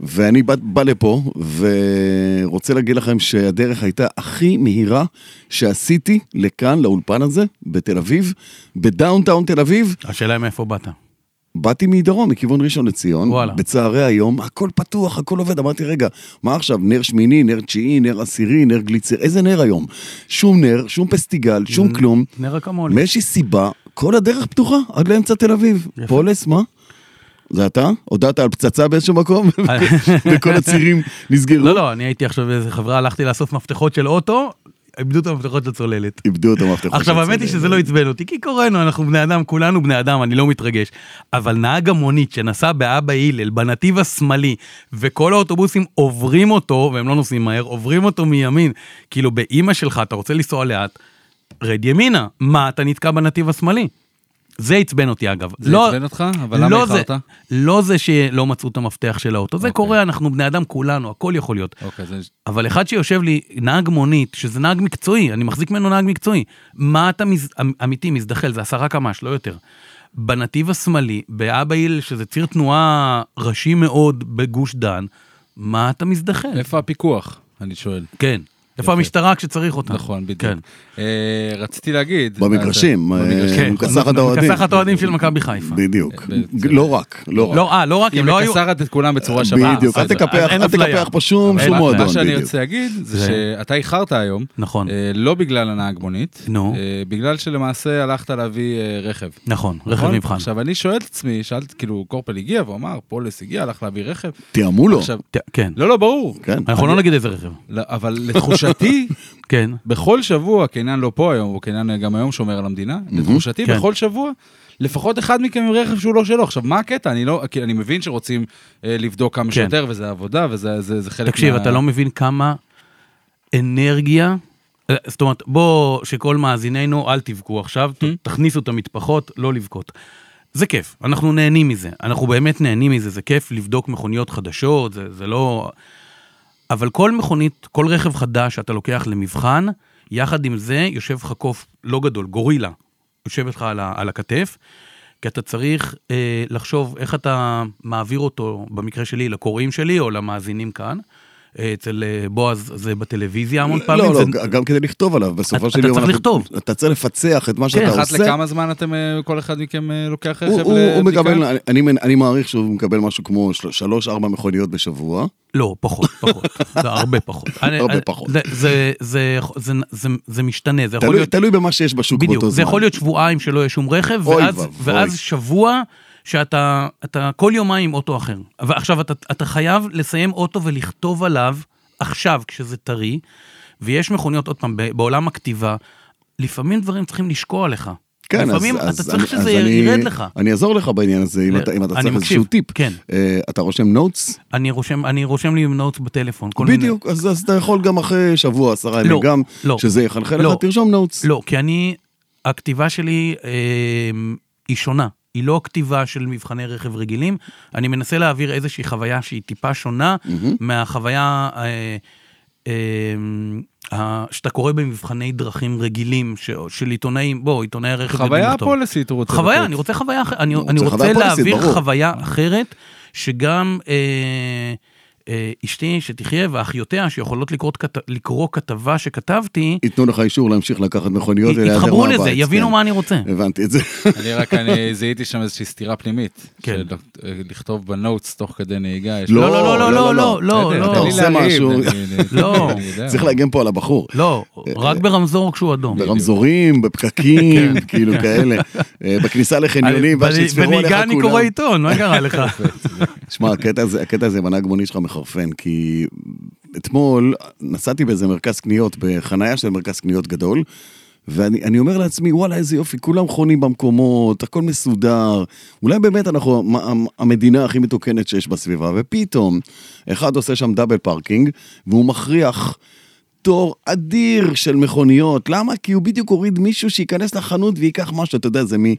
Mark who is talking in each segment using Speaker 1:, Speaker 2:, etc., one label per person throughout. Speaker 1: ואני בא, בא לפה, ורוצה להגיד לכם שהדרך הייתה הכי מהירה שעשיתי לכאן, לאולפן הזה, בתל אביב, בדאונטאון תל אביב.
Speaker 2: השאלה היא מאיפה באת.
Speaker 1: באתי מדרום, מכיוון ראשון לציון,
Speaker 2: וואלה.
Speaker 1: בצהרי היום, הכל פתוח, הכל עובד. אמרתי, רגע, מה עכשיו, נר שמיני, נר תשיעי, נר עשירי, נר גליצר, איזה נר היום? שום נר, שום פסטיגל, שום כלום.
Speaker 2: נר אקמולי.
Speaker 1: נכון. מאיזושהי סיבה, כל הדרך פתוחה, עד לאמצע תל אביב.
Speaker 2: יפה.
Speaker 1: פולס, מה? זה אתה? הודעת על פצצה באיזשהו מקום? וכל הצירים נסגרו?
Speaker 2: לא, לא, אני הייתי עכשיו באיזה חברה, הלכתי לאסוף מפתחות של אוטו, איבדו את המפתחות של צוללת.
Speaker 1: איבדו את המפתחות.
Speaker 2: עכשיו, האמת היא שזה לא עצבן אותי, כי קוראנו, אנחנו בני אדם, כולנו בני אדם, אני לא מתרגש. אבל נהג המונית שנסע באבא הלל, בנתיב השמאלי, וכל האוטובוסים עוברים אותו, והם לא נוסעים מהר, עוברים אותו מימין. כאילו, באימא שלך, אתה רוצה לנסוע לאט, רד ימינה. מה, אתה נתקע בנתיב השמאלי? זה עצבן אותי אגב.
Speaker 3: זה
Speaker 2: לא-
Speaker 3: עצבן אותך? אבל למה
Speaker 2: לא זה-
Speaker 3: איחרת?
Speaker 2: לא זה שלא מצאו את המפתח של האוטו, זה
Speaker 3: אוקיי.
Speaker 2: קורה, אנחנו בני אדם כולנו, הכל יכול להיות.
Speaker 3: אוקיי, זה...
Speaker 2: אבל אחד שיושב לי, נהג מונית, שזה נהג מקצועי, אני מחזיק ממנו נהג מקצועי, מה אתה מז... אמ- אמיתי מזדחל, זה עשרה קמ"ש, לא יותר. בנתיב השמאלי, באבא היל, שזה ציר תנועה ראשי מאוד בגוש דן, מה אתה מזדחל?
Speaker 3: איפה הפיקוח? אני שואל.
Speaker 2: כן. איפה המשטרה כשצריך אותה?
Speaker 3: נכון, בדיוק.
Speaker 2: כן.
Speaker 3: אה, רציתי להגיד...
Speaker 1: במגרשים,
Speaker 3: אה, במגרשים.
Speaker 1: אה,
Speaker 2: כן.
Speaker 1: מכסחת האוהדים.
Speaker 2: מכסחת האוהדים של מכבי חיפה.
Speaker 1: בדיוק.
Speaker 3: בצדק.
Speaker 1: לא רק, לא רק.
Speaker 2: לא, אה, לא רק,
Speaker 3: היא
Speaker 2: הם לא היו...
Speaker 3: מקסרת את כולם בצורה שווה.
Speaker 1: בדיוק, אל
Speaker 2: בסדר,
Speaker 1: תקפח,
Speaker 2: אין
Speaker 1: אל
Speaker 2: אפליה.
Speaker 1: תקפח פה שום
Speaker 2: אבל
Speaker 1: שום
Speaker 3: מה-
Speaker 1: מועדון,
Speaker 3: מה שאני
Speaker 1: בדיוק.
Speaker 3: רוצה להגיד, זה
Speaker 2: זה-
Speaker 3: שאתה איחרת היום,
Speaker 2: נכון,
Speaker 3: אה, לא בגלל הנהג מונית,
Speaker 2: נו.
Speaker 3: אה, בגלל שלמעשה הלכת להביא אה, רכב.
Speaker 2: נכון, רכב
Speaker 3: נכון?
Speaker 2: מבחן.
Speaker 3: עכשיו, אני שואל את עצמי, שאלתי, כאילו, קורפל הגיע ואמר, פולס הגיע, הלך להביא רכב.
Speaker 1: תיאמו לו.
Speaker 3: עכשיו,
Speaker 2: ת- כן,
Speaker 3: לא, לא, ברור.
Speaker 1: כן.
Speaker 2: אנחנו לא נגיד איזה רכב.
Speaker 3: לא, אבל לתחושתי,
Speaker 2: כן,
Speaker 3: בכל שבוע, קינן לא פה היום, וקינן גם היום שומר על המדינה, לתחושתי,
Speaker 2: כן.
Speaker 3: בכל שבוע, לפחות אחד מכם עם רכב שהוא לא שלו. עכשיו, מה הקטע? אני לא, כי אני מבין שרוצים אה, לבדוק כמה
Speaker 2: כן.
Speaker 3: שיותר, וזה עבודה, וזה זה- זה חלק
Speaker 2: תקשיב, אתה לא מבין כמה אנרגיה, אה, זאת אומרת, בוא, שכל מאזינינו, אל תבכו עכשיו, ת- תכניסו את המטפחות, לא לבכות. זה כיף, אנחנו נהנים מזה, אנחנו באמת נהנים מזה, זה כיף לבדוק מכוניות חדשות, זה, זה לא... אבל כל מכונית, כל רכב חדש שאתה לוקח למבחן, יחד עם זה יושב לך קוף לא גדול, גורילה, יושב לך על, ה, על הכתף, כי אתה צריך אה, לחשוב איך אתה מעביר אותו, במקרה שלי, לקוראים שלי או למאזינים כאן. אה, אצל אה, בועז זה בטלוויזיה המון פעמים.
Speaker 1: לא,
Speaker 2: זה...
Speaker 1: לא, גם כדי לכתוב עליו, בסופו
Speaker 2: אתה-
Speaker 1: של
Speaker 2: אתה
Speaker 1: יום...
Speaker 2: צריך
Speaker 1: אנחנו-
Speaker 2: לכתוב.
Speaker 1: אתה צריך לפצח את מה
Speaker 3: כן,
Speaker 1: שאתה
Speaker 3: אחת
Speaker 1: עושה.
Speaker 3: לכמה זמן אתם, אה, כל אחד מכם אה, לוקח רכב
Speaker 1: הוא- הוא- הוא
Speaker 3: לבדיקה?
Speaker 1: מקבל, אני- אני מנ- אני מעריך שהוא מקבל משהו כמו של- שלוש, ארבע מכוניות בשבוע.
Speaker 2: לא, פחות, פחות. זה הרבה פחות. אני-
Speaker 1: הרבה
Speaker 2: אני-
Speaker 1: פחות.
Speaker 2: זה, זה, זה, זה, זה, זה משתנה, זה יכול
Speaker 1: תלוי-
Speaker 2: להיות...
Speaker 1: תלוי במה שיש בשוק באותו זמן.
Speaker 2: בדיוק, זה יכול להיות שבועיים שלא יהיה שום רכב,
Speaker 1: אוי
Speaker 2: ואז,
Speaker 1: ואבוי.
Speaker 2: ואז שבוע שאתה אתה כל יומיים אוטו אחר. ועכשיו אתה, אתה חייב לסיים אוטו ולכתוב עליו עכשיו, כשזה טרי, ויש מכוניות, עוד פעם, ב- בעולם הכתיבה, לפעמים דברים צריכים לשקוע לך.
Speaker 1: כן,
Speaker 2: לפעמים
Speaker 1: אז,
Speaker 2: אתה
Speaker 1: אז
Speaker 2: צריך
Speaker 1: אני-
Speaker 2: שזה
Speaker 1: אז אני-
Speaker 2: ירד לך.
Speaker 1: אני אעזור לך בעניין הזה, אם,
Speaker 2: לא,
Speaker 1: אתה, אם אתה
Speaker 2: אני
Speaker 1: צריך
Speaker 2: מקשיב,
Speaker 1: איזשהו טיפ.
Speaker 2: כן.
Speaker 1: אה, אתה רושם נוטס?
Speaker 2: אני רושם, אני רושם לי נוטס בטלפון, כל מיני...
Speaker 1: בדיוק, אז, אז אתה יכול גם אחרי שבוע, עשרה ימים,
Speaker 2: לא,
Speaker 1: גם
Speaker 2: לא.
Speaker 1: שזה יחלחל
Speaker 2: לא.
Speaker 1: לך, תרשום נוטס.
Speaker 2: לא, כי אני, הכתיבה שלי אה, היא שונה. היא לא כתיבה של מבחני רכב רגילים. אני מנסה להעביר איזושהי חוויה שהיא טיפה שונה מהחוויה אה, אה, ה- שאתה קורא במבחני דרכים רגילים ש- של עיתונאים. בוא, עיתונאי רכב יודעים
Speaker 3: חוויה
Speaker 2: לכתוב.
Speaker 3: פוליסית אוקיי. הוא רוצה.
Speaker 2: חוויה,
Speaker 3: לתת.
Speaker 2: אני רוצה חוויה אחרת, אני,
Speaker 1: הוא
Speaker 2: אני
Speaker 1: רוצה
Speaker 2: רוצה
Speaker 1: חוויה פוליסית,
Speaker 2: להעביר
Speaker 1: ברור.
Speaker 2: חוויה אחרת, שגם אה, אה, אשתי שתחיה ואחיותיה שיכולות לקרוא, לקרוא כתבה שכתבתי,
Speaker 1: ייתנו לך אישור להמשיך לקחת מכוניות ולהיעדר מהבית.
Speaker 2: יתחברו לזה, יבינו
Speaker 1: כן.
Speaker 2: מה אני רוצה.
Speaker 1: הבנתי את זה.
Speaker 3: אני רק אני זיהיתי שם איזושהי סתירה פנימית.
Speaker 2: כן.
Speaker 3: של- אה, לכתוב בנוטס תוך כדי נהיגה. יש-
Speaker 1: לא,
Speaker 2: לא, לא, לא, לא, לא, לא,
Speaker 3: בסדר,
Speaker 1: אתה
Speaker 3: תן לי
Speaker 2: לא,
Speaker 1: עושה
Speaker 3: להעליב,
Speaker 1: משהו.
Speaker 3: אני- אני-
Speaker 2: לא.
Speaker 3: אני יודע.
Speaker 1: צריך להגן פה על הבחור.
Speaker 2: לא,
Speaker 1: אה,
Speaker 2: רק ברמזור כשהוא אדום.
Speaker 1: ברמזורים, בפקקים,
Speaker 2: כן.
Speaker 1: כאילו כאלה. אה, בכניסה לחניונים, ואז
Speaker 2: בני-
Speaker 1: שיצפרו עליך
Speaker 2: בנהיגה אני
Speaker 1: כולם.
Speaker 2: קורא עיתון, מה קרה לך?
Speaker 1: שמע, הקטע הזה, הקטע הזה עם הנהג מונית שלך מחרפן, כי אתמול נסעתי באיזה מרכז קניות, בחנייה של מרכז קניות גדול, ואני אני אומר לעצמי, וואלה, איזה יופי, כולם חונים במקומות, הכל מסודר. אולי באמת אנחנו המ- המ- המדינה הכי מתוקנת שיש בסביבה, ופתאום אחד עושה שם דאבל פארקינג, והוא מכריח תור אדיר של מכוניות. למה? כי הוא בדיוק הוריד מישהו שייכנס לחנות וייקח משהו, אתה יודע, זה מ-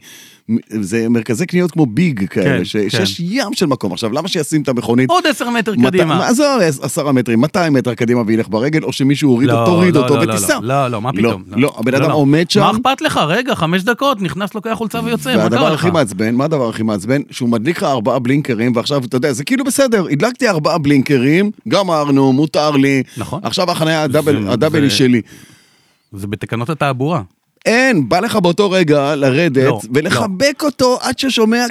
Speaker 1: זה מרכזי קניות כמו ביג כאלה,
Speaker 2: כן,
Speaker 1: ש-
Speaker 2: כן.
Speaker 1: שיש ים של מקום. עכשיו, למה שישים את המכונית?
Speaker 2: עוד עשר מטר
Speaker 1: מאתיים-
Speaker 2: קדימה.
Speaker 1: מה זה עש- עשרה מטרים? 200 מטר קדימה וילך ברגל, או שמישהו הוריד
Speaker 2: לא,
Speaker 1: אותו, הוריד
Speaker 2: לא,
Speaker 1: אותו
Speaker 2: לא, לא,
Speaker 1: וטיסה.
Speaker 2: לא, לא, לא, מה פתאום.
Speaker 1: לא, לא, הבן אדם עומד שם.
Speaker 2: מה אכפת לך? רגע, חמש דקות, נכנס, לוקח חולצה ויוצא, מה קרה
Speaker 1: והדבר
Speaker 2: לך?
Speaker 1: הכי מעצבן, מה הדבר הכי מעצבן? שהוא מדליק לך ארבעה בלינקרים, ועכשיו, אתה יודע, זה כאילו בסדר, הדלקתי ארבעה בלינקרים, גמרנו, מותר לי.
Speaker 2: נכון.
Speaker 1: עכשיו החניה הדאבל
Speaker 2: זה-
Speaker 1: הדאבל היא
Speaker 2: זה-
Speaker 1: שלי.
Speaker 2: זה בתקנות התעבורה.
Speaker 1: אין, בא לך באותו רגע לרדת
Speaker 2: לא,
Speaker 1: ולחבק אותו עד ששומע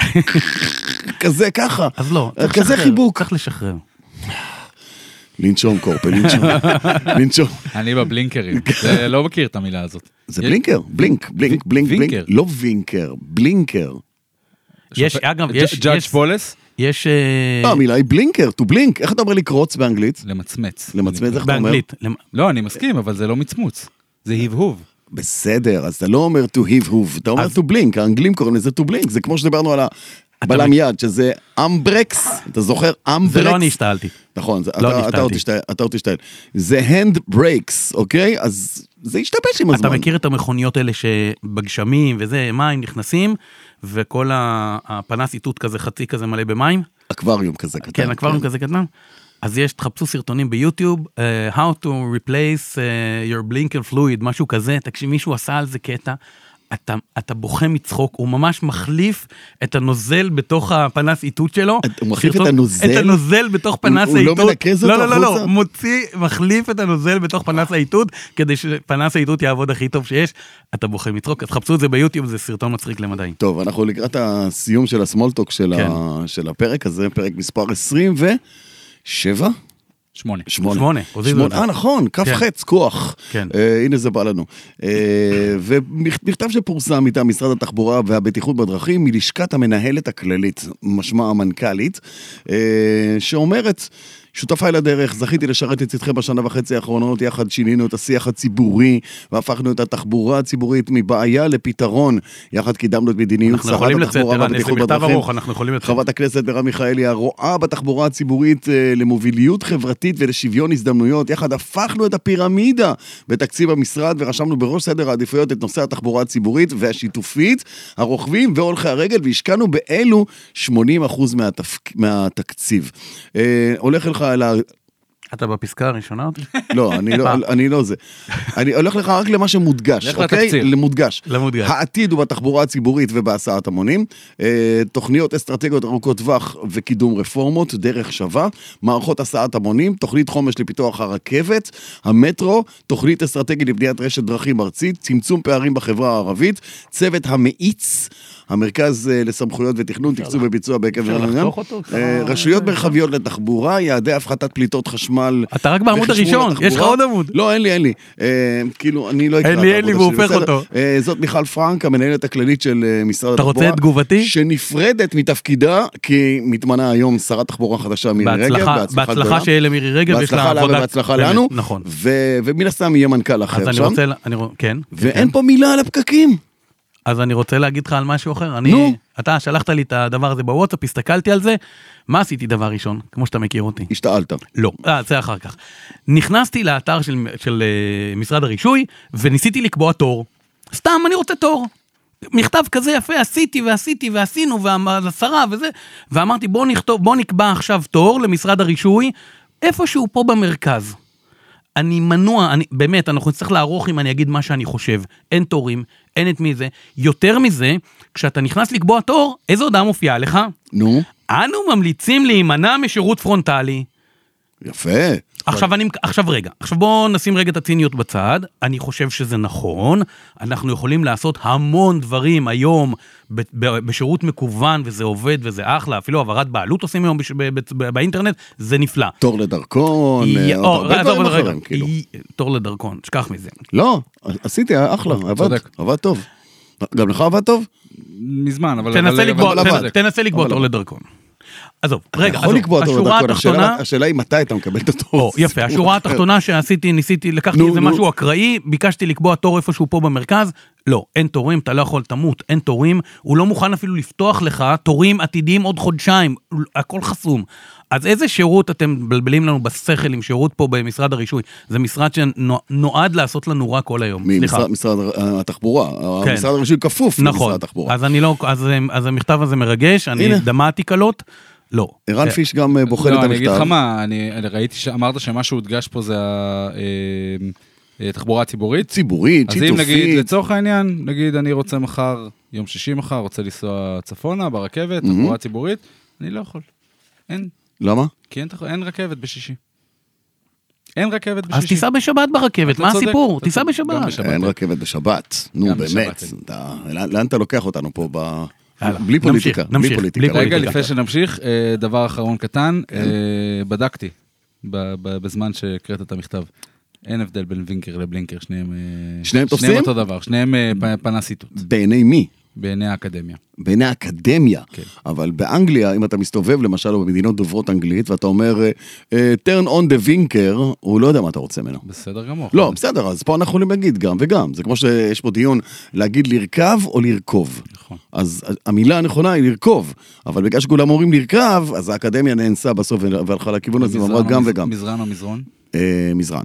Speaker 1: כזה, ככה.
Speaker 2: אז לא, צריך
Speaker 1: כזה
Speaker 2: לשחרר,
Speaker 1: חיבוק.
Speaker 2: צריך לשחרר.
Speaker 1: לנשום קורפל, לנשום. לנשום.
Speaker 3: אני בבלינקרים, זה- לא מכיר את המילה הזאת.
Speaker 1: זה בלינקר, בלינק, בלינק, בלינק, בלינק.
Speaker 3: וינקר.
Speaker 1: לא וינקר, בלינקר.
Speaker 2: יש, אגב,
Speaker 3: ג'-
Speaker 2: יש,
Speaker 3: ג'אדג'
Speaker 2: יש,
Speaker 3: פולס,
Speaker 2: יש, אה,
Speaker 1: לא, המילה היא בלינקר, to blink. איך אתה אומר לקרוץ באנגלית?
Speaker 3: למצמץ.
Speaker 1: למצמץ, איך אתה אומר?
Speaker 2: באנגלית. למ-
Speaker 3: לא, אני מסכים, אבל זה לא מצמוץ. זה הבהוב.
Speaker 1: בסדר, אז אתה לא אומר to heave hoof, אתה אומר
Speaker 2: אז-
Speaker 1: to blink, האנגלים קוראים לזה to blink, זה כמו שדיברנו על הבלם
Speaker 2: מ-
Speaker 1: יד, שזה אמברקס, אתה זוכר? אמברקס?
Speaker 2: זה לא אני השתעלתי.
Speaker 1: נכון, זה-
Speaker 2: לא
Speaker 1: אתה-
Speaker 2: אני
Speaker 1: אתה עוד
Speaker 2: השתעלתי.
Speaker 1: תשתעל, אתה עוד תשתעל. זה hand breaks, אוקיי? אז זה ישתבש עם הזמן.
Speaker 2: אתה מכיר את המכוניות האלה שבגשמים וזה, מים נכנסים, וכל ה- הפנס איתות כזה חצי כזה מלא במים?
Speaker 1: אקווריום כזה קטן.
Speaker 2: כן, אקווריום כזה קטן. אז יש, תחפשו סרטונים ביוטיוב, אה, How to replace אה, your blinker fluid, משהו כזה, תקשיב, מישהו עשה על זה קטע. אתה, אתה בוכה מצחוק, הוא ממש מחליף את הנוזל בתוך הפנס איתות שלו.
Speaker 1: את- הוא מחליף את
Speaker 2: סרטון-
Speaker 1: הנוזל?
Speaker 2: את הנוזל בתוך
Speaker 1: הוא-
Speaker 2: פנס
Speaker 1: הוא לא
Speaker 2: האיתות.
Speaker 1: מנקז אותו
Speaker 2: לא, לא, לא,
Speaker 1: החוצה?
Speaker 2: לא, מוציא, מחליף את הנוזל בתוך פנס האיתות, כדי שפנס האיתות יעבוד הכי טוב שיש. אתה בוכה מצחוק, אז חפשו את זה ביוטיוב, זה סרטון מצחיק למדי.
Speaker 1: טוב, אנחנו לקראת הסיום של הסמולטוק של, כן. ה...
Speaker 2: כן.
Speaker 1: של הפרק הזה, פרק מספר 27?
Speaker 3: שמונה.
Speaker 1: שמונה.
Speaker 2: שמונה, הוזיזו את
Speaker 1: שמונה,
Speaker 2: זה.
Speaker 1: אה, נכון, כף
Speaker 2: כן.
Speaker 1: חץ, כוח.
Speaker 2: כן.
Speaker 1: אה, הנה זה בא לנו. אה, ומכתב שפורסם מטעם משרד התחבורה והבטיחות בדרכים מלשכת המנהלת הכללית, משמע המנכ"לית, אה, שאומרת... שותפיי לדרך, זכיתי לשרת לצדכם בשנה וחצי האחרונות, יחד שינינו את השיח הציבורי והפכנו את התחבורה הציבורית מבעיה לפתרון. יחד קידמנו את מדיניות
Speaker 2: אנחנו
Speaker 1: שרת
Speaker 2: יכולים לצאת,
Speaker 1: התחבורה
Speaker 2: ערן, יש לי
Speaker 1: והבטיחות
Speaker 2: מכתב
Speaker 1: בדרכים.
Speaker 2: ארוך, אנחנו יכולים לצאת.
Speaker 1: חברת הכנסת מרב מיכאלי, הרואה בתחבורה הציבורית אה, למוביליות חברתית ולשוויון הזדמנויות. יחד הפכנו את הפירמידה בתקציב המשרד ורשמנו בראש סדר העדיפויות את נושא התחבורה הציבורית והשיתופית, הרוכבים והולכי הרגל, והשקענו באלו 80% מהתפק... מהתקציב. אה, הולך לך על ה...
Speaker 2: אתה בפסקה הראשונה עוד?
Speaker 1: לא, אני לא, אני לא זה. אני הולך לך רק למה שמודגש,
Speaker 3: אה. לך
Speaker 1: אוקיי?
Speaker 3: לתקציב.
Speaker 1: למודגש.
Speaker 2: למודגש.
Speaker 1: העתיד הוא בתחבורה הציבורית ובהסעת המונים. אה, תוכניות אסטרטגיות ארוכות טווח וקידום רפורמות, דרך שווה, מערכות הסעת המונים, תוכנית חומש לפיתוח הרכבת, המטרו, תוכנית אסטרטגית לבניית רשת דרכים ארצית, צמצום פערים בחברה הערבית, צוות המאיץ. המרכז אה, לסמכויות ותכנון, תקצוב וביצוע בהיקף...
Speaker 2: אפשר
Speaker 1: העניין.
Speaker 2: לחתוך אותו?
Speaker 1: אה, רשויות מרחביות לתחבורה, יעדי הפחתת פליטות חשמל
Speaker 2: אתה רק בעמוד
Speaker 1: וחשמול
Speaker 2: הראשון,
Speaker 1: התחבורה.
Speaker 2: יש לך עוד עמוד.
Speaker 1: לא, אין לי, אין לי. אה, כאילו, אני לא אקרא
Speaker 2: אין
Speaker 1: את
Speaker 2: לי,
Speaker 1: העמוד
Speaker 2: אין לי, והוא
Speaker 1: השני,
Speaker 2: הופך
Speaker 1: בסדר.
Speaker 2: אותו.
Speaker 1: אה, זאת מיכל פרנק, המנהלת הכללית של אה, משרד
Speaker 2: אתה
Speaker 1: התחבורה.
Speaker 2: רוצה את תגובתי?
Speaker 1: שנפרדת מתפקידה, כי מתמנה היום שרת תחבורה חדשה מירי רגב.
Speaker 2: בהצלחה, בהצלחה שיהיה למירי רגב, יש לה
Speaker 1: בהצלחה לה
Speaker 2: עבודה.
Speaker 1: ובהצלחה
Speaker 2: באמת,
Speaker 1: לנו.
Speaker 2: נכון.
Speaker 1: ו- ומן הסתם יהיה מנכ"ל
Speaker 2: אז
Speaker 1: אחר
Speaker 2: אני
Speaker 1: שם.
Speaker 2: רוצה, אני רוצ- כן.
Speaker 1: ואין פה מילה על הפקקים.
Speaker 2: אז אני רוצה להגיד לך על משהו אחר.
Speaker 1: נו.
Speaker 2: אני, אתה שלחת לי את הדבר הזה בוואטסאפ, הסתכלתי על זה, מה עשיתי דבר ראשון, כמו שאתה מכיר אותי?
Speaker 1: השתעלת.
Speaker 2: לא, אה, זה אחר כך. נכנסתי לאתר של, של אה, משרד הרישוי וניסיתי לקבוע תור. סתם, אני רוצה תור. מכתב כזה יפה עשיתי ועשיתי ועשינו והשרה וזה, ואמרתי בוא נכתוב, בוא נקבע עכשיו תור למשרד הרישוי, איפשהו פה במרכז. אני מנוע, אני, באמת, אנחנו נצטרך לערוך אם אני אגיד מה שאני חושב. אין תורים, אין את מי זה. יותר מזה, כשאתה נכנס לקבוע תור, איזו הודעה מופיעה לך?
Speaker 1: נו,
Speaker 2: אנו ממליצים להימנע משירות פרונטלי.
Speaker 1: יפה.
Speaker 2: עכשיו, אני, עכשיו רגע, עכשיו בואו נשים רגע את הציניות בצד, אני חושב שזה נכון, אנחנו יכולים לעשות המון דברים היום ב, ב, בשירות מקוון וזה עובד וזה אחלה, אפילו העברת בעלות עושים היום בש, ב, ב, ב, באינטרנט, זה נפלא.
Speaker 1: תור לדרכון, אה,
Speaker 2: יא-
Speaker 1: עוד
Speaker 2: או,
Speaker 1: הרבה
Speaker 2: עזוב,
Speaker 1: דברים
Speaker 2: רגע,
Speaker 1: אחרים, כאילו.
Speaker 2: י- תור לדרכון, תשכח מזה.
Speaker 1: לא, עשיתי, היה אחלה, עבד,
Speaker 3: צודק.
Speaker 1: עבד טוב. גם לך עבד טוב?
Speaker 3: מזמן, אבל... אבל-
Speaker 2: תנסה לקבוע-
Speaker 3: אבל-
Speaker 2: תנ-
Speaker 1: עבד.
Speaker 2: תנסה לקבוע
Speaker 1: אבל
Speaker 2: תור
Speaker 1: עבד.
Speaker 2: לדרכון. עזוב, רגע,
Speaker 1: יכול לקבוע
Speaker 2: עזוב,
Speaker 1: את
Speaker 2: השורה
Speaker 1: המתכון, השאלה
Speaker 2: התחתונה...
Speaker 1: השאלה היא מתי אתה מקבל את התור.
Speaker 2: או, יפה, השורה התחתונה שעשיתי, ניסיתי, לקחתי
Speaker 1: נו,
Speaker 2: איזה
Speaker 1: נו.
Speaker 2: משהו אקראי, ביקשתי לקבוע תור איפשהו פה במרכז, לא, אין תורים, אתה לא יכול תמות, אין תורים, הוא לא מוכן אפילו לפתוח לך תורים עתידיים עוד חודשיים, הכל חסום. אז איזה שירות אתם מבלבלים לנו בשכל עם שירות פה במשרד הרישוי? זה משרד שנועד לעשות לנו רע כל היום. סליחה.
Speaker 1: ממשרד התחבורה,
Speaker 2: כן.
Speaker 1: משרד הרישוי כפוף
Speaker 2: נכון,
Speaker 1: למשרד התחבורה.
Speaker 2: אז אני לא, אז, אז המכתב הזה מרגש,
Speaker 1: הנה.
Speaker 2: אני דמעתי קלות, לא.
Speaker 1: ערן
Speaker 2: אה,
Speaker 1: פיש גם אה, בוחן את
Speaker 3: לא,
Speaker 1: המכתב.
Speaker 3: אני אגיד לך מה, אני אני ראיתי שאמרת שמה שהודגש פה זה אה, התחבורה הציבורית.
Speaker 1: ציבורית,
Speaker 3: אז אם נגיד,
Speaker 1: שיתופית.
Speaker 3: לצורך העניין, נגיד אני רוצה מחר, יום שישי מחר, רוצה לנסוע צפונה ברכבת, תחבורה ציבורית, אני לא יכול. אין,
Speaker 1: למה?
Speaker 3: כי אין תח- אין רכבת בשישי. אין רכבת
Speaker 2: אז
Speaker 3: בשישי.
Speaker 2: תיסע בשבת ברכבת,
Speaker 3: אתה
Speaker 2: מה
Speaker 3: צודק,
Speaker 2: הסיפור?
Speaker 3: אתה
Speaker 2: תיסע
Speaker 3: צודק, גם
Speaker 2: בשבת.
Speaker 3: בשבת.
Speaker 1: אין רכבת בשבת. נו,
Speaker 3: גם
Speaker 1: באמת.
Speaker 3: בשבת כן.
Speaker 1: אתה- לאן לאן אתה לוקח אותנו פה ב...
Speaker 2: יאללה,
Speaker 1: בלי
Speaker 2: נמשיך,
Speaker 1: פוליטיקה.
Speaker 2: נמשיך,
Speaker 1: בלי
Speaker 2: בלי
Speaker 1: פוליטיקה.
Speaker 3: רגע,
Speaker 2: פוליטיקה.
Speaker 3: לפני שנמשיך, אה, דבר אחרון קטן,
Speaker 1: כן.
Speaker 3: אה, בדקתי ב- ב- בזמן שהקראת את המכתב. אין הבדל בין וינקר לבלינקר, שניהם... אה,
Speaker 1: שניהם תופסים?
Speaker 3: שניהם אותו דבר, שניהם אה, פ- פנס איתות,
Speaker 1: בעיני מי?
Speaker 3: בעיני האקדמיה.
Speaker 1: בעיני האקדמיה.
Speaker 3: כן.
Speaker 1: אבל באנגליה, אם אתה מסתובב למשל או במדינות דוברות אנגלית, ואתה אומר, אה, אה, turn on the winker, הוא לא יודע מה אתה רוצה ממנו.
Speaker 3: בסדר גמור.
Speaker 1: לא, בסדר, אז פה אנחנו יכולים להגיד גם וגם. זה כמו שיש פה דיון להגיד לרכב או לרכוב.
Speaker 3: נכון.
Speaker 1: אז המילה הנכונה היא לרכוב, אבל בגלל שכולם אומרים לרכב, אז האקדמיה נאנסה בסוף והלכה לכיוון הזה ואמרה
Speaker 3: מזרן או
Speaker 1: גם
Speaker 3: מז-
Speaker 1: וגם.
Speaker 3: מזרן או מזרון?
Speaker 1: אה, מזרן.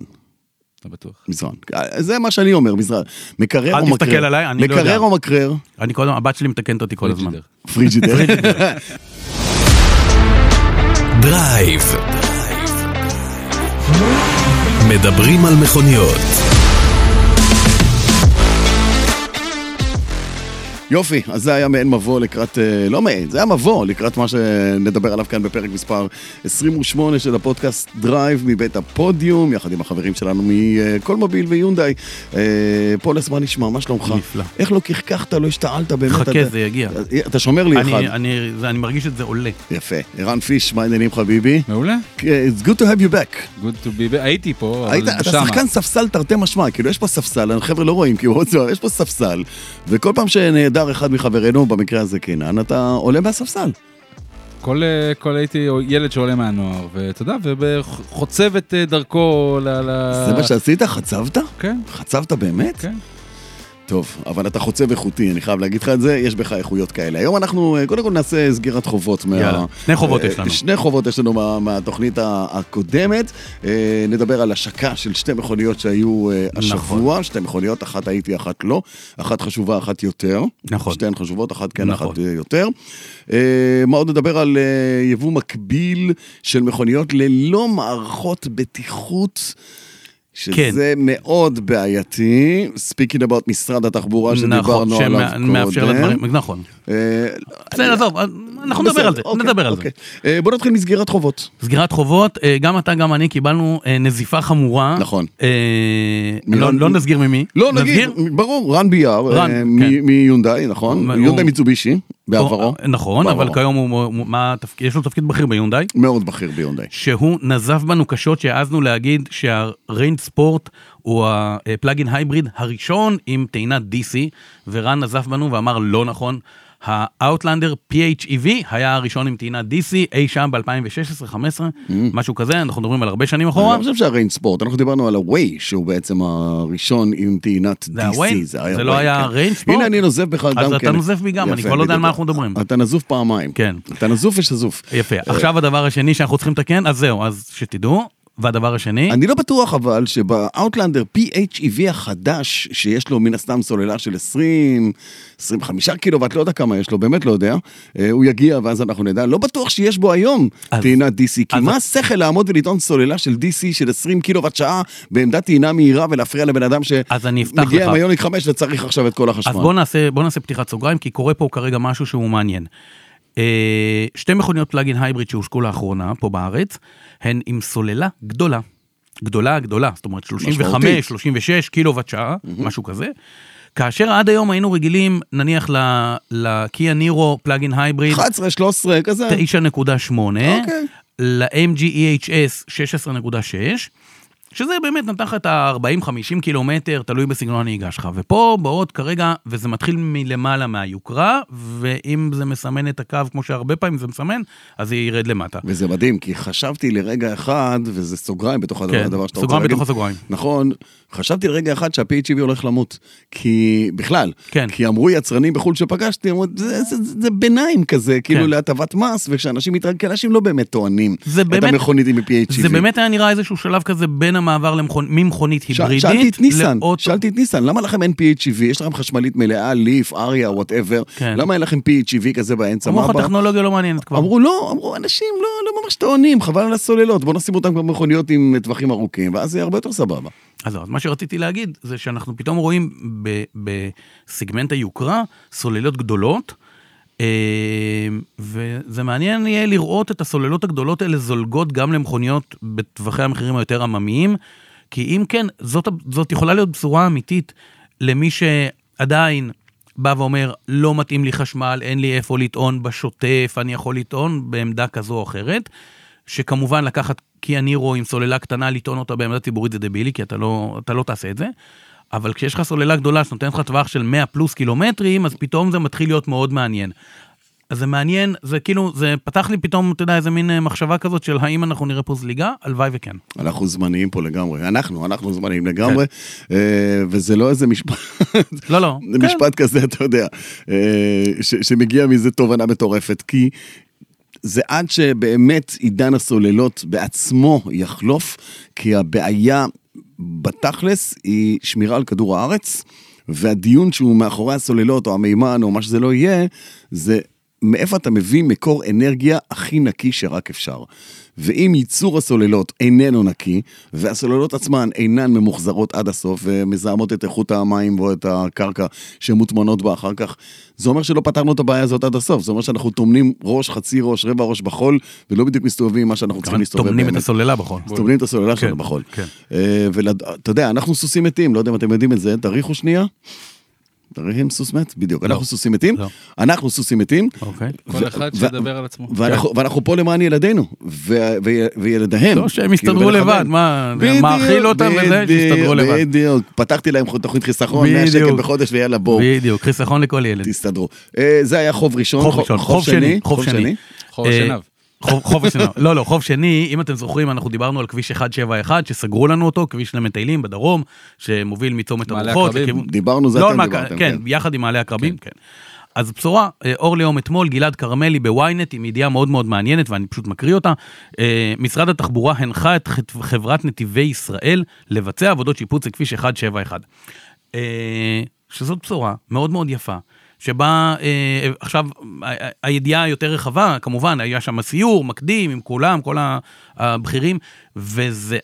Speaker 3: אתה בטוח.
Speaker 1: מזרן. אה, זה מה שאני אומר, מזרן. מקרר
Speaker 2: אל
Speaker 1: או מקרר?
Speaker 2: תסתכל עליי, אני לא
Speaker 1: מקרר
Speaker 2: יודע.
Speaker 1: או מקרר?
Speaker 2: אני כל הזמן, הבת שלי מתקנת אותי כל הזמן.
Speaker 3: פריג'ידר.
Speaker 1: פריג'ידר.
Speaker 4: דרייב. מדברים על מכוניות.
Speaker 1: יופי, אז זה היה מעין מבוא לקראת, אה, לא מעין, זה היה מבוא לקראת מה שנדבר עליו כאן בפרק מספר 28 של הפודקאסט דרייב מבית הפודיום, יחד עם החברים שלנו מקולמוביל ויונדאי. אה, פולס, מה נשמע? מה שלומך?
Speaker 2: נפלא. איך
Speaker 1: איך לא קחקחת, לא השתעלת באמת.
Speaker 2: חכה,
Speaker 1: אתה- אה,
Speaker 2: זה יגיע.
Speaker 1: אתה שומר לי אחד.
Speaker 2: אני, אני, זה- אני מרגיש את זה עולה.
Speaker 1: יפה. ערן פיש, מה העניינים חביבי?
Speaker 3: מעולה.
Speaker 1: It's good to have you back.
Speaker 3: Good to be back. הייתי פה, אבל
Speaker 1: היית, אתה
Speaker 3: שמה.
Speaker 1: שחקן ספסל תרתי משמע, כאילו יש פה ספסל, החבר'ה לא רואים, כאילו, יש פה ספסל, וכל פעם שנעדר אחד מחברינו, במקרה הזה קינן, אתה עולה מהספסל.
Speaker 3: כל, אה, כל הייתי ילד שעולה מהנוער, ואתה יודע, וחוצב את אה, דרכו ל... ל-
Speaker 1: זה מה שעשית? חצבת?
Speaker 3: כן,
Speaker 1: חצבת באמת?
Speaker 3: כן.
Speaker 1: טוב, אבל אתה חוצב איכותי, אני חייב להגיד לך את זה, יש בך איכויות כאלה. היום אנחנו אה, קודם כל נעשה סגירת חובות. מה-
Speaker 2: יאללה, שני חובות
Speaker 1: אה,
Speaker 2: יש לנו.
Speaker 1: שני חובות יש לנו מה- מהתוכנית ה- הקודמת. אה, נדבר על השקה של שתי מכוניות שהיו אה,
Speaker 2: נכון.
Speaker 1: השבוע, שתי מכוניות, אחת הייתי, אחת לא, אחת חשובה, אחת יותר.
Speaker 2: נכון.
Speaker 1: שתיהן חשובות, אחת כן,
Speaker 2: נכון.
Speaker 1: אחת אה, יותר. אה, מה עוד נדבר על אה, יבוא מקביל של מכוניות ללא מערכות בטיחות. שזה כן. מאוד בעייתי, speaking about משרד התחבורה שדיברנו
Speaker 2: נכון,
Speaker 1: עליו קודם.
Speaker 2: שמאפשר לדברים, נכון.
Speaker 1: אה,
Speaker 2: בסדר, עזוב, אנחנו
Speaker 1: בסדר,
Speaker 2: נדבר על זה,
Speaker 1: אוקיי,
Speaker 2: נדבר על זה.
Speaker 1: אוקיי. אה, בוא נתחיל מסגירת חובות.
Speaker 2: סגירת חובות, אה, גם אתה, גם אני קיבלנו אה, נזיפה חמורה.
Speaker 1: נכון.
Speaker 2: אה,
Speaker 1: מרן-
Speaker 2: לא- לא נסגיר ממי.
Speaker 1: לא, נגיד,
Speaker 2: נסגיר?
Speaker 1: ברור, רן ביאר,
Speaker 2: רן,
Speaker 1: אה,
Speaker 2: כן.
Speaker 1: מ- מיונדאי, נכון?
Speaker 2: הוא-
Speaker 1: יונדאי מיצובישי, בעברו.
Speaker 2: נכון,
Speaker 1: בעברו.
Speaker 2: אבל כיום הוא- הוא- מה התפקיד- יש לו תפקיד בכיר ביונדאי.
Speaker 1: מאוד בכיר ביונדאי.
Speaker 2: שהוא נזף בנו קשות שהעזנו להגיד שהריינד ספורט הוא הפלאגין הייבריד הראשון עם טעינת DC, ורן נזף בנו ואמר לא נכון. האאוטלנדר PHEV היה הראשון עם טעינת DC אי שם ב-2016-2015, משהו כזה, אנחנו מדברים על הרבה שנים
Speaker 1: אני
Speaker 2: אחורה.
Speaker 1: לא חושב שהריינד ספורט, אנחנו דיברנו על הווי, שהוא בעצם הראשון עם טעינת DC.
Speaker 2: זה הווי? זה לא
Speaker 1: הווי,
Speaker 2: היה
Speaker 1: כן.
Speaker 2: ריינד ספורט?
Speaker 1: הנה, אני נוזף בך גם כן.
Speaker 2: אז אתה נוזף בי גם, אני
Speaker 1: יפה,
Speaker 2: כבר לא יודע על מה
Speaker 1: בדיוק.
Speaker 2: אנחנו מדברים.
Speaker 1: אתה נזוף פעמיים.
Speaker 2: כן.
Speaker 1: אתה נזוף ושזוף.
Speaker 2: יפה, עכשיו הדבר השני שאנחנו צריכים לתקן, אז זהו, אז שתדעו. והדבר השני,
Speaker 1: אני לא בטוח אבל שבאוטלנדר PHEV E החדש, שיש לו מן הסתם סוללה של 20, 25 קילוואט, לא יודע כמה יש לו, באמת לא יודע, אה, הוא יגיע ואז אנחנו נדע, לא בטוח שיש בו היום
Speaker 2: אז-
Speaker 1: טעינת DC, כי
Speaker 2: אז-
Speaker 1: מה השכל לעמוד ולטעון סוללה של DC של 20 קילוואט שעה בעמדת טעינה מהירה ולהפריע לבן אדם
Speaker 2: אז אני אפתח
Speaker 1: שמגיע עם
Speaker 2: לך.
Speaker 1: היוניק 5 וצריך עכשיו את כל החשמל.
Speaker 2: אז בוא נעשה, בוא נעשה פתיחת סוגריים, כי קורה פה כרגע משהו שהוא מעניין. אה, שתי מכוניות פלאגין הייבריד שהושקו לאחרונה פה בארץ, הן עם סוללה גדולה. גדולה גדולה, זאת אומרת 35,
Speaker 1: משמעותית.
Speaker 2: 36 קילו וואט שעה, משהו כזה. כאשר עד היום היינו רגילים, נניח ל- לקיה נירו פלאגין הייבריד,
Speaker 1: 11, 13, כזה.
Speaker 2: 9.8,
Speaker 1: אוקיי.
Speaker 2: E ל-MG EHS 16.6, שזה באמת נתן לך את ה-40-50 קילומטר, תלוי בסגנון הנהיגה שלך. ופה באות כרגע, וזה מתחיל מלמעלה מהיוקרה, ואם זה מסמן את הקו, כמו שהרבה פעמים זה מסמן, אז זה ירד למטה.
Speaker 1: וזה מדהים, כי חשבתי לרגע אחד, וזה סוגריים בתוך הדבר,
Speaker 2: כן,
Speaker 1: הדבר שאתה רוצה
Speaker 2: סוגריים
Speaker 1: להגיד.
Speaker 2: בתוך הסוגריים.
Speaker 1: נכון, חשבתי לרגע אחד שה-PHEV הולך למות. כי בכלל,
Speaker 2: כן. אה.
Speaker 1: כי אמרו יצרנים בחו"ל שפגשתי, אמרו, זה, זה, זה, זה ביניים כזה, כאילו
Speaker 2: כן.
Speaker 1: להטבת מס, וכשאנשים מתרגלים, כי אנשים לא באמת טוענים
Speaker 2: זה
Speaker 1: את
Speaker 2: באמת-
Speaker 1: המכונית עם PHEV.
Speaker 2: זה באמת היה נראה איזשהו שלב כזה בין המעבר למכונ... ממכונית
Speaker 1: ש-
Speaker 2: היברידית
Speaker 1: שאלתי את ניסן,
Speaker 2: לאוטו.
Speaker 1: שאלתי את ניסן, למה לכם אין PHEV? יש לכם חשמלית מלאה, ליף, אריה, וואטאבר,
Speaker 2: כן.
Speaker 1: למה אין לכם PHEV כזה באמצע?
Speaker 2: אמרו
Speaker 1: מה
Speaker 2: לך,
Speaker 1: הבעיה?
Speaker 2: טכנולוגיה לא מעניינת כבר.
Speaker 1: אמרו לא, אמרו אנשים לא, לא ממש טוענים, חבל על הסוללות, בוא נשים אותם במכוניות עם טווחים ארוכים, ואז זה יהיה הרבה יותר סבבה.
Speaker 2: אז זהו, אז מה שרציתי להגיד זה שאנחנו פתאום רואים ב- בסגמנט היוקרה סוללות גדולות, אה, וזה מעניין יהיה לראות את הסוללות הגדולות האלה זולגות גם למכוניות בטווחי המחירים היותר עממיים, כי אם כן, זאת, זאת יכולה להיות בשורה אמיתית למי שעדיין בא ואומר, לא מתאים לי חשמל, אין לי איפה לטעון בשוטף, אני יכול לטעון בעמדה כזו או אחרת. שכמובן לקחת קיאנירו עם סוללה קטנה, לטעון אותה בעמדה ציבורית זה דבילי, כי אתה לא, אתה לא תעשה את זה. אבל כשיש לך סוללה גדולה שנותנת לך טווח של 100 פלוס קילומטרים, אז פתאום זה מתחיל להיות מאוד מעניין. אז זה מעניין, זה כאילו, זה פתח לי פתאום, אתה יודע, איזה מין אה, מחשבה כזאת של האם אנחנו נראה פה זליגה? הלוואי וכן.
Speaker 1: אנחנו זמניים פה לגמרי, אנחנו, אנחנו זמניים לגמרי, אה, וזה לא איזה משפט,
Speaker 2: כן. לא, לא.
Speaker 1: זה משפט כזה, אתה יודע, אה, ש- שמגיע מזה תובנה מטורפת, כי זה עד שבאמת עידן הסוללות בעצמו יחלוף, כי הבעיה בתכלס היא שמירה על כדור הארץ, והדיון שהוא מאחורי הסוללות או המימן או מה שזה לא יהיה, זה מאיפה אתה מביא מקור אנרגיה הכי נקי שרק אפשר. ואם ייצור הסוללות איננו נקי, והסוללות עצמן אינן ממוחזרות עד הסוף ומזהמות את איכות המים או את הקרקע שמוטמנות בה אחר כך, זה אומר שלא פתרנו את הבעיה הזאת עד הסוף, זה אומר שאנחנו טומנים ראש, חצי ראש, רבע ראש בחול, ולא בדיוק מסתובבים עם מה שאנחנו צריכים
Speaker 2: כן.
Speaker 1: להסתובב
Speaker 2: טומנים את
Speaker 1: באמת.
Speaker 2: הסוללה בחול.
Speaker 1: אז טומנים את הסוללה שלנו בחול.
Speaker 2: כן.
Speaker 1: ואתה יודע, אנחנו סוסים מתים, לא יודע אם אתם יודעים את זה, תריחו שנייה. תריחים סוס מת? בדיוק, אנחנו סוסים מתים,
Speaker 2: לא.
Speaker 1: אנחנו סוסים מתים.
Speaker 2: אוקיי.
Speaker 3: כל
Speaker 1: ו-
Speaker 3: אחד
Speaker 1: ו-
Speaker 3: שידבר על עצמו.
Speaker 2: כן.
Speaker 1: ואנחנו, ואנחנו פה למען ילדינו, ו- ו- וילדיהם.
Speaker 2: לא, שהם
Speaker 1: כאילו,
Speaker 2: יסתדרו
Speaker 1: ולכוון.
Speaker 2: לבד, מה, זה מאכיל אותם וזה, שיסתדרו
Speaker 1: בדיוק,
Speaker 2: לבד.
Speaker 1: בדיוק, פתחתי להם תוכנית חיסכון, 100 שקל
Speaker 2: בדיוק.
Speaker 1: בחודש ויאללה בואו,
Speaker 2: בדיוק, חיסכון לכל ילד.
Speaker 1: תסתדרו. אה, זה היה חוב ראשון,
Speaker 2: חוב ראשון, חוב שני, חוב שני.
Speaker 3: חוב
Speaker 2: אה,
Speaker 3: שיניו.
Speaker 2: חוב- חוב השנה, לא לא חוב שני אם אתם זוכרים אנחנו דיברנו על כביש 171 שסגרו לנו אותו כביש למטיילים בדרום שמוביל מצומת
Speaker 3: מעלה
Speaker 2: הרוחות.
Speaker 3: עקרבים.
Speaker 2: לכיוון-
Speaker 1: דיברנו, זה
Speaker 2: לא
Speaker 1: אתם
Speaker 2: על מעלה-
Speaker 1: דיברתם,
Speaker 2: כן,
Speaker 1: כן.
Speaker 2: יחד עם מעלה עקרבים, כן. אז בשורה, אה, אור ליום אתמול, גלעד כרמלי בוויינט עם ידיעה מאוד מאוד מעניינת ואני פשוט מקריא אותה. אה, משרד התחבורה הנחה את חת- חברת נתיבי ישראל לבצע עבודות שיפוץ לכביש 171. אה, שזאת בשורה מאוד מאוד יפה, שבה אה, עכשיו ה- ה- הידיעה היותר רחבה, כמובן, היה שם סיור מקדים עם כולם, כל ה- הבכירים, וזה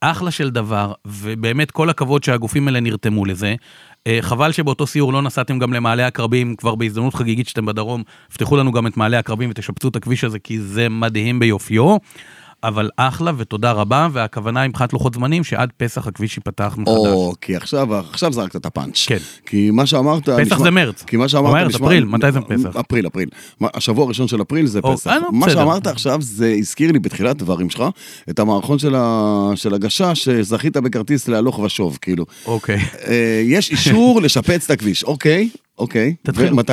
Speaker 2: אחלה של דבר, ובאמת כל הכבוד שהגופים האלה נרתמו לזה. אה, חבל שבאותו סיור לא נסעתם גם למעלה הקרבים, כבר בהזדמנות חגיגית שאתם בדרום, פתחו לנו גם את מעלה הקרבים ותשפצו את הכביש הזה, כי זה מדהים ביופיו. אבל אחלה ותודה רבה, והכוונה היא מבחינת לוחות זמנים שעד פסח הכביש ייפתח מחדש.
Speaker 1: או, כי עכשיו, עכשיו זרקת את הפאנץ'.
Speaker 2: כן.
Speaker 1: כי מה שאמרת...
Speaker 2: פסח זה מרץ.
Speaker 1: כי מה שאמרת...
Speaker 2: מרץ,
Speaker 1: נשמע-
Speaker 2: אפריל, מתי זה פסח?
Speaker 1: אפריל, אפריל. מה, השבוע הראשון של אפריל זה
Speaker 2: או,
Speaker 1: פסח.
Speaker 2: אה, לא,
Speaker 1: מה
Speaker 2: בסדר.
Speaker 1: שאמרת עכשיו, זה הזכיר לי בתחילת הדברים שלך, את המערכון של ה- של הגשש, שזכית בכרטיס להלוך ושוב, כאילו.
Speaker 2: אוקיי.
Speaker 1: אה, יש אישור לשפץ את הכביש, אוקיי, אוקיי.
Speaker 2: תתחיל.
Speaker 1: ומתי?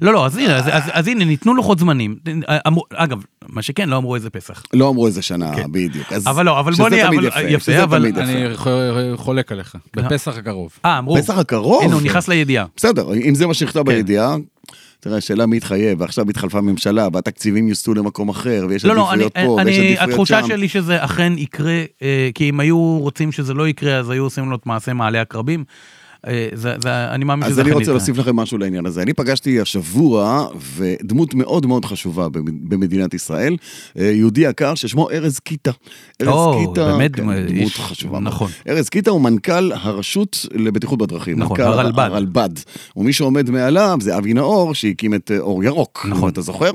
Speaker 2: לא, לא, אז הנה, אז, אז, אז הנה, ניתנו לוחות זמנים. אה, אמרו- אגב, מה שכן, לא אמרו איזה פסח.
Speaker 1: לא אמרו איזה שנה בדיוק. אז-
Speaker 2: אבל לא, אבל בוא
Speaker 1: שזה
Speaker 2: נהיה-
Speaker 1: תמיד
Speaker 2: אבל-
Speaker 1: יפה,
Speaker 2: יפה, אה.
Speaker 1: שזה
Speaker 2: אבל-
Speaker 1: תמיד יפה.
Speaker 3: אני ח- חולק עליך, בפסח הקרוב.
Speaker 2: אה, אמרו.
Speaker 1: פסח הקרוב?
Speaker 2: הנה, הוא נכנס לידיעה.
Speaker 1: בסדר, אם זה מה שנכתב
Speaker 2: כן.
Speaker 1: בידיעה, תראה, השאלה מי התחייב, ועכשיו התחלפה ממשלה, והתקציבים יוסטו למקום אחר, ויש
Speaker 2: לא, לא, אני,
Speaker 1: עדיפויות פה, ויש
Speaker 2: אני,
Speaker 1: עדיפויות שם.
Speaker 2: התחושה שלי שזה אכן יקרה, אה, כי אם היו רוצים שזה לא יקרה, אז היו עושים לו את מעשה מעלה הקרבים. אה, זה, זה, אני מאמין
Speaker 1: אז
Speaker 2: שזה
Speaker 1: אני
Speaker 2: אכן יקרה.
Speaker 1: רוצה להוסיף לכם משהו לעניין הזה. אני פגשתי השבוע ודמות מאוד מאוד חשובה במ- במדינת ישראל, אה, יהודי יקר ששמו ארז קיטה. ארז
Speaker 2: או,
Speaker 1: קיטה,
Speaker 2: באמת
Speaker 1: כן,
Speaker 2: איש-
Speaker 1: דמות חשובה. מאוד.
Speaker 2: נכון.
Speaker 1: ארז קיטה הוא מנכ"ל הרשות לבטיחות בדרכים.
Speaker 2: נכון,
Speaker 1: מנכ"ל
Speaker 2: הרלב"ד.
Speaker 1: הרלב"ד. ומי שעומד מעליו זה אבי נאור, שהקים את אה, אור ירוק, נכון. אם אתה זוכר.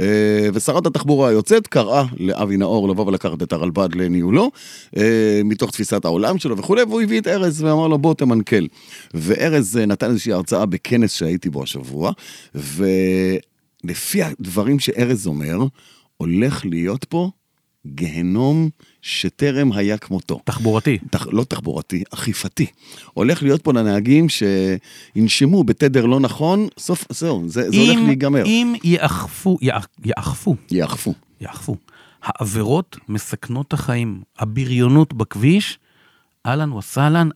Speaker 1: אה, ושרת התחבורה היוצאת קראה לאבי נאור לבוא ולקחת את הרלב"ד לניהולו, אה, מתוך תפיסת העולם שלו וכולי, והוא הביא את ארז ואמר לו, בוא תמנכ"ל. וארז אה, נתן איזושהי הרצאה בכנס שהייתי בו השבוע, ולפי הדברים שארז אומר, הולך להיות פה גהנום שטרם היה כמותו.
Speaker 2: תחבורתי.
Speaker 1: תח, לא תחבורתי, אכיפתי. הולך להיות פה לנהגים שינשמו בתדר לא נכון, סוף, זהו, זה, זה הולך
Speaker 2: אם-
Speaker 1: להיגמר.
Speaker 2: אם יאכפו, יאכ- יאכפו,
Speaker 1: יאכפו.
Speaker 2: יאכפו, העבירות מסכנות החיים, הבריונות בכביש, אהלן וסהלן,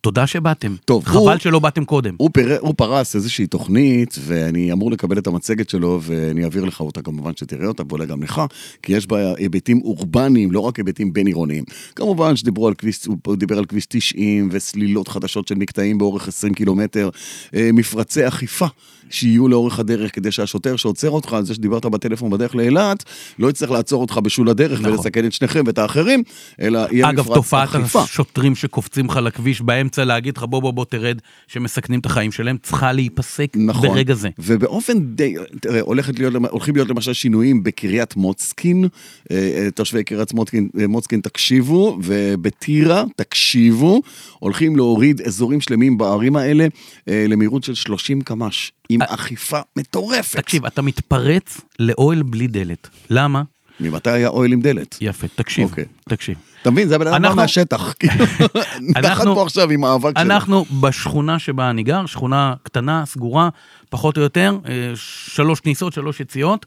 Speaker 2: תודה שבאתם.
Speaker 1: טוב, הוא-
Speaker 2: חבל שלא באתם קודם.
Speaker 1: הוא, פר... הוא פרס איזושהי תוכנית, ואני אמור לקבל את המצגת שלו, ואני אעביר לך אותה כמובן שתראה אותה, ואולי גם לך, כי יש בה היבטים אורבניים, לא רק היבטים בין-עירוניים. כמובן שדיברו על כביש, הוא דיבר על כביש 90, וסלילות חדשות של מקטעים באורך 20 קילומטר, אה, מפרצי אכיפה. שיהיו לאורך הדרך כדי שהשוטר שעוצר אותך על זה שדיברת בטלפון בדרך לאילת, לא יצטרך לעצור אותך בשול הדרך
Speaker 2: נכון.
Speaker 1: ולסכן את שניכם ואת האחרים, אלא יהיה
Speaker 2: אגב,
Speaker 1: מפרץ
Speaker 2: תופעת
Speaker 1: אכיפה.
Speaker 2: השוטרים שקופצים לך לכביש באמצע להגיד לך בוא בוא בוא תרד, שמסכנים את החיים שלהם, צריכה להיפסק
Speaker 1: נכון.
Speaker 2: ברגע זה.
Speaker 1: ובאופן די, תראה, הולכת להיות, הולכים להיות למשל שינויים בקריית מוצקין, אה, אה, תושבי קריית מוצקין, אה, מוצקין תקשיבו, ובטירה תקשיבו, הולכים להוריד אזורים שלמים בערים האלה אה, למהירות של 30 קמ"ש, עם אכיפה מטורפת.
Speaker 2: אה, תקשיב, אתה מתפרץ לאוהל בלי דלת. למה?
Speaker 1: ממתי היה אוהל עם דלת?
Speaker 2: יפה, תקשיב,
Speaker 1: אוקיי.
Speaker 2: תקשיב.
Speaker 1: אתה מבין, זה הבן אדם בא
Speaker 2: אנחנו-
Speaker 1: מהשטח, כאילו, נחת
Speaker 2: אנחנו-
Speaker 1: פה עכשיו עם האבק שלו.
Speaker 2: אנחנו בשכונה שבה אני גר, שכונה קטנה, סגורה, פחות או יותר, אה, שלוש כניסות, שלוש יציאות,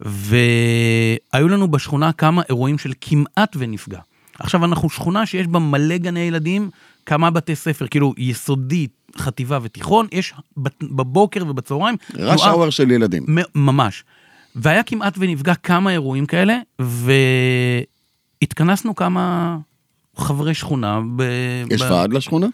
Speaker 2: והיו לנו בשכונה כמה אירועים של כמעט ונפגע. עכשיו, אנחנו שכונה שיש בה מלא גני ילדים, כמה בתי ספר, כאילו יסודי, חטיבה ותיכון, יש בת- בבוקר ובצהריים.
Speaker 1: rush
Speaker 2: תנועה-
Speaker 1: hour של ילדים.
Speaker 2: מ- ממש. והיה כמעט ונפגע כמה אירועים כאלה, והתכנסנו כמה חברי שכונה. ב...
Speaker 1: יש
Speaker 2: ב-
Speaker 1: ועד לשכונה?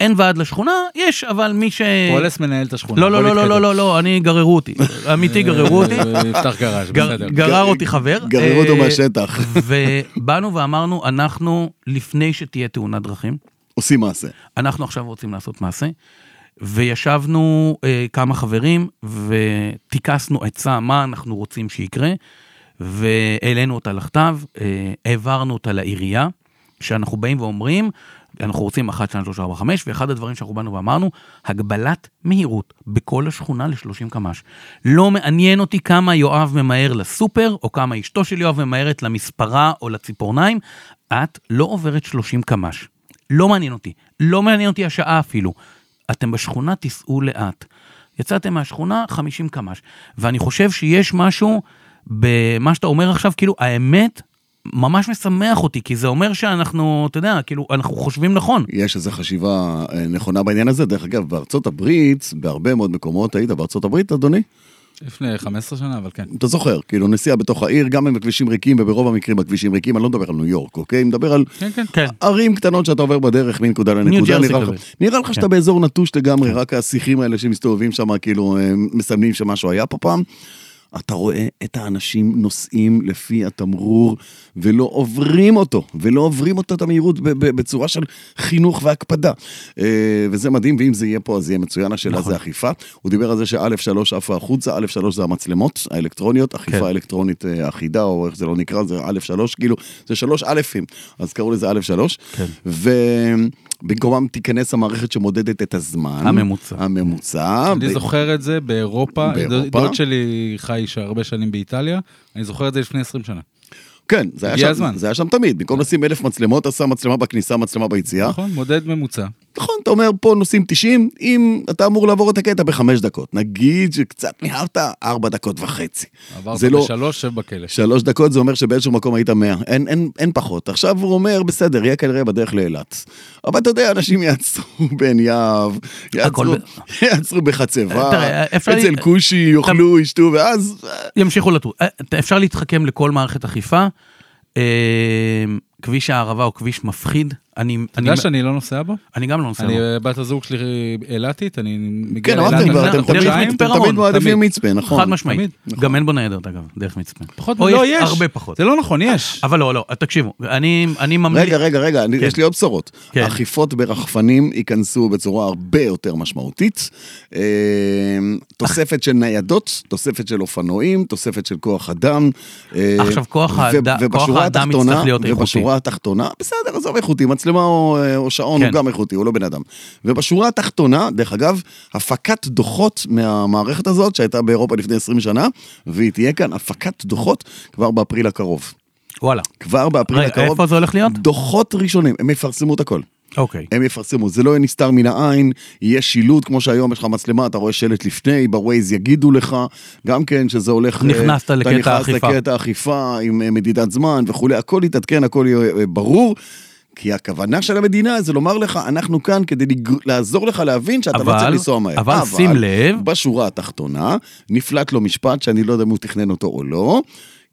Speaker 2: אין ועד לשכונה, יש, אבל מי ש...
Speaker 3: פועלס מנהל את השכונה.
Speaker 2: אה. לא, לא,
Speaker 3: בוא
Speaker 2: לא, לא,
Speaker 3: נתקדם.
Speaker 2: לא, לא, לא, אני, גררו אותי. אמיתי, גררו אותי.
Speaker 3: אה, יפתח גראז',
Speaker 2: גר-
Speaker 3: בסדר.
Speaker 2: גרר אותי חבר.
Speaker 1: גררו אותו
Speaker 2: אה,
Speaker 1: מהשטח.
Speaker 2: ובאנו ואמרנו, אנחנו, לפני שתהיה תאונת דרכים,
Speaker 1: עושים מעשה.
Speaker 2: אנחנו עכשיו רוצים לעשות מעשה. וישבנו אה, כמה חברים וטיקסנו עצה מה אנחנו רוצים שיקרה, והעלינו אותה לכתב, אה, העברנו אותה לעירייה, שאנחנו באים ואומרים, אנחנו רוצים 1, 2, 3, 4, 5, ואחד הדברים שאנחנו באנו ואמרנו, הגבלת מהירות בכל השכונה ל-30 קמ"ש. לא מעניין אותי כמה יואב ממהר לסופר, או כמה אשתו של יואב ממהרת למספרה או לציפורניים, את לא עוברת 30 קמ"ש. לא מעניין אותי, לא מעניין אותי השעה אפילו. אתם בשכונה, תיסעו לאט. יצאתם מהשכונה 50 קמ"ש, ואני חושב שיש משהו במה שאתה אומר עכשיו, כאילו, האמת ממש משמח אותי, כי זה אומר שאנחנו, אתה יודע, כאילו, אנחנו חושבים נכון.
Speaker 1: יש איזו חשיבה אה, נכונה בעניין הזה. דרך אגב, בארצות הברית, בהרבה מאוד מקומות, היית בארצות הברית, אדוני?
Speaker 3: לפני 15 שנה, אבל כן.
Speaker 1: אתה זוכר, כאילו נסיעה בתוך העיר, גם אם הכבישים ריקים, וברוב המקרים הכבישים ריקים, אני לא מדבר על ניו יורק, אוקיי? אני מדבר על
Speaker 3: כן, כן.
Speaker 2: כן.
Speaker 1: ערים קטנות שאתה עובר בדרך מנקודה לנקודה.
Speaker 2: ג'רסי
Speaker 1: נראה לך-
Speaker 2: כזה. כן.
Speaker 1: נראה לך שאתה באזור נטוש לגמרי, רק השיחים האלה שמסתובבים שם, כאילו אה, מסמנים שמשהו היה פה פעם. אתה רואה את האנשים נוסעים לפי התמרור ולא עוברים אותו, ולא עוברים אותו את המהירות ב- ב- בצורה של חינוך והקפדה. אה, וזה מדהים, ואם זה יהיה פה אז יהיה מצוין, השאלה
Speaker 2: נכון.
Speaker 1: זה אכיפה. הוא דיבר על זה שא' שלוש עפה החוצה, א' שלוש זה המצלמות האלקטרוניות, אכיפה
Speaker 2: כן.
Speaker 1: אלקטרונית אה, אחידה, או איך זה לא נקרא, זה א' שלוש, כאילו, זה שלוש אלפים, אז קראו לזה א' שלוש.
Speaker 2: כן.
Speaker 1: ובמקומם תיכנס המערכת שמודדת את הזמן.
Speaker 2: הממוצע.
Speaker 1: הממוצע.
Speaker 3: אני זוכר את זה באירופה.
Speaker 1: אה, באירופה?
Speaker 3: דוד שלי חי הרבה שנים באיטליה, אני זוכר את זה לפני 20 שנה.
Speaker 1: כן, זה היה,
Speaker 3: הגיע
Speaker 1: שם,
Speaker 3: הזמן.
Speaker 1: זה היה שם תמיד. במקום לשים אלף מצלמות, עשה מצלמה בכניסה, מצלמה ביציאה.
Speaker 3: נכון? מודד ממוצע.
Speaker 1: נכון, אתה אומר, פה נוסעים 90, אם אתה אמור לעבור את הקטע בחמש דקות. נגיד שקצת מיהרת, ארבע דקות וחצי.
Speaker 3: עברת
Speaker 1: זה לא-
Speaker 3: בשלוש, שב בכלא.
Speaker 1: שלוש דקות זה אומר שבאיזשהו מקום היית מאה, אין, אין, אין פחות. עכשיו הוא אומר, בסדר, יהיה כנראה בדרך לאילת. אבל אתה יודע, אנשים יעצרו בעין יהב, יעצרו,
Speaker 2: הכל
Speaker 1: יעצרו בחצבה,
Speaker 2: תראה, אפשר-
Speaker 1: אצל כושי, יאכלו, ישתו, ואז... אה,
Speaker 2: ימשיכו לטור. אפשר להתחכם לכל מערכת אכיפה. אה, כביש הערבה הוא כביש מפחיד. אני,
Speaker 3: אתה
Speaker 2: אני,
Speaker 3: יודע שאני לא נוסע בו?
Speaker 2: אני גם לא נוסע.
Speaker 3: אני,
Speaker 2: בו.
Speaker 3: אה, בת הזוג שלי אילתית, אני מגיע
Speaker 1: כן, אמרתם כבר, אתם
Speaker 2: דרך
Speaker 1: תמיד-
Speaker 2: מצפה
Speaker 1: אתם תמיד
Speaker 2: רמון,
Speaker 1: מעדיפים
Speaker 3: תמיד.
Speaker 1: מצפה, נכון.
Speaker 2: חד משמעית.
Speaker 3: תמיד,
Speaker 2: גם אין בו ניידות, אגב, דרך מצפה.
Speaker 3: פחות,
Speaker 2: או
Speaker 3: לא,
Speaker 2: יש
Speaker 3: יש.
Speaker 2: הרבה פחות.
Speaker 3: זה לא נכון, יש.
Speaker 2: אבל לא, לא, תקשיבו, אני, אני ממליץ...
Speaker 1: רגע, רגע, רגע, אני-
Speaker 2: כן.
Speaker 1: יש לי עוד בשורות.
Speaker 2: כן.
Speaker 1: אכיפות ברחפנים ייכנסו בצורה הרבה יותר משמעותית. אה, תוספת של ניידות, תוספת של אופנועים, תוספת של כוח אדם. אה,
Speaker 2: עכשיו, כוח
Speaker 1: ו-
Speaker 2: האדם-
Speaker 1: ובשורה
Speaker 2: כוח האדם
Speaker 1: התחתונה-
Speaker 2: יצטרך להיות
Speaker 1: ובשורה התחתונה, בסדר, עזוב איכותי, מצלמה או אה, או שעון
Speaker 2: כן.
Speaker 1: הוא גם איכותי, הוא לא בן אדם. ובשורה התחתונה, דרך אגב, הפקת דוחות מהמערכת הזאת, שהייתה באירופה לפני 20 שנה, והיא תהיה כאן הפקת דוחות כבר באפריל הקרוב.
Speaker 2: וואלה.
Speaker 1: כבר באפריל
Speaker 2: רגע,
Speaker 1: הקרוב.
Speaker 2: איפה זה הולך להיות?
Speaker 1: דוחות ראשונים, הם יפרסמו את הכל.
Speaker 2: אוקיי.
Speaker 1: הם יפרסמו, זה לא יהיה נסתר מן העין, יהיה שילוט, כמו שהיום יש לך מצלמה, אתה רואה שלט לפני, בווייז יגידו לך, גם כן שזה הולך...
Speaker 2: נכנסת
Speaker 1: אה,
Speaker 2: לקטע
Speaker 1: אתה נכנס
Speaker 2: האכיפה.
Speaker 1: לקטע האכיפה עם אה, מדידת זמן וכולי, הכל יתעדכן, הכל יהיה אה, ברור. כי הכוונה של המדינה זה לומר לך, אנחנו כאן כדי לגר... לעזור לך להבין שאתה לא
Speaker 2: אבל-
Speaker 1: צריך לנסוע מהר.
Speaker 2: אבל שים לב-
Speaker 1: בשורה התחתונה, נפלט לו משפט שאני לא יודע אם הוא תכנן אותו או לא,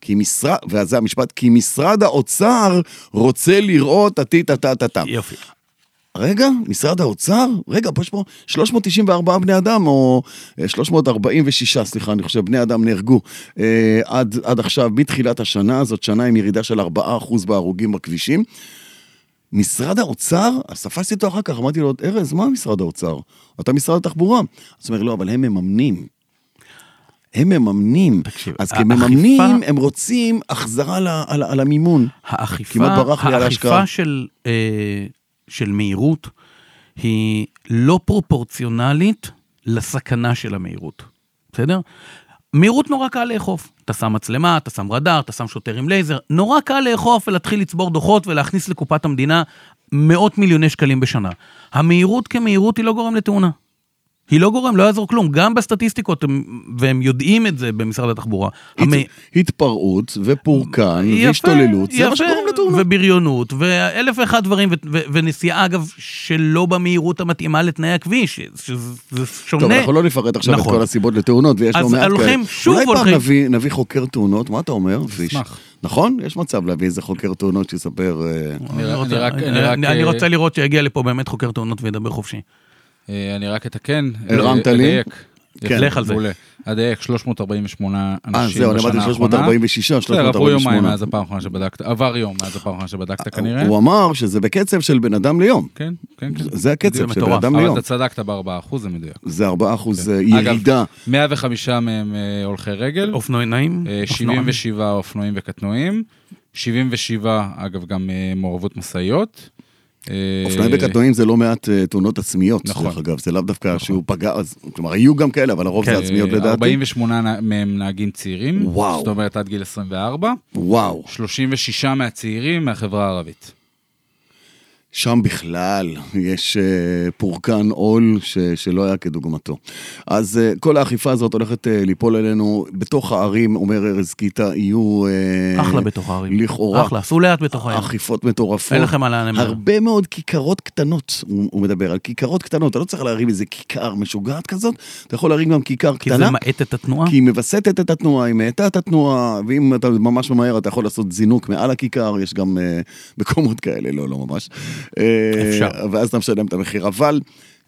Speaker 1: כי משרד, וזה המשפט, כי משרד האוצר רוצה לראות טה טה טה טה טה.
Speaker 2: יופי.
Speaker 1: רגע, משרד האוצר? רגע, פה יש פה 394 בני אדם, או אה, 346, סליחה, אני חושב, בני אדם נהרגו אה, עד, עד עכשיו, מתחילת השנה, זאת שנה עם ירידה של 4% בהרוגים בכבישים. משרד האוצר, אז תפסתי אותו אחר כך, אמרתי לו, ארז, מה משרד האוצר? אתה משרד התחבורה. אז הוא אומר, לא, אבל הם מממנים. הם מממנים.
Speaker 2: תקשיב,
Speaker 1: אז
Speaker 2: האכיפה-
Speaker 1: כמממנים, הם רוצים החזרה על, ה- על, ה- על המימון.
Speaker 2: האכיפה,
Speaker 1: כמעט ברח לי על
Speaker 2: האכיפה
Speaker 1: ההשקעה.
Speaker 2: של, אה, של מהירות היא לא פרופורציונלית לסכנה של המהירות, בסדר? מהירות נורא קל לאכוף. אתה שם מצלמה, אתה שם רדאר, אתה שם שוטר עם לייזר, נורא קל לאכוף ולהתחיל לצבור דוחות ולהכניס לקופת המדינה מאות מיליוני שקלים בשנה. המהירות כמהירות היא לא גורם לתאונה. היא לא גורם, לא יעזור כלום, גם בסטטיסטיקות, הם- והם יודעים את זה במשרד התחבורה. המ-
Speaker 1: התפרעות ופורקן
Speaker 2: יפה,
Speaker 1: והשתוללות, זה
Speaker 2: יפה,
Speaker 1: מה שקוראים לתאונה.
Speaker 2: ובריונות, ואלף ואחד דברים, ו- ו- ונסיעה, אגב, שלא במהירות המתאימה לתנאי הכביש, שזה זה שונה.
Speaker 1: טוב, אנחנו לא נפרט עכשיו את
Speaker 2: נכון.
Speaker 1: כל הסיבות לתאונות, ויש
Speaker 2: אז
Speaker 1: לא מעט כאלה.
Speaker 2: הולכים, שוב
Speaker 1: אולי פעם
Speaker 2: הולכים.
Speaker 1: נביא, נביא חוקר תאונות, מה אתה אומר? פיש?
Speaker 3: אשמח.
Speaker 1: נכון? יש מצב להביא איזה חוקר תאונות שיספר... אה,
Speaker 3: אני
Speaker 2: אני
Speaker 3: רק-
Speaker 2: רוצה-
Speaker 3: אני רק- אני
Speaker 2: אני-
Speaker 3: רק,
Speaker 2: אני
Speaker 3: אה,
Speaker 2: רוצה לראות שיגיע לפה באמת חוקר תאונות וידבר חופשי.
Speaker 3: אה, אני רק אתקן.
Speaker 1: הרמת
Speaker 3: אה,
Speaker 1: לי?
Speaker 3: אדייק.
Speaker 1: כן.
Speaker 2: לך על זה.
Speaker 3: מעולה. אדייק, 348
Speaker 1: אה,
Speaker 3: אנשים
Speaker 1: זהו, אני אמרתי
Speaker 3: בשנה האחרונה.
Speaker 1: 346,
Speaker 3: בסדר, עברו יומיים
Speaker 1: 348.
Speaker 3: מאז הפעם האחרונה שבדקת, עבר יום מאז הפעם האחרונה שבדקת כנראה.
Speaker 1: אה, הוא אמר שזה בקצב של בן אדם ליום.
Speaker 3: כן, כן, כן.
Speaker 1: זה
Speaker 2: זה
Speaker 1: הקצב של בן
Speaker 2: מטורף,
Speaker 1: אדם ליום.
Speaker 3: אבל אתה צדקת ב-4%, זה מדויק.
Speaker 1: זה 4 אחוז אה,
Speaker 3: אגב,
Speaker 1: ירידה.
Speaker 3: 105 מהם אה, הולכי רגל,
Speaker 2: אופנועיניים?
Speaker 3: אה,
Speaker 2: אופנוענים.
Speaker 3: 77 אופנועים וקטנועים, 77, אגב, גם אה, מעורבות משאיות. אה,
Speaker 1: אופניים וקטנועים זה לא מעט אה, תאונות עצמיות,
Speaker 3: נכון.
Speaker 1: דרך אגב, זה לאו דווקא שהוא פגע, אז- כלומר, היו גם כאלה, אבל הרוב
Speaker 2: כן,
Speaker 1: זה
Speaker 3: אה,
Speaker 1: עצמיות לדעתי.
Speaker 3: 48 נ- מהם נהגים צעירים,
Speaker 1: וואו.
Speaker 3: זאת אומרת עד גיל 24,
Speaker 1: וואו,
Speaker 3: 36 מהצעירים מהחברה הערבית.
Speaker 1: שם בכלל יש אה, פורקן עול ש, שלא היה כדוגמתו. אז אה, כל האכיפה הזאת הולכת אה, ליפול עלינו. בתוך הערים, אומר ארז קיטה, יהיו... אה,
Speaker 2: אחלה בתוך הערים.
Speaker 1: לכאורה.
Speaker 2: אחלה, סעו לאט בתוך הערים.
Speaker 1: אכיפות מטורפות.
Speaker 2: אין לכם מה לאן למהר.
Speaker 1: הרבה מאוד כיכרות קטנות, הוא, הוא מדבר על כיכרות קטנות, אתה לא צריך להרים איזה כיכר משוגעת כזאת, אתה יכול להרים גם כיכר
Speaker 2: כי זה
Speaker 1: קטנה.
Speaker 2: מאט את התנועה.
Speaker 1: כי היא מווסתת את התנועה, היא מאטה את התנועה, ואם אתה ממש ממהר, אתה יכול לעשות זינוק מעל הכיכר, יש גם אה, מקומות כאלה, לא, לא ממש. אה,
Speaker 2: אפשר.
Speaker 1: ואז אתה משלם את המחיר, אבל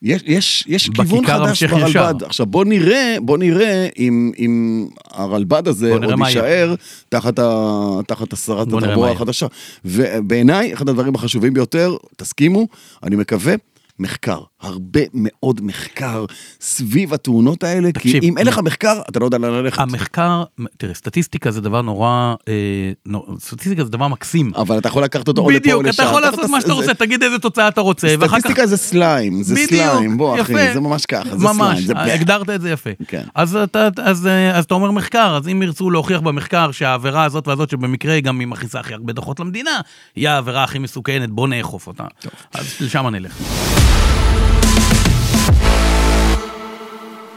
Speaker 1: יש, יש, יש
Speaker 2: בכיכר
Speaker 1: כיוון חדש
Speaker 2: המשיך
Speaker 1: ברלב"ד.
Speaker 2: ישר.
Speaker 1: עכשיו, בוא נראה, בוא נראה אם, אם הרלב"ד הזה
Speaker 2: בוא נראה
Speaker 1: עוד
Speaker 2: מה
Speaker 1: יישאר תחת, ה, תחת השרת
Speaker 2: בוא נראה מה
Speaker 1: התחבורה
Speaker 2: יהיה.
Speaker 1: החדשה. ובעיניי, אחד הדברים החשובים ביותר, תסכימו, אני מקווה. מחקר, הרבה מאוד מחקר סביב התאונות האלה,
Speaker 2: תקשיב,
Speaker 1: כי אם אין לך מחקר, אתה לא יודע לאן ללכת.
Speaker 2: המחקר, תראה, סטטיסטיקה זה דבר נורא, אה, נו- סטטיסטיקה זה דבר מקסים.
Speaker 1: אבל אה, אתה יכול לקחת אותו או לפה או לשם.
Speaker 2: בדיוק, אתה יכול לעשות
Speaker 1: תעשה-
Speaker 2: מה שאתה
Speaker 1: זה-
Speaker 2: רוצה, תגיד איזה תוצאה אתה רוצה, ואחר כך
Speaker 1: סטטיסטיקה זה סליים, זה
Speaker 2: בדיוק,
Speaker 1: סליים, בוא אחי,
Speaker 2: יפה.
Speaker 1: זה ממש ככה, זה
Speaker 2: ממש, אה,
Speaker 1: סליים, זה
Speaker 2: הגדרת את זה יפה.
Speaker 1: כן.
Speaker 2: אז אתה, אז, אה, אז אתה אומר מחקר, אז אם ירצו להוכיח במחקר שהעבירה הזאת והזאת, שבמקרה היא גם היא מכניסה הכי הרבה דוחות למדינה, היא העבירה הכי מסוכנת, בוא נאכוף אותה. אז לשם נלך.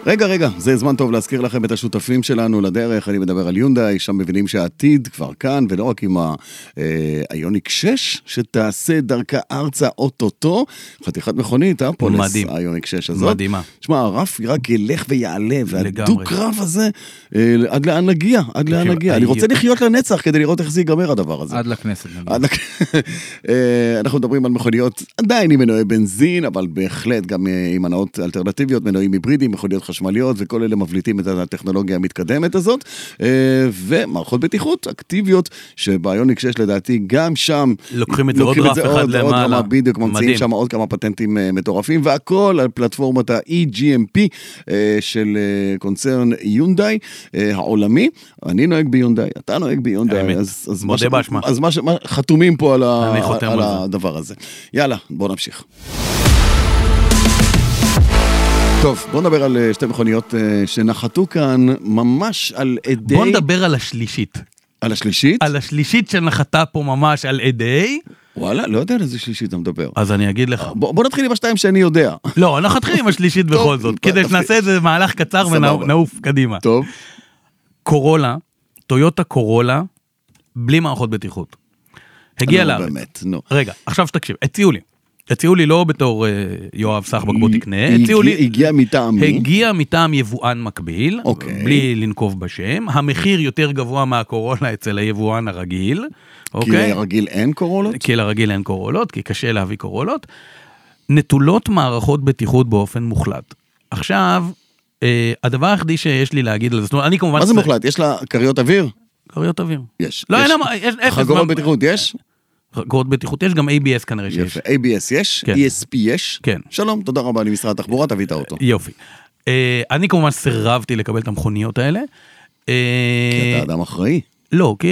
Speaker 1: רגע, רגע, זה זמן טוב להזכיר לכם את השותפים שלנו לדרך, אני מדבר על יונדאי, שם מבינים שהעתיד כבר כאן, ולא רק עם האיוניק 6, שתעשה דרכה ארצה אוטוטו, חתיכת מכונית, אה? פולס,
Speaker 2: מדהים.
Speaker 1: האיוניק 6 הזאת.
Speaker 2: מדהימה.
Speaker 1: שמע, הרף רק ילך ויעלה,
Speaker 2: לגמרי.
Speaker 1: והדו-קרב הזה, אה, עד לאן נגיע? עד לאן
Speaker 2: תקשיב,
Speaker 1: נגיע? אני
Speaker 2: האיום.
Speaker 1: רוצה לחיות לנצח כדי לראות איך זה ייגמר הדבר הזה.
Speaker 3: עד לכנסת. נגיד.
Speaker 1: עד הכ- אה, אנחנו מדברים על מכוניות עדיין עם מנועי בנזין, אבל בהחלט גם אה, עם הנעות אלטרנטיביות, מנועים היברידיים, מכוניות חשמליות, וכל אלה מבליטים את הטכנולוגיה המתקדמת הזאת. אה, ומערכות בטיחות אקטיביות, שביוניק 6 לדעתי גם שם.
Speaker 2: לוקחים את זה
Speaker 1: לוקחים
Speaker 2: עוד רף אחד
Speaker 1: עוד
Speaker 2: למעלה.
Speaker 1: רמה, בדיוק, ממציאים
Speaker 2: מדהים.
Speaker 1: שם עוד כמה פטנטים אה, מטורפים, והכל על פלטפורמת ה-EGMP אה, של אה, קונצרן יונדאי אה, העולמי. אני נוהג ביונדאי, אתה נוהג ביונדאי,
Speaker 2: האמת,
Speaker 1: אז אז מה
Speaker 2: מודה
Speaker 1: ש-
Speaker 2: באשמה.
Speaker 1: אז מה ש... מה- חתומים פה על,
Speaker 2: אני
Speaker 1: ה...
Speaker 2: חותם
Speaker 1: על
Speaker 2: על זה.
Speaker 1: הדבר הזה. יאללה, בואו נמשיך. טוב, בואו נדבר על אה, שתי מכוניות אה, שנחתו כאן ממש על ידי...
Speaker 2: בוא נדבר על השלישית.
Speaker 1: על השלישית?
Speaker 2: על השלישית שנחתה פה ממש על אדי,
Speaker 1: וואלה, לא יודע על איזה שלישית אתה מדבר.
Speaker 2: אז אני אגיד לך.
Speaker 1: בוא בוא נתחיל עם השתיים שאני יודע.
Speaker 2: לא, אנחנו נתחיל עם השלישית
Speaker 1: טוב,
Speaker 2: בכל זאת,
Speaker 1: טוב,
Speaker 2: כדי
Speaker 1: תתחיל.
Speaker 2: שנעשה איזה מהלך קצר
Speaker 1: סבבה.
Speaker 2: ונעוף קדימה.
Speaker 1: טוב.
Speaker 2: קורולה, טויוטה קורולה, בלי מערכות בטיחות. הגיע
Speaker 1: נו,
Speaker 2: לארץ.
Speaker 1: לא, באמת, נו.
Speaker 2: רגע, עכשיו תקשיב, הציעו לי. הציעו לי לא בתור אה, יואב סחבק בוא תקנה,
Speaker 1: היא-
Speaker 2: הציעו
Speaker 1: היא
Speaker 2: לי,
Speaker 1: הגיעה מטעם מי?
Speaker 2: הגיע מטעם יבואן מקביל,
Speaker 1: אוקיי.
Speaker 2: בלי לנקוב בשם, המחיר יותר גבוה מהקורונה אצל היבואן הרגיל,
Speaker 1: כי
Speaker 2: אוקיי? כן,
Speaker 1: רגיל אין קורולות?
Speaker 2: כי לרגיל אין קורולות, כי קשה להביא קורולות. נטולות מערכות בטיחות באופן מוחלט. עכשיו, אה, הדבר היחידי שיש לי להגיד על זה, זאת אומרת, אני כמובן...
Speaker 1: מה זה מוחלט? יש לה כריות אוויר?
Speaker 2: כריות אוויר.
Speaker 1: יש.
Speaker 2: לא,
Speaker 1: יש.
Speaker 2: אין לה... יש אפס.
Speaker 1: חגורות
Speaker 2: מה- כן,
Speaker 1: בטיחות יש?
Speaker 2: חגורות בטיחות יש, גם ABS כנראה שיש.
Speaker 1: יפה. ABS יש?
Speaker 2: כן.
Speaker 1: ESP יש?
Speaker 2: כן.
Speaker 1: שלום, תודה רבה למשרד התחבורה, תביא את האוטו.
Speaker 2: יופי. אה, אני כמובן סירבתי לקבל את המכוניות האלה. אה,
Speaker 1: אתה אדם אחראי.
Speaker 2: לא, כי,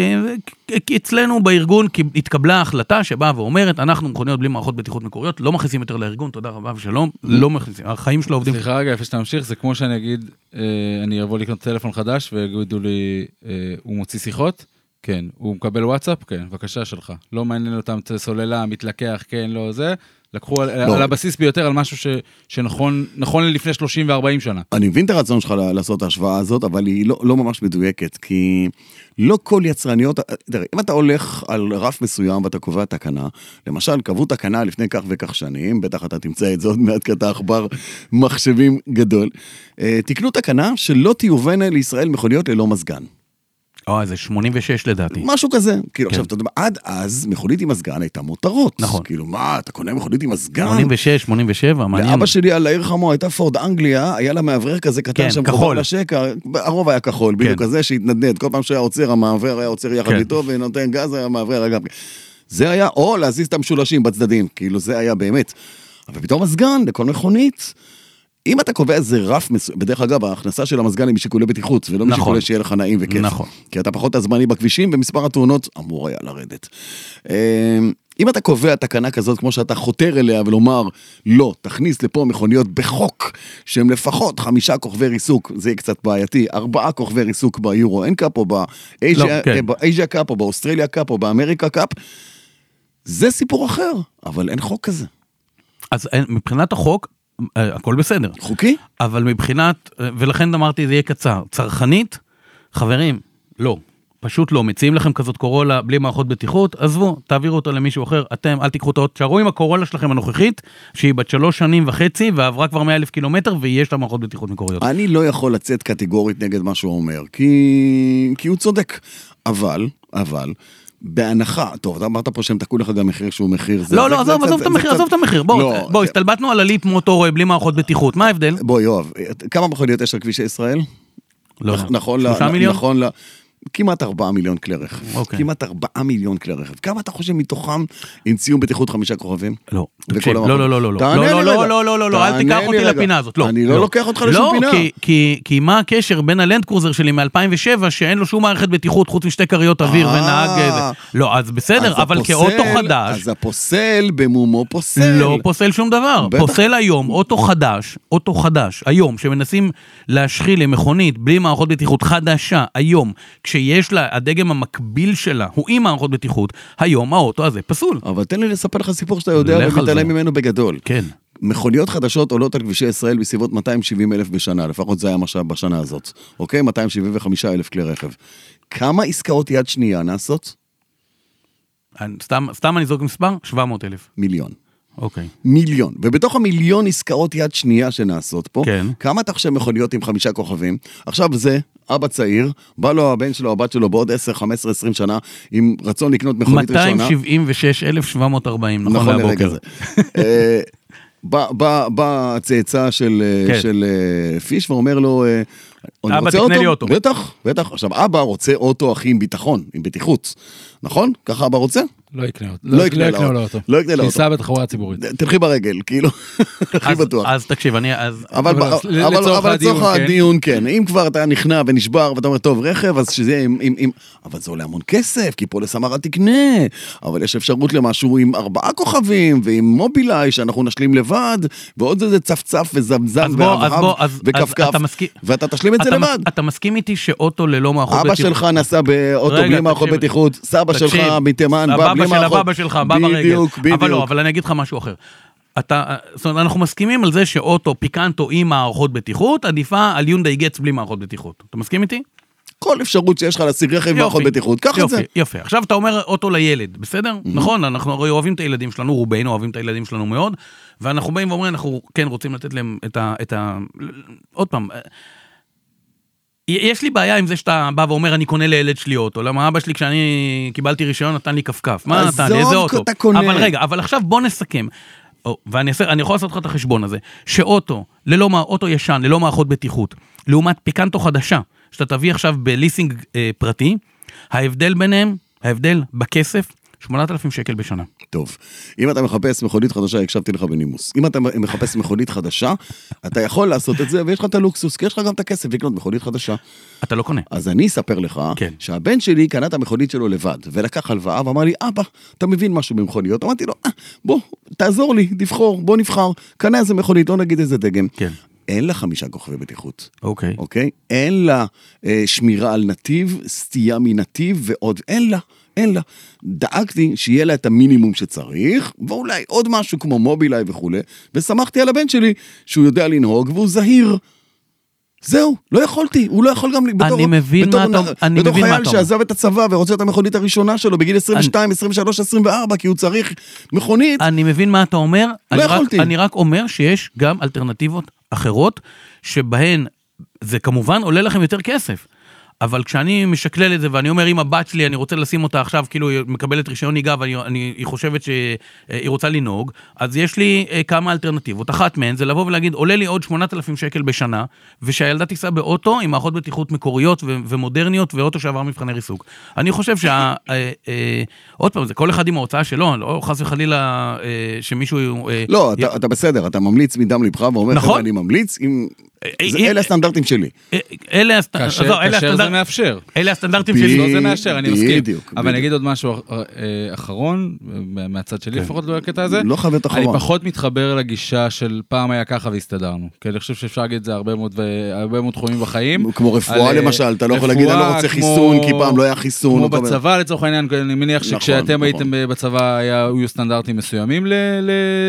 Speaker 2: כי אצלנו בארגון כי התקבלה החלטה שבאה ואומרת, אנחנו מכוניות בלי מערכות בטיחות מקוריות, לא מכניסים יותר לארגון, תודה רבה ושלום, לא מכניסים, החיים של העובדים.
Speaker 3: סליחה רגע, לפני שאתה ממשיך, זה כמו שאני אגיד, אה, אני אבוא לקנות טלפון חדש ויגידו לי, אה, הוא מוציא שיחות? כן. הוא מקבל וואטסאפ? כן, בבקשה שלך. לא מעניין אותם צ- סוללה, מתלקח, כן, לא זה. לקחו על,
Speaker 1: לא.
Speaker 3: על הבסיס ביותר, על משהו ש, שנכון נכון לפני 30 ו-40 שנה.
Speaker 1: אני מבין את הרצון שלך ל- לעשות את ההשוואה הזאת, אבל היא לא, לא ממש מדויקת, כי לא כל יצרניות, תראה, אם אתה הולך על רף מסוים ואתה קובע תקנה, למשל, קבעו תקנה לפני כך וכך שנים, בטח אתה תמצא את זה עוד מעט, כי אתה עכבר מחשבים גדול, אה, תקנו תקנה שלא תיובנה לישראל מכוניות ללא מזגן.
Speaker 2: אה, זה 86 לדעתי.
Speaker 1: משהו כזה. כאילו, עכשיו, אתה יודע, מה, עד אז מכונית עם מזגן הייתה מותרות.
Speaker 2: נכון.
Speaker 1: כאילו, מה, אתה קונה מכונית עם מזגן?
Speaker 2: 86, 87, מעניין.
Speaker 1: לאבא שלי על העיר חמו הייתה פורד אנגליה, היה לה מאוורר כזה קטן
Speaker 2: כן,
Speaker 1: שם,
Speaker 2: כחול.
Speaker 1: קרוב לשקע, הרוב היה כחול, בדיוק
Speaker 2: כן.
Speaker 1: כזה שהתנדנד, כל פעם שהיה עוצר, המאוורר היה עוצר יחד
Speaker 2: כן.
Speaker 1: איתו, ונותן גז, היה מאוורר גם. כן. זה היה, או להזיז את המשולשים בצדדים, כאילו זה היה באמת. אבל פתאום מזגן לכל מכונית. אם אתה קובע איזה רף מסוים, בדרך אגב, ההכנסה של המזגן היא משיקולי בטיחות, ולא
Speaker 2: נכון.
Speaker 1: משיקולי שיהיה לך נעים וכיף.
Speaker 2: נכון.
Speaker 1: כי אתה פחות הזמני בכבישים, ומספר התאונות אמור היה לרדת. אמ, אם אתה קובע תקנה כזאת כמו שאתה חותר אליה ולומר, לא, תכניס לפה מכוניות בחוק שהן לפחות חמישה כוכבי ריסוק, זה יהיה קצת בעייתי, ארבעה כוכבי ריסוק ביורו אין קאפ או באייזיה
Speaker 2: כן.
Speaker 1: אה, באייזיה קאפ או באוסטרליה קאפ או באמריקה קאפ, זה סיפור אחר, אבל אין חוק כזה.
Speaker 2: אז אין- מבחינת החוק, אה, הכל בסדר.
Speaker 1: חוקי?
Speaker 2: אבל מבחינת, ולכן אמרתי זה יהיה קצר, צרכנית, חברים, לא, פשוט לא, מציעים לכם כזאת קורולה בלי מערכות בטיחות, עזבו, תעבירו אותה למישהו אחר, אתם אל תיקחו את האות, תשארו עם הקורולה שלכם הנוכחית, שהיא בת שלוש שנים וחצי ועברה כבר 100 אלף קילומטר ויש לה מערכות בטיחות מקוריות.
Speaker 1: אני לא יכול לצאת קטגורית נגד מה שהוא אומר, כי, כי הוא צודק. אבל, אבל, בהנחה, טוב, אתה אמרת פה שהם תקעו לך גם מחיר שהוא מחיר. זה-
Speaker 2: לא,
Speaker 1: זה-
Speaker 2: לא,
Speaker 1: זה
Speaker 2: עזוב,
Speaker 1: קצת-
Speaker 2: עזוב את
Speaker 1: זה
Speaker 2: המחיר,
Speaker 1: קצת-
Speaker 2: עזוב את המחיר, בואו,
Speaker 1: לא, נכון,
Speaker 2: בואו,
Speaker 1: זה-
Speaker 2: הסתלבטנו על הליפ מוטור אה, בלי מערכות בטיחות, מה ההבדל?
Speaker 1: בוא, יואב, אה, כמה מכוניות יש על כבישי ישראל?
Speaker 2: לא,
Speaker 1: נכ- נכון, ל-
Speaker 2: שלושה
Speaker 1: נ-
Speaker 2: מיליון?
Speaker 1: נכון, ל- כמעט 4 מיליון כלי רכב.
Speaker 2: אוקיי.
Speaker 1: כמעט 4 מיליון כלי רכב. כמה אתה חושב מתוכם עם ציון בטיחות חמישה כוכבים?
Speaker 2: לא,
Speaker 1: וכל
Speaker 2: תקשיב,
Speaker 1: המכון.
Speaker 2: לא, לא, לא, לא, לא,
Speaker 1: תענה לי
Speaker 2: לא, לא,
Speaker 1: רגע.
Speaker 2: לא, לא, לא, לא, לא, אל
Speaker 1: תענה
Speaker 2: תיקח
Speaker 1: לי
Speaker 2: אותי
Speaker 1: רגע.
Speaker 2: לפינה הזאת, לא.
Speaker 1: אני לא לוקח אותך לשום פינה.
Speaker 2: לא, כי- כי- כי מה הקשר בין הלנד קרוזר שלי מ-2007, שאין לו שום מערכת בטיחות חוץ משתי כריות אוויר
Speaker 1: אה.
Speaker 2: ונהג... אה, זה. לא, אז
Speaker 1: אז
Speaker 2: בסדר, אבל
Speaker 1: הפוסל-
Speaker 2: כאוטו חדש,
Speaker 1: אז הפוסל במומו פוסל.
Speaker 2: לא פוסל שום דבר.
Speaker 1: בטח.
Speaker 2: פוסל היום אוטו חדש, אוטו חדש, היום, שמנסים להשחיל למכונית בלי מערכות בטיחות חדשה, היום, כשיש לה, הדגם המקביל שלה הוא עם מערכות בטיחות, היום האוטו הזה פסול.
Speaker 1: אבל תן לי לספר לך סיפור שאתה יודע
Speaker 2: לך על
Speaker 1: ומתעלם
Speaker 2: זה.
Speaker 1: ממנו בגדול.
Speaker 2: כן.
Speaker 1: מכוניות חדשות עולות על כבישי ישראל בסביבות 270 אלף בשנה, לפחות זה היה מה שהיה בשנה הזאת, אוקיי? 275 אלף כלי רכב. כמה עסקאות יד שנייה נעשות?
Speaker 2: אני- סתם- סתם אני זורק מספר? 700 אלף.
Speaker 1: מיליון.
Speaker 2: אוקיי.
Speaker 1: מיליון. ובתוך המיליון עסקאות יד שנייה שנעשות פה,
Speaker 2: כן.
Speaker 1: כמה אתה חושב מכוניות עם חמישה כוכבים? עכשיו זה, אבא צעיר, בא לו הבן שלו, הבת שלו בעוד 10, 15, 20 שנה, עם רצון לקנות מכונית ראשונה.
Speaker 2: 276,740, נכון
Speaker 1: נכון לרגע
Speaker 2: להבוקר.
Speaker 1: זה. אה, בא- בא- בא הצאצא של אה,
Speaker 2: כן.
Speaker 1: של, אה, פיש ואומר לו, אה, אני
Speaker 2: אבא,
Speaker 1: רוצה
Speaker 2: תקנה לי אוטו.
Speaker 1: בטח, בטח. עכשיו, אבא רוצה אוטו, אחי, עם ביטחון, עם בטיחות. נכון? ככה אבא רוצה?
Speaker 3: לא יקנה אותו.
Speaker 1: לא יקנה לו
Speaker 3: לו
Speaker 1: אוטו.
Speaker 3: אותו.
Speaker 1: לא יקנה לו
Speaker 3: ניסע בתחבורה הציבורית.
Speaker 1: תלכי ברגל, כאילו, הכי
Speaker 2: אז-
Speaker 1: בטוח.
Speaker 2: אז תקשיב, אני, אז...
Speaker 1: אבל
Speaker 3: אבל
Speaker 1: ב-
Speaker 3: לצורך
Speaker 1: אבל- אבל
Speaker 3: הדיון,
Speaker 1: לצורך
Speaker 3: כן.
Speaker 1: הדיון, כן. אם כבר אתה נכנע ונשבר ואתה אומר, טוב, רכב, אז שזה יהיה עם- עם... עם-" אבל זה עולה המון כסף, כי פולס המרה תקנה, אבל יש אפשרות למשהו עם ארבעה כוכבים ועם מובילאיי שאנחנו נשלים לבד, ועוד איזה צפצף וזמזם
Speaker 2: אז בוא, אז בוא,
Speaker 1: ואבהב
Speaker 2: אז- אז
Speaker 1: וכפכף,
Speaker 2: אתה מסכים-
Speaker 1: ואתה תשלים את זה
Speaker 2: אתה מס-
Speaker 1: לבד.
Speaker 2: אתה מסכים איתי שאוטו ללא מערכות
Speaker 1: אבא
Speaker 2: בטיחות-
Speaker 1: שלך נסע באוטו
Speaker 2: רגע,
Speaker 1: בלי מערכות
Speaker 2: תקשיב.
Speaker 1: בטיחות, סבא שלך
Speaker 2: תקשיב,
Speaker 1: מתימן בא
Speaker 2: הבבא
Speaker 1: בלי
Speaker 2: של
Speaker 1: מערכות.
Speaker 2: הבבא שלך, בא ברגל.
Speaker 1: בדיוק,
Speaker 2: אבל לא,
Speaker 1: בדיוק.
Speaker 2: אבל אני אגיד לך משהו אחר. אתה, זאת אומרת, אנחנו מסכימים על זה שאוטו פיקנטו עם מערכות בטיחות עדיפה על יונדאי גץ בלי מערכות בטיחות. אתה מסכים איתי?
Speaker 1: כל אפשרות שיש לך להשיג רכב עם מערכות
Speaker 2: יופי.
Speaker 1: בטיחות, קח את
Speaker 2: יופי,
Speaker 1: זה. Mm-hmm.
Speaker 2: יפה, עכשיו אתה אומר אוטו לילד, בסדר? נכון, אנחנו הרי אוהבים את הילדים שלנו, רובנו אוהבים את הילדים שלנו מאוד, ואנחנו באים ואומרים, אנחנו כן רוצים לתת להם את ה... את ה... עוד פעם, אה, יש לי בעיה עם זה שאתה בא ואומר, אני קונה לילד שלי אוטו, למה אבא שלי כשאני קיבלתי רישיון נתן לי כפכף, מה
Speaker 1: עזוב,
Speaker 2: נתן לי, איזה אוטו?
Speaker 1: אתה קונה.
Speaker 2: אבל רגע, אבל עכשיו בוא נסכם. או, ואני אעשה, אני יכול לעשות לך את החשבון הזה, שאוטו, ללא, מע- אוטו ישן, ללא מערכות בטיחות, לעומת פיקנטו חדשה, שאתה תביא עכשיו בליסינג אה, פרטי, ההבדל ביניהם, ההבדל בכסף, 8,000 שקל בשנה.
Speaker 1: טוב, אם אתה מחפש מכונית חדשה, הקשבתי לך בנימוס. אם אתה מחפש מכונית חדשה, אתה יכול לעשות את זה, ויש לך את הלוקסוס, כי יש לך גם את הכסף לקנות מכונית חדשה.
Speaker 2: אתה לא קונה.
Speaker 1: אז אני אספר לך,
Speaker 2: כן.
Speaker 1: שהבן שלי קנה את המכונית שלו לבד, ולקח הלוואה, ואמר לי, אבא, אתה מבין משהו במכוניות? אמרתי לו, "אה, בוא, תעזור לי, תבחור, בוא נבחר, קנה איזה מכונית, לא נגיד איזה דגם.
Speaker 2: כן.
Speaker 1: אין לה חמישה כוכבי בטיחות.
Speaker 2: אוקיי.
Speaker 1: אוקיי? אין לה אה, שמירה על נתיב, סטייה מנתיב ועוד, אין לה, אין לה. דאגתי שיהיה לה את המינימום שצריך, ואולי עוד משהו כמו מובילאיי וכולי, ושמחתי על הבן שלי שהוא יודע לנהוג והוא זהיר. זהו, לא יכולתי, הוא לא יכול גם בתור,
Speaker 2: אני מבין
Speaker 1: בתור,
Speaker 2: מה אתה-
Speaker 1: נ-
Speaker 2: אני
Speaker 1: בתור
Speaker 2: מבין מה
Speaker 1: חייל
Speaker 2: אתה אומר.
Speaker 1: שעזב את הצבא ורוצה את המכונית הראשונה שלו בגיל 22, 23, 24, כי הוא צריך מכונית,
Speaker 2: אני מבין מה אתה אומר,
Speaker 1: לא
Speaker 2: אני, רק,
Speaker 1: יכולתי.
Speaker 2: אני רק אומר שיש גם אלטרנטיבות אחרות, שבהן זה כמובן עולה לכם יותר כסף. אבל כשאני משקלל את זה ואני אומר, אם הבת שלי, אני רוצה לשים אותה עכשיו, כאילו היא מקבלת רישיון נהיגה והיא חושבת שהיא רוצה לנהוג, אז יש לי אה, כמה אלטרנטיבות. אחת מהן זה לבוא ולהגיד, עולה לי עוד 8,000 שקל בשנה, ושהילדה תיסע באוטו עם מערכות בטיחות מקוריות ו- ומודרניות ואוטו שעבר מבחני ריסוק. אני חושב שה... אה, אה, עוד פעם, זה כל אחד עם ההוצאה שלו, לא חס וחלילה אה, שמישהו... אה,
Speaker 1: לא,
Speaker 2: י-
Speaker 1: אתה, אתה בסדר, אתה ממליץ מדם לבך ואומר,
Speaker 2: נכון.
Speaker 1: "חבר'ה, אני ממליץ, אם...
Speaker 2: אה,
Speaker 1: זה,
Speaker 2: אה,
Speaker 1: אלה הסטנדרטים שלי.
Speaker 2: אה, אלה הסט-
Speaker 3: כאשר
Speaker 2: עזוב, אלה
Speaker 3: כאשר זה
Speaker 2: הסטנדרט-
Speaker 3: מאפשר.
Speaker 2: אלה הסטנדרטים
Speaker 1: ב-
Speaker 2: שלי.
Speaker 3: לא זה מאשר, אני
Speaker 1: בדיוק,
Speaker 3: מסכים.
Speaker 1: בדיוק.
Speaker 3: אבל אני אגיד עוד משהו אה, אה, אחרון, מה- מהצד שלי לפחות, לא הקטע הזה.
Speaker 1: כן. לא חייב להיות אחרון.
Speaker 3: אני פחות מתחבר לגישה של פעם היה ככה והסתדרנו. כי אני חושב שאפשר להגיד את זה הרבה מאוד ו- הרבה מאוד תחומים בחיים.
Speaker 1: כמו רפואה
Speaker 3: על, אה,
Speaker 1: למשל, אתה לא יכול להגיד, אני לא רוצה
Speaker 3: רפואה,
Speaker 1: חיסון,
Speaker 3: כמו-
Speaker 1: כי פעם לא היה חיסון.
Speaker 3: כמו
Speaker 1: וכל מיני-
Speaker 3: בצבא לצורך העניין, אני מניח
Speaker 1: נכון,
Speaker 3: שכשאתם
Speaker 1: נכון.
Speaker 3: הייתם אה, בצבא היה- היו סטנדרטים מסוימים ל-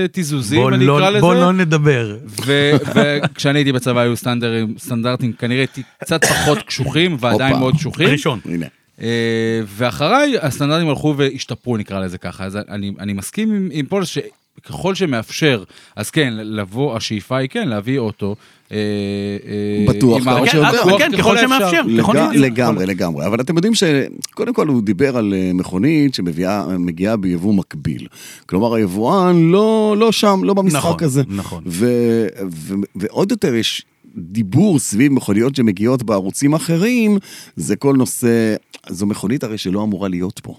Speaker 3: לתיזוזים,
Speaker 2: בוא
Speaker 3: אני
Speaker 2: לא-
Speaker 3: אקרא לזה.
Speaker 2: בוא לא נדבר.
Speaker 3: ו- וכשאני הייתי בצבא היו סטנדרים, סטנדרטים כנראה ת- קצת פחות קשוחים ועדיין
Speaker 1: הופה.
Speaker 3: מאוד קשוחים.
Speaker 2: ראשון.
Speaker 1: הנה.
Speaker 3: אה, ואחריי הסטנדרטים הלכו והשתפרו נקרא לזה ככה, אז אני, אני מסכים עם, עם פול שככל שמאפשר, אז כן, לבוא, השאיפה היא כן להביא אוטו. אה, אה,
Speaker 1: בטוח,
Speaker 3: עם
Speaker 1: כמה
Speaker 3: מערכת
Speaker 1: שיותר.
Speaker 3: פיקוח
Speaker 2: כן, ככל
Speaker 3: האפשר.
Speaker 2: שמאפשר. נכון,
Speaker 1: לג-
Speaker 2: בדיוק.
Speaker 1: לגמרי, לגמרי. אבל אתם יודעים שקודם כל הוא דיבר על אה, מכונית שמגיעה ביבוא מקביל. כלומר, היבואן לא לא שם, לא
Speaker 2: נכון,
Speaker 1: במשחק הזה.
Speaker 2: נכון.
Speaker 1: ו- ו- ועוד יותר יש דיבור סביב מכוניות שמגיעות בערוצים אחרים, זה כל נושא, זו מכונית הרי שלא אמורה להיות פה.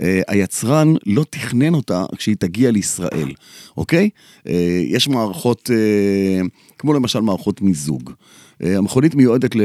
Speaker 1: אה, היצרן לא תכנן אותה כשהיא תגיע לישראל, אוקיי? אה, יש מערכות, אה, כמו למשל מערכות מיזוג. אה, המכונית מיועדת ל...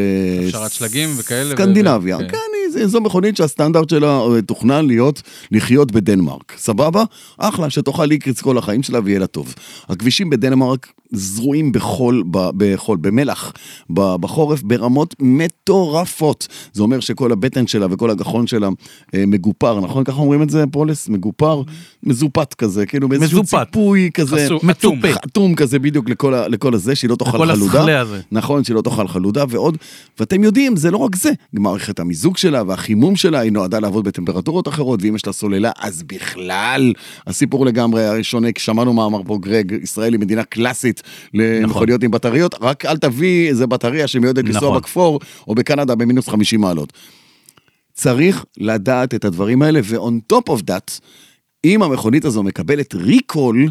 Speaker 3: הפשרת שלגים וכאלה ו-
Speaker 1: סקנדינביה,
Speaker 3: ו-
Speaker 1: כן,
Speaker 3: כן.
Speaker 1: היא- זה- זו מכונית שהסטנדרט שלה אה, תוכנן להיות, לחיות בדנמרק, סבבה? אחלה, שתאכל איקריץ כל החיים שלה ויהיה לה טוב. הכבישים בדנמרק זרועים בחול, ב- בחול, במלח, ב- בחורף, ברמות מטורפות. זה אומר שכל הבטן שלה וכל הגחון שלה אה, מגופר, נכון? ככה אומרים את זה, פולס? מגופר? מזופת כזה, כאילו באיזשהו
Speaker 2: מזופת.
Speaker 1: ציפוי כזה.
Speaker 3: חסום,
Speaker 2: מצופה.
Speaker 3: אטום.
Speaker 1: חתום כזה בדיוק לכל, ה- לכל הזה, שהיא לא תאכל
Speaker 2: לכל
Speaker 1: חלודה.
Speaker 2: הסכלה הזה.
Speaker 1: נכון, שהיא לא תאכל חלודה ועוד. ואתם יודעים, זה לא רק זה. מערכת המיזוג שלה והחימום שלה, היא נועדה לעבוד בטמפרטורות אחרות, ואם יש לה סוללה, אז בכלל. הסיפור לגמרי הרי שונה, כי שמענו מה אמר פה גרג, ישראל היא מדינה קלאסית למכוניות עם בטריות, רק אל תביא איזה בטריה שמיועדת לנסוע
Speaker 2: נכון.
Speaker 1: בכפור, או בקנדה במינוס 50 מעלות. צריך לדעת את הדברים האלה, ו-on top of that, אם המכונית הזו מקבלת ריקול,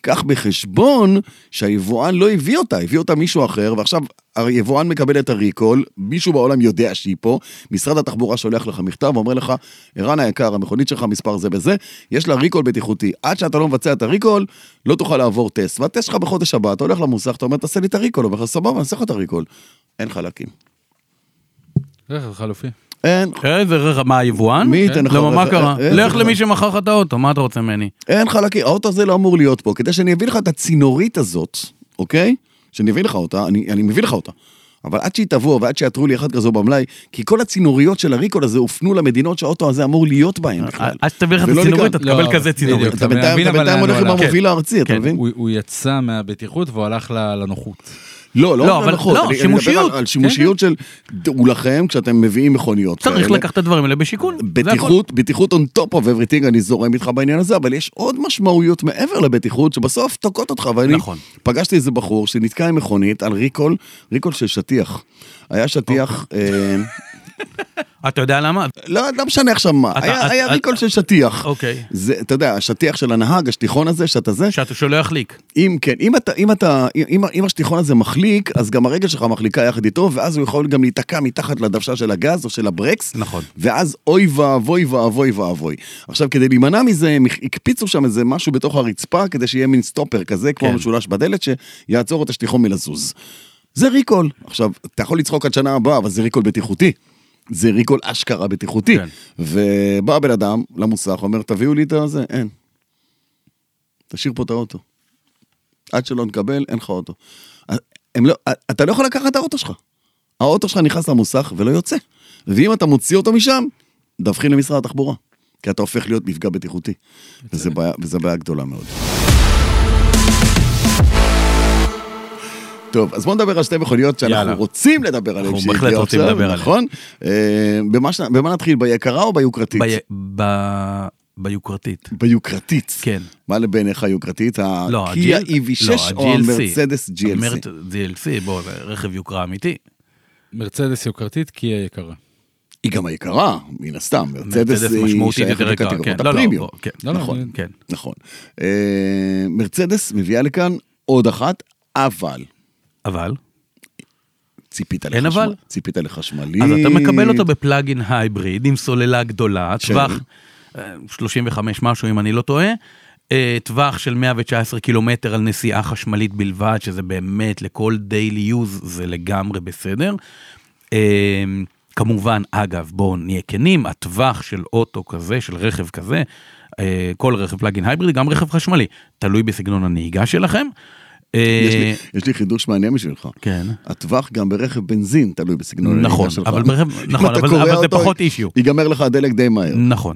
Speaker 1: קח בחשבון שהיבואן לא הביא אותה, הביא אותה מישהו אחר, ועכשיו היבואן מקבל את הריקול, מישהו בעולם יודע שהיא פה, משרד התחבורה שולח לך מכתב ואומר לך, ערן היקר, המכונית שלך מספר זה וזה, יש לה ריקול בטיחותי. עד שאתה לא מבצע את הריקול, לא תוכל לעבור טסט. והטסט שלך בחודש הבא, אתה הולך למוסך, אתה אומר, תעשה לי את הריקול, הוא אומר לך, סבבה, אני אעשה לך את הריקול. אין חלקים.
Speaker 3: רכב כן, חלופי.
Speaker 1: אין,
Speaker 2: איזה רכב, אה, מה, היבואן?
Speaker 1: מי ייתן לך
Speaker 2: למה, מה
Speaker 1: רכב?
Speaker 2: קרה?
Speaker 1: אה, אה,
Speaker 2: לך למי
Speaker 1: אה.
Speaker 2: שמכר לך את האוטו, מה אתה רוצה ממני?
Speaker 1: אין חלקים, האוטו הזה לא אמור להיות פה. כדי שאני אביא לך את הצינורית הזאת, אוקיי? שאני אביא לך אותה, אני, אני מביא לך אותה. אבל עד שהיא תבוא ועד שיעתרו לי אחת כזו במלאי, כי כל הצינוריות של הריקול הזה הופנו למדינות שהאוטו הזה אמור להיות בהן בכלל.
Speaker 2: עד שתביא אה, לך את
Speaker 1: ולא
Speaker 2: הצינורית,
Speaker 1: לקראת-
Speaker 2: אתה תקבל
Speaker 3: לא,
Speaker 2: כזה צינורית.
Speaker 3: בדיוק.
Speaker 1: אתה
Speaker 3: אתה
Speaker 1: בינתיים
Speaker 3: מבין,
Speaker 1: אתה
Speaker 3: אבל
Speaker 1: בינתיים
Speaker 3: לאן
Speaker 1: הולך עם
Speaker 3: הוא הלך.
Speaker 1: המוביל הארצי, אתה
Speaker 2: כן.
Speaker 1: מבין?
Speaker 3: הוא הוא יצא מהבטיחות והוא הלך ל- לנוחות.
Speaker 1: לא,
Speaker 2: לא,
Speaker 1: לא
Speaker 2: אבל-
Speaker 1: על הנחות.
Speaker 2: לא,
Speaker 1: אני- אני
Speaker 2: שימושיות. כן,
Speaker 1: מדבר על- על שימושיות של דעו לכם כשאתם מביאים מכוניות.
Speaker 2: צריך
Speaker 1: כאלה.
Speaker 2: לקחת את הדברים האלה בשיקול. זה הכל.
Speaker 1: אה, בטיחות, בטיחות on top of everything, אני זורם איתך בעניין הזה, אבל יש עוד משמעויות מעבר לבטיחות שבסוף תוקעות אותך, ואני
Speaker 2: נכון.
Speaker 1: פגשתי איזה בחור שנתקע עם מכונית על ריקול, ריקול של שטיח. היה שטיח,
Speaker 2: אוקיי.
Speaker 1: אה,
Speaker 2: אתה יודע למה?
Speaker 1: לא לא משנה עכשיו מה,
Speaker 2: אתה-
Speaker 1: היה
Speaker 2: אתה-
Speaker 1: היה
Speaker 2: אתה-
Speaker 1: ריקול של שטיח.
Speaker 2: אוקיי.
Speaker 1: זה, אתה יודע, השטיח של הנהג, השטיחון הזה, שאתה זה,
Speaker 2: שאתה שולח ליק.
Speaker 1: אם כן, אם אתה, אם אתה, אם, אם השטיחון הזה מחליק, אז גם הרגל שלך מחליקה יחד איתו, ואז הוא יכול גם להיתקע מתחת לדוושה של הגז או של הברקס.
Speaker 2: נכון.
Speaker 1: ואז אוי ואבוי ואבוי ואבוי. עכשיו, כדי להימנע מזה, הם הקפיצו שם איזה משהו בתוך הרצפה, כדי שיהיה מין סטופר כזה, כמו
Speaker 2: כן.
Speaker 1: המשולש בדלת, שיעצור את השטיחון מלזוז. זה ריקול. עכשיו, אתה יכול לצחוק עד שנה הבאה, אבל זה ריקול בטיחותי. זה ריקול אשכרה בטיחותי.
Speaker 2: כן.
Speaker 1: ובא הבן אדם למוסך, אומר, תביאו לי את הזה, אין. תשאיר פה את האוטו. עד שלא נקבל, אין לך אוטו. הם לא, אתה לא יכול לקחת את האוטו שלך. האוטו שלך נכנס למוסך ולא יוצא. ואם אתה מוציא אותו משם, דווחי למשרד התחבורה. כי אתה הופך להיות מפגע בטיחותי. וזו בעיה, וזו בעיה גדולה מאוד. טוב, אז בואו נדבר על שתי מכוניות שאנחנו
Speaker 2: יאללה.
Speaker 1: רוצים לדבר עליהן.
Speaker 2: אנחנו
Speaker 1: שהגיעו
Speaker 2: בהחלט רוצים
Speaker 1: עכשיו,
Speaker 2: לדבר עליהן.
Speaker 1: נכון? אה, במה ש- במה נתחיל, ביקרה או ביוקרתית?
Speaker 2: ב- ב- ביוקרתית.
Speaker 1: ביוקרתית.
Speaker 2: כן.
Speaker 1: מה לבעיניך יוקרתית?
Speaker 2: לא,
Speaker 1: הקיה
Speaker 2: ה-
Speaker 1: EV6
Speaker 2: לא,
Speaker 1: או
Speaker 2: ה- GLC.
Speaker 1: המרצדס GLC?
Speaker 2: המרצ- GLC, בוא, זה רכב יוקרה אמיתי.
Speaker 3: מרצדס יוקרתית, קיה יקרה.
Speaker 1: היא גם היקרה, מן הסתם. מרצדס
Speaker 2: מרצדס
Speaker 1: היא
Speaker 2: משמעותית
Speaker 1: שייכת
Speaker 2: יותר יקרה,
Speaker 1: לקטגוריות
Speaker 2: כן. לא, לא,
Speaker 1: הפרימיום.
Speaker 2: בוא, כן,
Speaker 3: לא, לא,
Speaker 2: נכון,
Speaker 3: אני-
Speaker 2: כן.
Speaker 1: נכון. אה, מרצדס מביאה לכאן עוד אחת, אבל
Speaker 2: אבל,
Speaker 1: ציפית
Speaker 2: אין
Speaker 1: לחשמל-
Speaker 2: אבל?
Speaker 1: ציפית לחשמלית.
Speaker 2: אז אתה מקבל אותו בפלאגין הייבריד עם סוללה גדולה,
Speaker 1: של-
Speaker 2: טווח אה, 35 משהו אם אני לא טועה, אה, טווח של 119 קילומטר על נסיעה חשמלית בלבד, שזה באמת לכל דיילי יוז זה לגמרי בסדר. אה, כמובן, אגב, בואו נהיה כנים, הטווח של אוטו כזה, של רכב כזה, אה, כל רכב פלאגין הייבריד, גם רכב חשמלי, תלוי בסגנון הנהיגה שלכם. אה,
Speaker 1: יש לי- יש לי חידוש מעניין בשבילך.
Speaker 2: כן.
Speaker 1: הטווח גם ברכב בנזין תלוי בסגנון הנהיגה
Speaker 2: נכון,
Speaker 1: שלך.
Speaker 2: אבל ברכב-
Speaker 1: אם
Speaker 2: נכון,
Speaker 1: אתה
Speaker 2: אבל-
Speaker 1: קורע
Speaker 2: אבל זה
Speaker 1: אותו,
Speaker 2: פחות issue.
Speaker 1: ייגמר לך הדלק די מהר.
Speaker 2: נכון.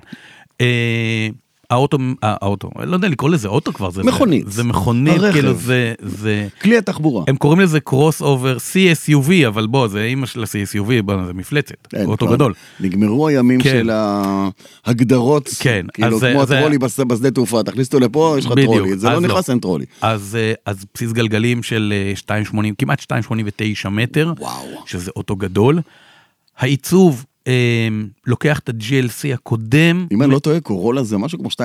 Speaker 2: אה, האוטו, אה, האוטו, לא יודע לקרוא לזה אוטו כבר, זה
Speaker 1: מכונית.
Speaker 2: זה, זה מכונית,
Speaker 1: הרכב.
Speaker 2: כאילו זה, זה,
Speaker 1: כלי התחבורה.
Speaker 2: הם קוראים לזה קרוס אובר CSUV, אבל בוא, זה אימא של ה-CSUV, בוא, זה מפלצת,
Speaker 1: אין,
Speaker 2: אוטו
Speaker 1: כבר
Speaker 2: גדול.
Speaker 1: נגמרו הימים
Speaker 2: כן.
Speaker 1: של ההגדרות,
Speaker 2: כן,
Speaker 1: כאילו
Speaker 2: אז זה-
Speaker 1: כמו
Speaker 2: זה-
Speaker 1: הטרולי בש- בשדה תעופה, תכניס אותו לפה, יש לך
Speaker 2: בדיוק,
Speaker 1: טרולי, זה לא
Speaker 2: אז לא.
Speaker 1: נכנס, אין טרולי.
Speaker 2: אז, אה, אז בסיס גלגלים של אה, 280, כמעט 289 מטר,
Speaker 1: וואו.
Speaker 2: שזה אוטו גדול. העיצוב אה, לוקח את ה-GLC הקודם,
Speaker 1: אם אני לא טועה, קורולה זה משהו כמו 2.70,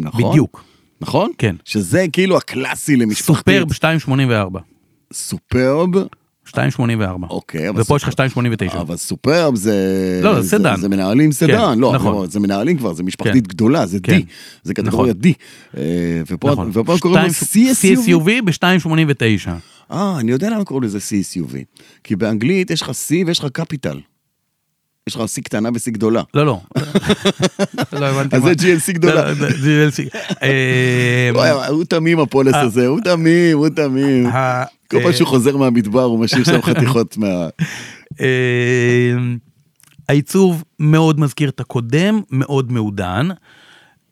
Speaker 1: נכון?
Speaker 2: בדיוק,
Speaker 1: נכון?
Speaker 2: כן.
Speaker 1: שזה כאילו הקלאסי למשפחתית.
Speaker 2: סופרב 284.
Speaker 1: סופרב,
Speaker 2: 284.
Speaker 1: אוקיי, אבל
Speaker 2: ופה יש לך
Speaker 1: סופר.
Speaker 2: 289.
Speaker 1: אבל סופרב זה...
Speaker 2: לא, זה
Speaker 1: זה
Speaker 2: סדן.
Speaker 1: זה מנהלים סדן, לא,
Speaker 2: נכון.
Speaker 1: לא, זה מנהלים כבר, זה משפחתית
Speaker 2: כן.
Speaker 1: גדולה, זה D,
Speaker 2: כן.
Speaker 1: זה קטגוריה D. אה, ופה
Speaker 2: נכון.
Speaker 1: ופה קוראים לו
Speaker 2: שתיים-
Speaker 1: CSUV.
Speaker 2: CSUV ב-2.89.
Speaker 1: אה, אני יודע למה קוראים לזה CSUV. כי באנגלית יש לך C ויש לך קפיטל. יש לך C קטנה ו-C גדולה.
Speaker 2: לא, לא. לא הבנתי
Speaker 1: אז
Speaker 2: מה.
Speaker 1: זה GLC גדולה. לא
Speaker 2: לא, לא, זה GLC. אה,
Speaker 1: וואי, הוא תמים הפולס הזה, הוא תמים, הוא תמים.
Speaker 2: ה-
Speaker 1: כל פעם
Speaker 2: אה,
Speaker 1: שהוא חוזר מהמדבר הוא משאיר שם חתיכות מה...
Speaker 2: אה, העיצוב מאוד מזכיר את הקודם, מאוד מעודן.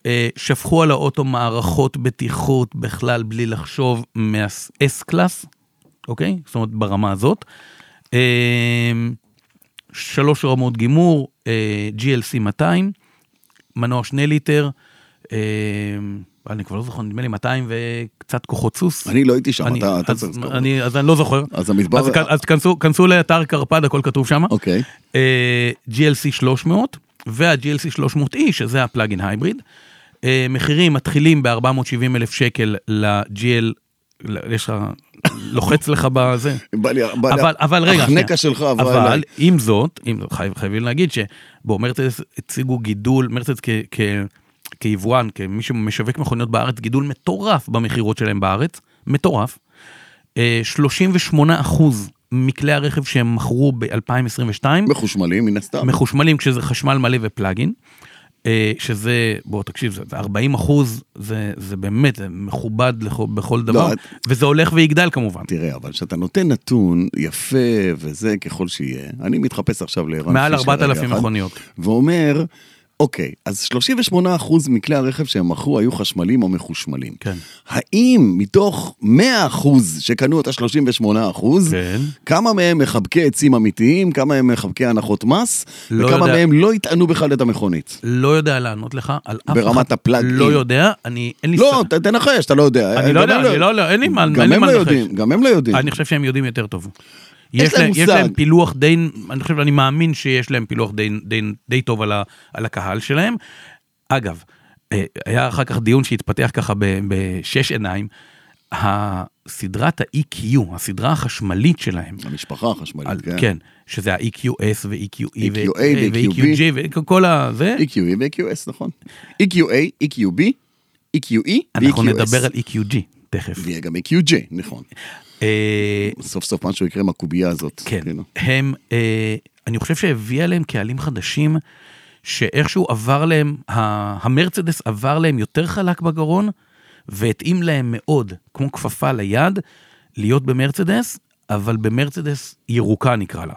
Speaker 2: אה, שפכו על האוטו מערכות בטיחות בכלל בלי לחשוב מה-S קלאס, אוקיי? זאת אומרת ברמה הזאת. אה, שלוש רמות גימור, אה, GLC 200, מנוע שני ליטר, אה, אני כבר לא זוכר, נדמה לי 200 וקצת כוחות סוס.
Speaker 1: אני לא הייתי שם,
Speaker 2: אני-
Speaker 1: אתה אתה
Speaker 2: אז-
Speaker 1: צריך לזכור.
Speaker 2: אני- אז אני לא זוכר.
Speaker 1: אז המדבר-
Speaker 2: אז, כ- אז כנסו, כנסו לאתר קרפד, הכל כתוב שם.
Speaker 1: אוקיי.
Speaker 2: אה, GLC 300 וה-GLC 300E, שזה הפלאגין E, הייבריד. אה, מחירים מתחילים ב-470 אלף שקל ל-GL, ל- יש לך, לוחץ לך בזה.
Speaker 1: בא לי, בא לי,
Speaker 2: אבל, אבל רגע,
Speaker 1: החנקה
Speaker 2: שנייה.
Speaker 1: שלך עברה אליי.
Speaker 2: אבל עם זאת, עם זאת, חייב, חייבים להגיד שבו מרצדס הציגו גידול, מרצדס כ, כ, כיבואן, כמי שמשווק מכוניות בארץ, גידול מטורף במכירות שלהם בארץ, מטורף. אה, 38 אחוז מכלי הרכב שהם מכרו ב-2022,
Speaker 1: מחושמלים מן הסתם.
Speaker 2: מחושמלים כשזה חשמל מלא ופלאגין, אה, שזה, בוא תקשיב, זה זה 40 אחוז, זה, זה באמת זה מכובד לכ- בכל דבר,
Speaker 1: לא, את-
Speaker 2: וזה הולך ויגדל כמובן.
Speaker 1: תראה, אבל כשאתה נותן נתון יפה וזה ככל שיהיה, אני מתחפש עכשיו לערן
Speaker 2: מעל
Speaker 1: פישר רגע
Speaker 2: 4,000
Speaker 1: אחד,
Speaker 2: מכוניות.
Speaker 1: ואומר, אוקיי, אז 38% מכלי הרכב שהם מכרו היו חשמלים או מחושמלים.
Speaker 2: כן.
Speaker 1: האם מתוך 100% שקנו את ה-38%,
Speaker 2: כן.
Speaker 1: כמה מהם מחבקי עצים אמיתיים, כמה הם מחבקי הנחות מס,
Speaker 2: לא
Speaker 1: וכמה
Speaker 2: יודע.
Speaker 1: מהם לא יטענו בכלל את המכונית?
Speaker 2: לא יודע לענות לך על אף אחד.
Speaker 1: ברמת הפלאג
Speaker 2: לא
Speaker 1: אין.
Speaker 2: יודע, אני, אין לי...
Speaker 1: לא,
Speaker 2: ס-
Speaker 1: ת- תנחש, אתה לא יודע.
Speaker 2: אני לא
Speaker 1: גם
Speaker 2: יודע,
Speaker 1: הם
Speaker 2: אני לא- לא, אין לי מה- אין
Speaker 1: גם
Speaker 2: לי
Speaker 1: הם
Speaker 2: מה
Speaker 1: לא
Speaker 2: לנחש.
Speaker 1: יודעים, גם הם לא יודעים.
Speaker 2: אני חושב שהם יודעים יותר טוב.
Speaker 1: יש להם
Speaker 2: יש
Speaker 1: מושג.
Speaker 2: להם פילוח די, אני חושב, אני מאמין שיש להם פילוח די, די, די טוב על, ה, על הקהל שלהם. אגב, אה, היה אחר כך דיון שהתפתח ככה ב- בשש עיניים. הסדרת ה-EQ, הסדרה החשמלית שלהם,
Speaker 1: המשפחה החשמלית,
Speaker 2: על,
Speaker 1: כן.
Speaker 2: כן. כן, שזה ה-EQS ו-EQE
Speaker 1: EQA
Speaker 2: ו-EQG וכל ה... זה.
Speaker 1: EQE ו-EQS, נכון. EQA, EQB, EQE ו-EQS.
Speaker 2: אנחנו נדבר על EQG תכף.
Speaker 1: E ויהיה גם EQJ, נכון.
Speaker 2: אה,
Speaker 1: סוף סוף משהו יקרה עם הקובייה הזאת.
Speaker 2: כן,
Speaker 1: כאילו.
Speaker 2: הם, אה, אני חושב שהביאה להם קהלים חדשים, שאיכשהו עבר להם, ה- המרצדס עבר להם יותר חלק בגרון, והתאים להם מאוד, כמו כפפה ליד, להיות במרצדס, אבל במרצדס ירוקה נקרא לה.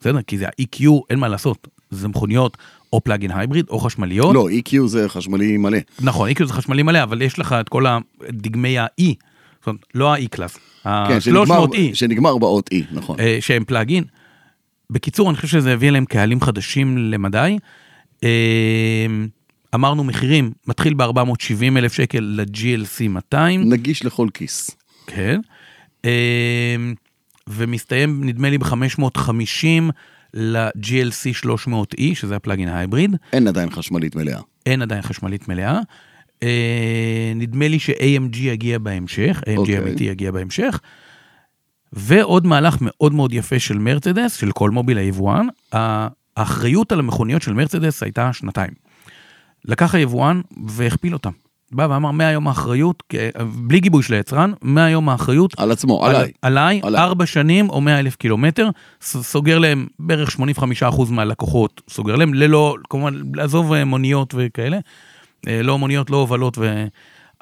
Speaker 2: בסדר? כי זה ה-EQ, אין מה לעשות. זה מכוניות או פלאגין הייבריד או חשמליות.
Speaker 1: לא, EQ זה חשמלי מלא.
Speaker 2: נכון, EQ זה חשמלי מלא, אבל יש לך את כל הדגמי ה-E. זאת אומרת, לא ה-E קלאס.
Speaker 1: כן, שנגמר-
Speaker 2: ה-300E.
Speaker 1: שנגמר באות E, נכון.
Speaker 2: E, אה, שהם פלאגין. בקיצור, אני חושב שזה הביא להם קהלים חדשים למדי. אה, אמרנו מחירים, מתחיל ב-470 אלף שקל ל-GLC 200,
Speaker 1: נגיש לכל כיס.
Speaker 2: כן, אה, ומסתיים נדמה לי ב-550 ל-GLC 300E, E, שזה הפלאגין ההיבריד,
Speaker 1: אין עדיין חשמלית מלאה.
Speaker 2: אין עדיין חשמלית מלאה. אה, נדמה לי ש-AMG יגיע בהמשך, AMG
Speaker 1: אוקיי.
Speaker 2: אמיתי יגיע בהמשך. ועוד מהלך מאוד מאוד יפה של מרצדס, של כל מוביל היבואן, ה- האחריות על המכוניות של מרצדס הייתה שנתיים. לקח היבואן והכפיל אותם. בא ואמר, מהיום האחריות, כ- בלי גיבוי של היצרן, מהיום האחריות...
Speaker 1: על עצמו, עליי.
Speaker 2: עליי,
Speaker 1: עליי.
Speaker 2: ארבע שנים או מאה אלף קילומטר, ס- סוגר להם בערך 85% מהלקוחות, סוגר להם, ללא, כמובן, לעזוב אה, מוניות וכאלה, אה, לא מוניות, לא הובלות, ו...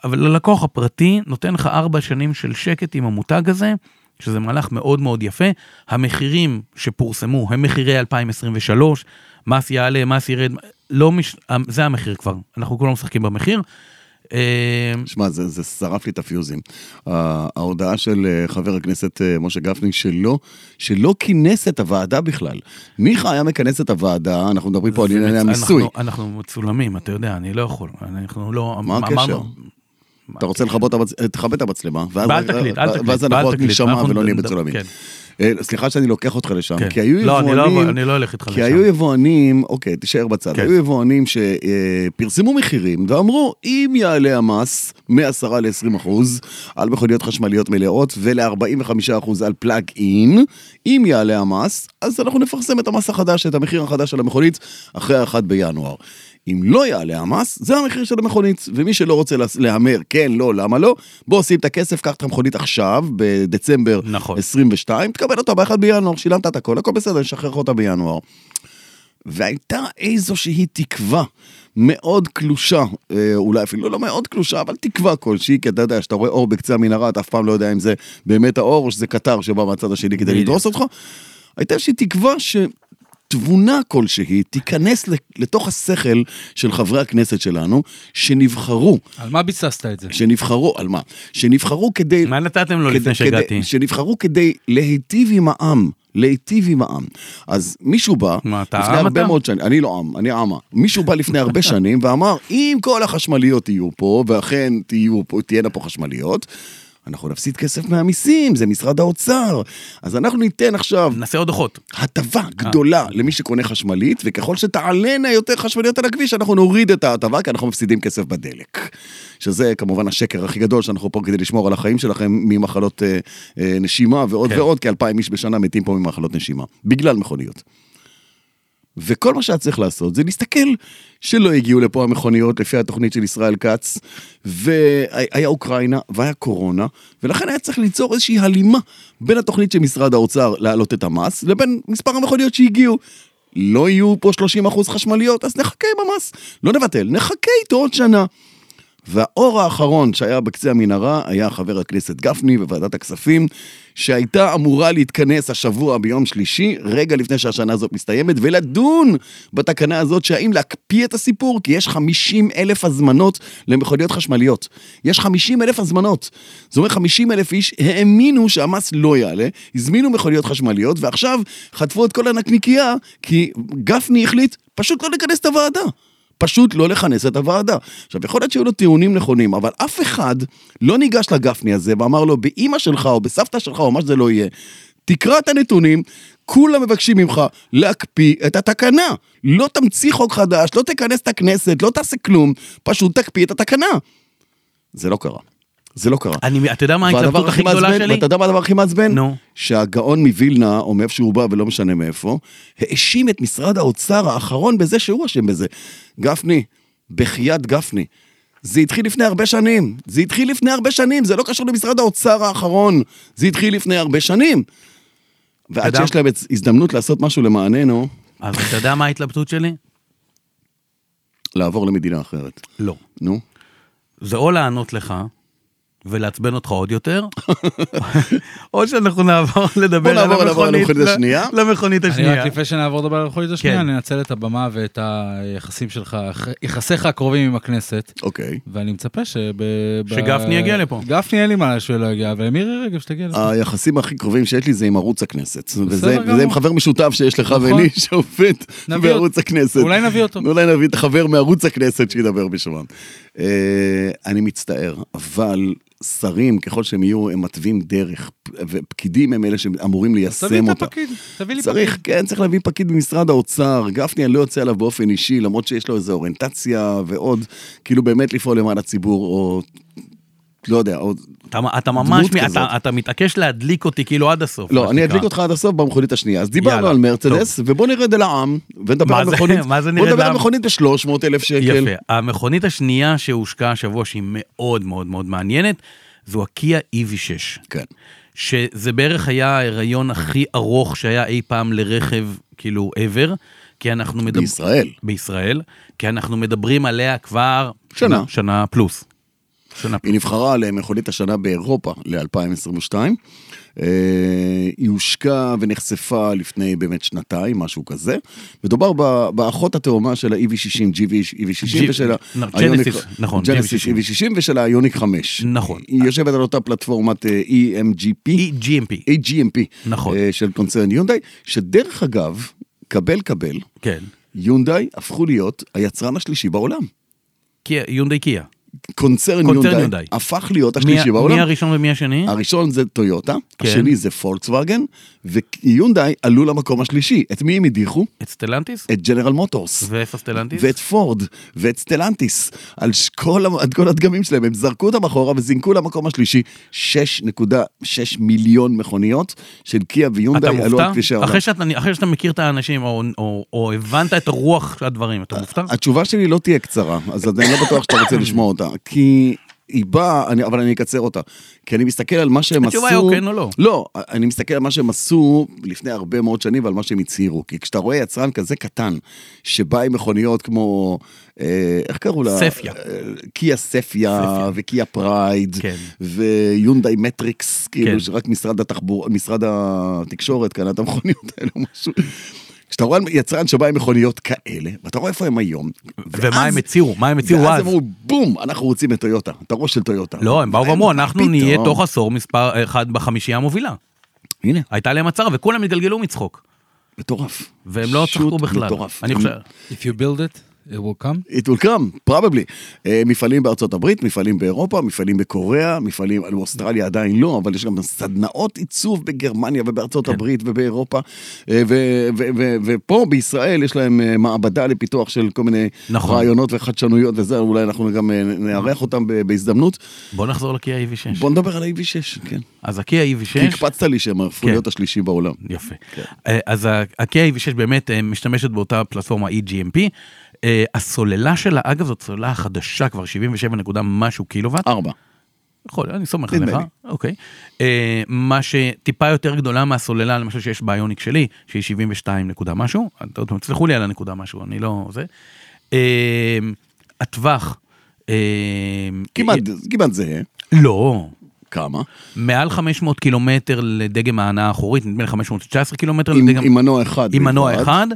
Speaker 2: אבל ללקוח הפרטי נותן לך ארבע שנים של שקט עם המותג הזה, שזה מהלך מאוד מאוד יפה. המחירים שפורסמו הם מחירי 2023, מס יעלה, מס ירד, לא מש... זה המחיר כבר, אנחנו כולנו משחקים במחיר. אה,
Speaker 1: שמע, זה, זה שרף לי את הפיוזים. ה- ההודעה של אה, חבר הכנסת אה, משה גפני שלא, שלא כינס את הוועדה בכלל. מיכה היה מכנס את הוועדה, אנחנו מדברים פה על
Speaker 2: זה
Speaker 1: ענייני
Speaker 2: מצ-
Speaker 1: המיסוי.
Speaker 2: אנחנו- אנחנו מצולמים, אתה יודע, אני לא יכול. אנחנו לא...
Speaker 1: מה
Speaker 2: אמרנו-
Speaker 1: הקשר? אתה רוצה לכבות את המצ- תכבה את המצלמה, ואז-
Speaker 2: ואל תקליט, אל תקליט.
Speaker 1: ואז
Speaker 2: ואל
Speaker 1: אנחנו רק
Speaker 2: תקליט,
Speaker 1: נשמע
Speaker 2: ואנחנו
Speaker 1: ולא נהיה
Speaker 2: נד-
Speaker 1: מצולמים.
Speaker 2: כן.
Speaker 1: אה, סליחה שאני לוקח אותך לשם,
Speaker 2: כן.
Speaker 1: כי היו
Speaker 2: לא, אני לא אבוא-
Speaker 1: יבואנים,
Speaker 2: אני לא הולך איתך
Speaker 1: כי
Speaker 2: לשם.
Speaker 1: היו יבואנים, אוקיי, תישאר בצד,
Speaker 2: כן.
Speaker 1: היו יבואנים שפרסמו מחירים ואמרו, אם יעלה המס מ-10 ל-20 אחוז על מכוניות חשמליות מלאות ול-45 אחוז על פלאג אין, אם יעלה המס, אז אנחנו נפרסם את המס החדש, את המחיר החדש של המכונית, אחרי ה-1 בינואר. אם לא יעלה המס, זה המחיר של המכונית, ומי שלא רוצה לה- להמר, כן, לא, למה לא, בוא שים את הכסף, קח את המכונית עכשיו, בדצמבר
Speaker 2: נכון.
Speaker 1: 22, תקבל אותה ב-1 בינואר, שילמת את הכל, הכל בסדר, נשחרר לך אותה בינואר. והייתה איזושהי תקווה מאוד קלושה, אה, אולי אפילו לא מאוד קלושה, אבל תקווה כלשהי, כי אתה יודע, כשאתה רואה אור בקצה המנהרה, אתה אף פעם לא יודע אם זה באמת האור או שזה קטר שבא מהצד השני כדי
Speaker 2: בדיוק.
Speaker 1: לדרוס אותך. הייתה איזושהי תקווה שתבונה כלשהי תיכנס לתוך השכל של חברי הכנסת שלנו, שנבחרו,
Speaker 3: על מה ביססת את זה?
Speaker 1: שנבחרו, על מה? שנבחרו כדי
Speaker 2: מה נתתם לו לפני
Speaker 1: כדי-
Speaker 2: שהגעתי?
Speaker 1: כדי- שנבחרו כדי להיטיב עם העם, להיטיב עם העם. אז מישהו בא,
Speaker 2: מה, אתה
Speaker 1: לפני
Speaker 2: עם
Speaker 1: הרבה
Speaker 2: אתה?
Speaker 1: מאוד שנים, אני לא עם, אני עמה. מישהו בא לפני הרבה שנים ואמר, אם כל החשמליות יהיו פה, ואכן תהיו פה, תהיינה פה חשמליות, אנחנו נפסיד כסף מהמיסים, זה משרד האוצר. אז אנחנו ניתן עכשיו
Speaker 2: נעשה עוד דוחות.
Speaker 1: הטבה גדולה למי שקונה חשמלית, וככל שתעלינה יותר חשמליות על הכביש, אנחנו נוריד את ההטבה, כי אנחנו מפסידים כסף בדלק. שזה כמובן השקר הכי גדול, שאנחנו פה כדי לשמור על החיים שלכם ממחלות אה, אה, נשימה ועוד
Speaker 2: כן.
Speaker 1: כן. ועוד, כאלפיים איש בשנה מתים פה ממחלות נשימה, בגלל מכוניות. וכל מה שהיה צריך לעשות זה להסתכל שלא הגיעו לפה המכוניות לפי התוכנית של ישראל כץ, והיה אוקראינה והיה קורונה, ולכן היה צריך ליצור איזושהי הלימה בין התוכנית של משרד האוצר להעלות את המס, לבין מספר המכוניות שהגיעו. לא יהיו פה 30 אחוז חשמליות, אז נחכה עם המס, לא נבטל, נחכה איתו עוד שנה. והאור האחרון שהיה בקצה המנהרה היה חבר הכנסת גפני בוועדת הכספים, שהייתה אמורה להתכנס השבוע ביום שלישי, רגע לפני שהשנה הזאת מסתיימת, ולדון בתקנה הזאת שהאם להקפיא את הסיפור, כי יש 50 אלף הזמנות למכוניות חשמליות. יש 50 אלף הזמנות. זאת אומרת, 50 אלף איש האמינו שהמס לא יעלה, הזמינו מכוניות חשמליות, ועכשיו חטפו את כל הנקניקייה, כי גפני החליט פשוט לא לכנס את הוועדה. פשוט לא לכנס את הוועדה. עכשיו, יכול להיות שהיו לו טיעונים נכונים, אבל אף אחד לא ניגש לגפני הזה ואמר לו, באימא שלך או בסבתא שלך או מה שזה לא יהיה, תקרא את הנתונים, כולם מבקשים ממך להקפיא את התקנה. לא תמציא חוק חדש, לא תכנס את הכנסת, לא תעשה כלום, פשוט תקפיא את התקנה. זה לא קרה. זה לא קרה.
Speaker 2: אני, אתה יודע מה ההתלבטות הכי גדולה
Speaker 1: מעצבן,
Speaker 2: שלי?
Speaker 1: ואתה יודע מה הדבר הכי מעצבן?
Speaker 2: נו.
Speaker 1: שהגאון מווילנה, או מאיפה שהוא בא ולא משנה מאיפה, האשים את משרד האוצר האחרון בזה שהוא אשם בזה. גפני, בחייאת גפני. זה התחיל לפני הרבה שנים. זה התחיל לפני הרבה שנים, זה לא קשור למשרד האוצר האחרון. זה התחיל לפני הרבה שנים. ועד
Speaker 2: אדם-
Speaker 1: שיש להם הז- הזדמנות לעשות משהו למעננו,
Speaker 2: אז אתה יודע מה ההתלבטות שלי?
Speaker 1: לעבור למדינה אחרת.
Speaker 2: לא.
Speaker 1: נו.
Speaker 2: זה או לענות לך, ולעצבן אותך עוד יותר, או שאנחנו נעבור לדבר על
Speaker 1: נעבור- נעבור על
Speaker 2: המכונית
Speaker 1: המכונית
Speaker 2: ל-
Speaker 1: השנייה.
Speaker 2: למכונית
Speaker 3: אני
Speaker 2: השנייה.
Speaker 3: רק לפני שנעבור לדבר על חולית השנייה,
Speaker 2: כן.
Speaker 3: ננצל את הבמה ואת היחסים שלך, יחסיך הקרובים עם הכנסת.
Speaker 1: אוקיי.
Speaker 3: ואני מצפה שב... ב-
Speaker 2: שגפני יגיע לפה.
Speaker 3: גפני אין לי מה שהוא לא יגיע, אבל מירי רגב שתגיע
Speaker 1: אה,
Speaker 3: לפה.
Speaker 1: היחסים הכי קרובים שיש לי זה עם ערוץ הכנסת. וזה,
Speaker 3: גמור.
Speaker 1: וזה עם חבר משותף שיש לך
Speaker 3: נכון.
Speaker 1: ולי, שעובד
Speaker 3: נביא
Speaker 1: בערוץ הכנסת.
Speaker 3: אולי נביא אותו.
Speaker 1: אולי נביא את החבר מערוץ הכנסת שידבר בשמם. אה, אני מצטער, אבל שרים, ככל שהם יהיו, הם מתווים דרך, ופקידים הם אלה שאמורים
Speaker 3: אז תביא
Speaker 1: ליישם
Speaker 3: את
Speaker 1: אותה.
Speaker 3: הפקיד, תביא לי
Speaker 1: צריך, כן, צריך להביא פקיד במשרד האוצר. גפני, אני לא יוצא עליו באופן אישי, למרות שיש לו איזו אוריינטציה ועוד, כאילו באמת לפעול למען הציבור, או לא יודע, או
Speaker 2: אתה, אתה ממש,
Speaker 1: דמות
Speaker 2: מ-
Speaker 1: כזאת.
Speaker 2: אתה, אתה מתעקש להדליק אותי כאילו עד הסוף. מה
Speaker 1: לא, אני
Speaker 2: שנקרא.
Speaker 1: אדליק אותך עד הסוף במכונית השנייה. אז דיברנו
Speaker 2: יאללה,
Speaker 1: על מרצדס, ובוא נרד אל העם, ונדבר
Speaker 2: מה
Speaker 1: על
Speaker 2: זה-
Speaker 1: מכונית.
Speaker 2: מה זה
Speaker 1: בוא
Speaker 2: נרד
Speaker 1: נדבר על
Speaker 2: לעם?
Speaker 1: מכונית ב-300 אלף שקל.
Speaker 2: יפה. המכונית השנייה שהושקעה השבוע, שהיא מאוד מאוד מאוד מעניינת, זו הקיה EV6.
Speaker 1: כן.
Speaker 2: שזה בערך היה ההיריון הכי ארוך שהיה אי פעם לרכב, כאילו, ever, כי אנחנו מדברים...
Speaker 1: בישראל.
Speaker 2: בישראל, כי אנחנו מדברים עליה כבר...
Speaker 1: שנה.
Speaker 2: שנה פלוס. שנה
Speaker 1: היא
Speaker 2: פלוס.
Speaker 1: נבחרה למכונית השנה באירופה ל-2022. אה, היא הושקה ונחשפה לפני באמת שנתיים, משהו כזה. מדובר ב- באחות התאומה של ה-EV60, GV60
Speaker 2: G-
Speaker 1: ושל ה...
Speaker 2: לא,
Speaker 1: Ioniq-
Speaker 2: Genesis, נכון,
Speaker 1: Genesis
Speaker 2: GV60.
Speaker 1: EV60 ושל ה-Ioniq 5.
Speaker 2: נכון. E-
Speaker 1: היא יושבת על אותה פלטפורמת אה, EMGP.
Speaker 2: EGMP.
Speaker 1: AGMP.
Speaker 2: נכון.
Speaker 1: אה, של קונצרן יונדאי, שדרך אגב, קבל קבל,
Speaker 2: כן.
Speaker 1: יונדאי הפכו להיות היצרן השלישי בעולם.
Speaker 2: קיה, יונדאי קיה.
Speaker 1: קונצרן
Speaker 2: קונצרן
Speaker 1: יונדאי,
Speaker 2: יונדאי.
Speaker 1: הפך להיות
Speaker 2: מי-
Speaker 1: השלישי בעולם. אה.
Speaker 2: מי הראשון ומי השני?
Speaker 1: הראשון זה טויוטה,
Speaker 2: כן.
Speaker 1: השני זה פולקסווגן, ויונדאי עלו למקום השלישי. את מי הם הדיחו?
Speaker 2: את סטלנטיס?
Speaker 1: את ג'נרל מוטורס.
Speaker 2: ואיפה סטלנטיס?
Speaker 1: ואת פורד, ואת סטלנטיס, על ש- כל, המ- על כל הדגמים שלהם, הם זרקו אותם אחורה וזינקו למקום השלישי. 6.6 מיליון מכוניות של קיה
Speaker 2: אתה
Speaker 1: ויונדאי עלו
Speaker 2: מופתע?
Speaker 1: על כבישי העולם.
Speaker 2: אחרי שאתה, אחרי שאתה מכיר את האנשים, או, או, או הבנת את הרוח של הדברים,
Speaker 1: אה,
Speaker 2: אתה מופתע?
Speaker 1: התשובה שלי לא תהיה קצרה, אז אני לא בטוח שאתה רוצה לשמוע אותה, כי היא באה, אני, אבל אני אקצר אותה. כי אני מסתכל על מה שהם עשו...
Speaker 2: התשובה היא או כן או לא.
Speaker 1: לא, אני מסתכל על מה שהם עשו לפני הרבה מאוד שנים ועל מה שהם הצהירו. כי כשאתה רואה יצרן כזה קטן, שבא עם מכוניות כמו, אה, איך קראו לה?
Speaker 2: ספיה.
Speaker 1: אה, קיה ספיה,
Speaker 2: ספיה.
Speaker 1: וקיה פרייד,
Speaker 2: כן.
Speaker 1: ויונדאי מטריקס,
Speaker 2: כן.
Speaker 1: כאילו שרק משרד התחבור, משרד התקשורת קנה את המכוניות האלה או משהו. כשאתה רואה יצרן שבא עם מכוניות כאלה, ואתה רואה איפה הם היום. ואז-
Speaker 2: ומה הם הציעו? מה הם הציעו
Speaker 1: ואז
Speaker 2: אז?
Speaker 1: הם אמרו, בום, אנחנו רוצים את טויוטה, את הראש של טויוטה.
Speaker 2: לא, הם באו
Speaker 1: והם-
Speaker 2: ואמרו, אנחנו
Speaker 1: פתאום-
Speaker 2: נהיה תוך עשור מספר אחד בחמישייה המובילה.
Speaker 1: הנה,
Speaker 2: הייתה להם הצהרה, וכולם התגלגלו מצחוק.
Speaker 1: מטורף.
Speaker 2: והם לא
Speaker 1: פשוט
Speaker 2: צחקו בכלל.
Speaker 1: מטורף.
Speaker 2: אני
Speaker 1: הם-
Speaker 2: חושב...
Speaker 3: If you build it. It will come?
Speaker 1: It will come, probably. אה, מפעלים בארצות הברית, מפעלים באירופה, מפעלים בקוריאה, מפעלים, אלו, אוסטרליה עדיין לא, אבל יש גם סדנאות עיצוב בגרמניה ובארצות
Speaker 2: כן.
Speaker 1: הברית ובאירופה. אה, ו- ו- ו- ופה בישראל יש להם אה, מעבדה לפיתוח של כל מיני
Speaker 2: נכון.
Speaker 1: רעיונות וחדשנויות וזה, אולי אנחנו גם אה, נארח אותם ב- בהזדמנות.
Speaker 2: בוא נחזור לקיה EV6.
Speaker 1: בוא נדבר על ה-EV6, כן.
Speaker 2: אז הקיה
Speaker 1: כי
Speaker 2: EV6,
Speaker 1: הקפצת כן. לי שהם הפכו
Speaker 2: כן.
Speaker 1: להיות השלישי בעולם.
Speaker 2: יפה. אה, אז ה- הקיה EV6 באמת אה, משתמשת באותה פלטפורמה E EGMP. אה, הסוללה שלה, אגב, זאת סוללה חדשה, כבר 77 נקודה משהו קילוואט.
Speaker 1: ארבע.
Speaker 2: יכול, אני סומך
Speaker 1: נדמה
Speaker 2: עליך. אוקיי. אה, מה שטיפה יותר גדולה מהסוללה, למשל שיש ביוניק שלי, שהיא 72 נקודה משהו, אתה יודע, תסלחו לי על הנקודה משהו, אני לא... זה. אה, הטווח... אה,
Speaker 1: כמעט, כמעט זהה.
Speaker 2: לא.
Speaker 1: כמה?
Speaker 2: מעל 500 קילומטר לדגם ההנאה האחורית, נדמה לי 519 קילומטר
Speaker 1: עם,
Speaker 2: לדגם...
Speaker 1: עם מנוע אחד.
Speaker 2: עם מנוע
Speaker 1: בלבד.
Speaker 2: אחד,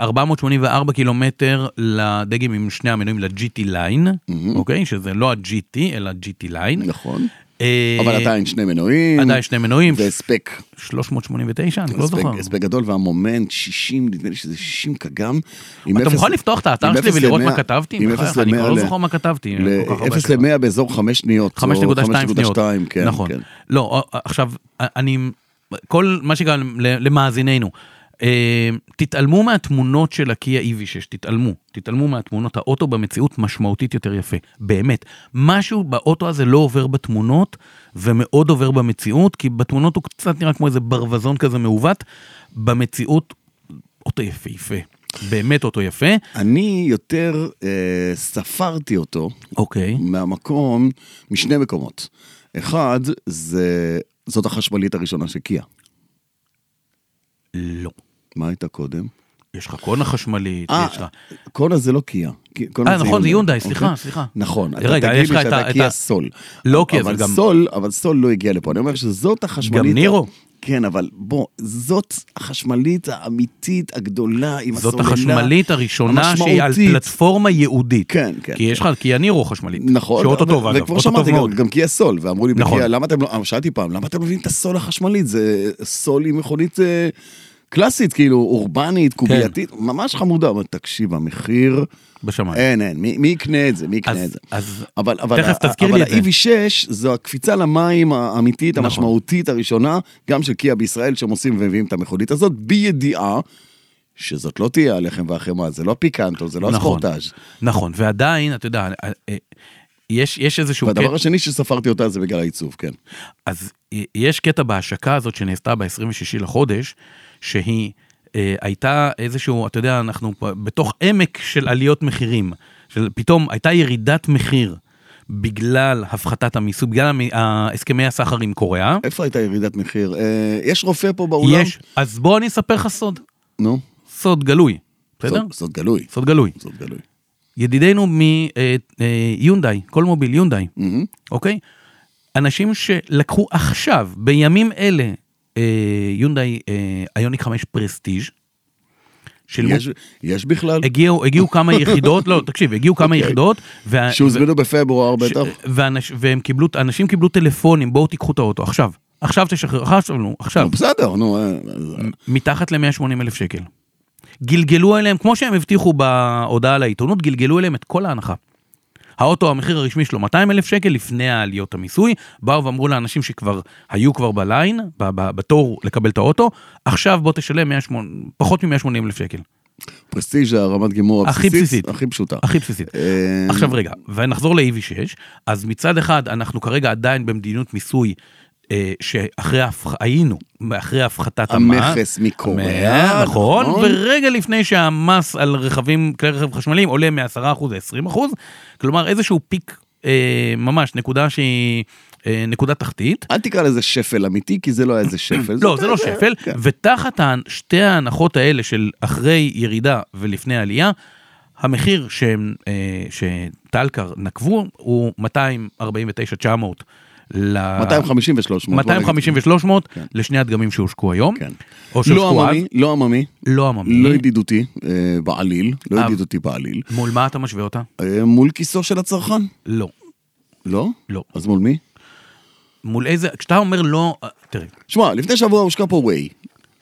Speaker 2: ו-484 קילומטר לדגם עם שני המנועים ל-GT line, אוקיי? שזה לא ה-GT, אלא GT line.
Speaker 1: נכון.
Speaker 2: אה,
Speaker 1: אבל עדיין שני מנועים.
Speaker 2: עדיין שני מנועים.
Speaker 1: זה הספק.
Speaker 2: 389, אני לא
Speaker 1: הספק-
Speaker 2: זוכר.
Speaker 1: הספק גדול והמומנט 60, נדמה לי שזה 60 קגם. עם
Speaker 2: אתה
Speaker 1: אפס-
Speaker 2: מוכן לפתוח את האתר
Speaker 1: עם
Speaker 2: שלי
Speaker 1: אפס
Speaker 2: ולראות
Speaker 1: ל-
Speaker 2: מה כתבתי?
Speaker 1: עם
Speaker 2: בחייך,
Speaker 1: אפס
Speaker 2: אני
Speaker 1: ל-
Speaker 2: כבר לא
Speaker 1: ל-
Speaker 2: זוכר מה כתבתי.
Speaker 1: ל-
Speaker 2: כל כך הרבה
Speaker 1: אפס
Speaker 2: שנים.
Speaker 1: ל-100 באזור 5 שניות. או
Speaker 2: 5.2 שניות.
Speaker 1: 5.2, כן.
Speaker 2: נכון.
Speaker 1: כן.
Speaker 2: לא, עכשיו, אני, כל מה שגם ל- למאזיננו, אה, תתעלמו מהתמונות של הקיה EV6, תתעלמו, תתעלמו מהתמונות, האוטו במציאות משמעותית יותר יפה, באמת. משהו באוטו הזה לא עובר בתמונות, ומאוד עובר במציאות, כי בתמונות הוא קצת נראה כמו איזה ברווזון כזה מעוות, במציאות אוטו יפהפה, באמת אוטו יפה.
Speaker 1: אני יותר אה, ספרתי אותו
Speaker 2: אוקיי.
Speaker 1: מהמקום, משני מקומות. אחד, זה, זאת החשמלית הראשונה שקיעה.
Speaker 2: לא.
Speaker 1: מה הייתה קודם?
Speaker 2: יש לך קונה חשמלית,
Speaker 1: אה,
Speaker 2: יש לך...
Speaker 1: קונה זה לא קיה. קונה
Speaker 2: אה, נכון, זה יונדאי, סליחה,
Speaker 1: אוקיי?
Speaker 2: סליחה.
Speaker 1: נכון, אתה
Speaker 2: רגע,
Speaker 1: תגיד
Speaker 2: יש לך
Speaker 1: לי
Speaker 2: את ה-
Speaker 1: שאתה
Speaker 2: את ה-
Speaker 1: קיה סול.
Speaker 2: לא קיה,
Speaker 1: אבל
Speaker 2: זה גם-
Speaker 1: סול, אבל סול לא הגיע לפה. אני אומר שזאת החשמלית...
Speaker 2: גם נירו?
Speaker 1: כן, אבל בוא, זאת החשמלית האמיתית הגדולה עם
Speaker 2: זאת
Speaker 1: הסוללה.
Speaker 2: החשמלית הראשונה שהיא על
Speaker 1: המשמעותית.
Speaker 2: פלטפורמה ייעודית.
Speaker 1: כן, כן.
Speaker 2: כי יש לך, כי הנירו חשמלית.
Speaker 1: נכון,
Speaker 2: שאוטו
Speaker 1: ו-
Speaker 2: טוב, אגב,
Speaker 1: וכמו
Speaker 2: אוטו טוב
Speaker 1: שאמרתי, גם,
Speaker 2: מאוד.
Speaker 1: גם קיה סול, ואמרו לי
Speaker 2: נכון.
Speaker 1: בקיה, למה אתם לא, שאלתי פעם, למה אתם לא מביאים את הסול החשמלית? זה סול עם מכונית אה, קלאסית, כאילו,
Speaker 2: כן.
Speaker 1: אורבנית, קובייתית, ממש חמודה. אבל תקשיב, המחיר...
Speaker 2: בשמיים.
Speaker 1: אין, אין, מי, מי יקנה את זה? מי יקנה
Speaker 2: אז-
Speaker 1: את זה?
Speaker 2: אז
Speaker 1: אבל, אבל,
Speaker 2: תכף תזכיר לי את זה.
Speaker 1: אבל ה-EV6 זו הקפיצה למים האמיתית,
Speaker 2: נכון.
Speaker 1: המשמעותית הראשונה, גם של קיה בישראל, שהם עושים ומביאים את המכונית הזאת, בידיעה שזאת לא תהיה הלחם והחמאה, זה לא הפיקנטו, זה לא
Speaker 2: נכון.
Speaker 1: הספורטאג'.
Speaker 2: נכון, ועדיין, אתה יודע, אה, אה, יש יש איזשהו...
Speaker 1: והדבר
Speaker 2: קט-
Speaker 1: השני שספרתי אותה זה בגלל העיצוב, כן.
Speaker 2: אז יש קטע בהשקה הזאת שנעשתה ב-26 לחודש, שהיא אה, הייתה איזשהו, אתה יודע, אנחנו פה בתוך עמק של עליות מחירים, של פתאום הייתה ירידת מחיר בגלל הפחתת המיסוי, בגלל המ- הסכמי הסחר עם קוריאה.
Speaker 1: איפה הייתה ירידת מחיר? אה, יש רופא פה באולם?
Speaker 2: יש, אז בוא אני אספר לך סוד,
Speaker 1: נו,
Speaker 2: סוד גלוי, בסדר?
Speaker 1: זאת, זאת גלוי.
Speaker 2: סוד גלוי.
Speaker 1: זאת גלוי.
Speaker 2: ידידינו מיונדאי, כל מוביל אה, יונדאי, אוקיי? אנשים שלקחו עכשיו, בימים אלה, אה, יונדאי אה, איוניק 5 פרסטיג', שילמו,
Speaker 1: יש, יש בכלל?
Speaker 2: הגיעו, הגיעו כמה יחידות, לא, תקשיב, הגיעו כמה יחידות, וה-
Speaker 1: שהוזמנו בפברואר אוקיי. בטח?
Speaker 2: אה, ש- ואנש- והם קיבלו, אנשים קיבלו טלפונים, בואו תיקחו את האוטו, עכשיו, עכשיו תשחררו, עכשיו, נו, עכשיו,
Speaker 1: נו, בסדר, נו. אה, אה,
Speaker 2: מתחת ל-180 אלף שקל. גלגלו אליהם, כמו שהם הבטיחו בהודעה לעיתונות, גלגלו אליהם את כל ההנחה. האוטו, המחיר הרשמי שלו 200 אלף שקל לפני העליות המיסוי, באו ואמרו לאנשים שכבר היו כבר בליין, ב- ב- בתור לקבל את האוטו, עכשיו בוא תשלם 180, פחות מ-180 אלף שקל,
Speaker 1: פרסטיג' הרמת גימור
Speaker 2: הכי
Speaker 1: הבסיסית.
Speaker 2: בסיסית.
Speaker 1: הכי פשוטה.
Speaker 2: הכי בסיסית.
Speaker 1: אה,
Speaker 2: עכשיו רגע, ונחזור ל-EV6, אז מצד אחד אנחנו כרגע עדיין במדיניות מיסוי אה, שאחרי, ההפח- היינו, אחרי הפחתת המס.
Speaker 1: המכס מקוריאה,
Speaker 2: מאה, נכון,
Speaker 1: נכון.
Speaker 2: ורגע לפני שהמס על רכבים, כלי רכב חשמליים עולה מ-10% ל-20%, כלומר איזשהו פיק אה, ממש, נקודה שהיא אה, נקודה תחתית.
Speaker 1: אל תקרא לזה שפל אמיתי, כי זה לא היה איזה שפל.
Speaker 2: לא, זה לא שפל,
Speaker 1: כן.
Speaker 2: ותחת ה- שתי ההנחות האלה של אחרי ירידה ולפני עלייה, המחיר שהם, אה, שטלקר נקבו הוא 249,900.
Speaker 1: אה,
Speaker 2: ל-
Speaker 1: 250 ו-300.
Speaker 2: 250 ו-300 לשני הדגמים שהושקו היום,
Speaker 1: כן.
Speaker 2: או
Speaker 1: לא
Speaker 2: שהושקו אז,
Speaker 1: עממי, לא עממי,
Speaker 2: לא עממי,
Speaker 1: לא ידידותי אה, בעליל, לא
Speaker 2: אה.
Speaker 1: ידידותי בעליל.
Speaker 2: מול מה אתה משווה אותה?
Speaker 1: אה, מול כיסו של הצרכן,
Speaker 2: לא,
Speaker 1: לא?
Speaker 2: לא.
Speaker 1: אז מול מי?
Speaker 2: מול איזה, כשאתה אומר לא, אה, תראה,
Speaker 1: שמע, לפני שבוע הושקע פה ווי.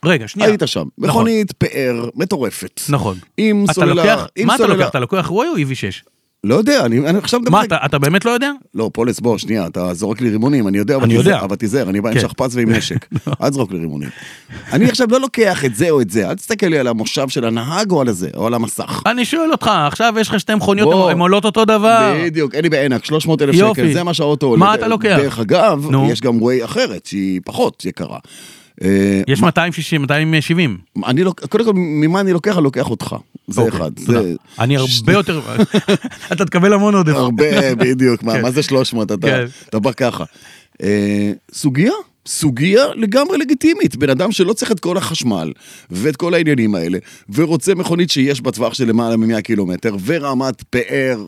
Speaker 2: רגע, שנייה.
Speaker 1: היית שם.
Speaker 2: נכון.
Speaker 1: מכונית פאר, מטורפת.
Speaker 2: נכון.
Speaker 1: עם
Speaker 2: אתה
Speaker 1: סוללה...
Speaker 2: לוקח,
Speaker 1: עם
Speaker 2: מה אתה
Speaker 1: סוללה-
Speaker 2: לוקח? אתה לוקח וואי או EV6?
Speaker 1: לא יודע, אני אני עכשיו מדבר...
Speaker 2: מה, אתה- אתה באמת לא יודע?
Speaker 1: לא, פולס, בוא, שנייה, אתה זורק לי רימונים, אני יודע, אבל
Speaker 2: אני
Speaker 1: תיזהר,
Speaker 2: יודע.
Speaker 1: אבל תיזהר, אני בא עם
Speaker 2: כן. נכון.
Speaker 1: שכפ"ץ ועם נשק. אל תזרוק לי רימונים. אני עכשיו לא לוקח את זה או את זה, אל תסתכל לי על המושב של הנהג או על הזה, או על המסך.
Speaker 2: אני שואל אותך, עכשיו יש לך שתי מכוניות,
Speaker 1: בוא.
Speaker 2: הן עולות אותו דבר.
Speaker 1: בדיוק, אין לי בעינק, 300 אלף
Speaker 2: אה. יופי.
Speaker 1: שקל, זה מה שהאוטו עולה.
Speaker 2: מה אתה לוקח?
Speaker 1: דרך אגב,
Speaker 2: נו.
Speaker 1: יש גם ווי אחרת, שהיא פחות יקרה. אה,
Speaker 2: יש 260, 270.
Speaker 1: אני לוק- קודם כל, ממה אני לוקח? אני לוקח אותך. זה
Speaker 2: אוקיי,
Speaker 1: אחד.
Speaker 2: תודה.
Speaker 1: זה-
Speaker 2: אני הרבה יותר... אתה תקבל המון עודף.
Speaker 1: הרבה, בדיוק, מה,
Speaker 2: כן.
Speaker 1: מה זה 300? אתה,
Speaker 2: כן.
Speaker 1: אתה בא ככה. אה, סוגיה, סוגיה לגמרי לגיטימית. בן אדם שלא צריך את כל החשמל ואת כל העניינים האלה, ורוצה מכונית שיש בה טווח של למעלה מ-100 קילומטר, ורמת פאר.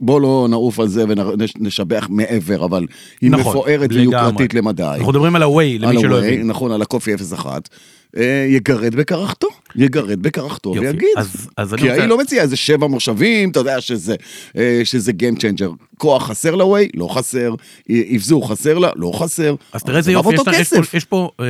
Speaker 1: בוא לא נעוף על זה ונשבח מעבר, אבל היא
Speaker 2: נכון,
Speaker 1: מפוארת
Speaker 2: לגמרי.
Speaker 1: ויוקרתית למדי.
Speaker 2: אנחנו מדברים על ה-way, למי
Speaker 1: על
Speaker 2: שלא
Speaker 1: ה-Way,
Speaker 2: הבין.
Speaker 1: נכון, על הקופי 01. אה, יגרד בקרחתו, יגרד בקרחתו
Speaker 2: יופי,
Speaker 1: ויגיד.
Speaker 2: אז- אז אני
Speaker 1: כי
Speaker 2: רוצה-
Speaker 1: ההיא לא מציעה איזה שבע מושבים, אתה יודע שזה, אה, שזה Game Changer. כוח חסר ל-Way? לא חסר. אי- אבזור חסר לה? לא חסר.
Speaker 2: אז
Speaker 1: אבל
Speaker 2: תראה איזה
Speaker 1: סבב
Speaker 2: יופי, יש
Speaker 1: אותו
Speaker 2: לך- יש פה-
Speaker 1: כסף.
Speaker 2: יש פה אה,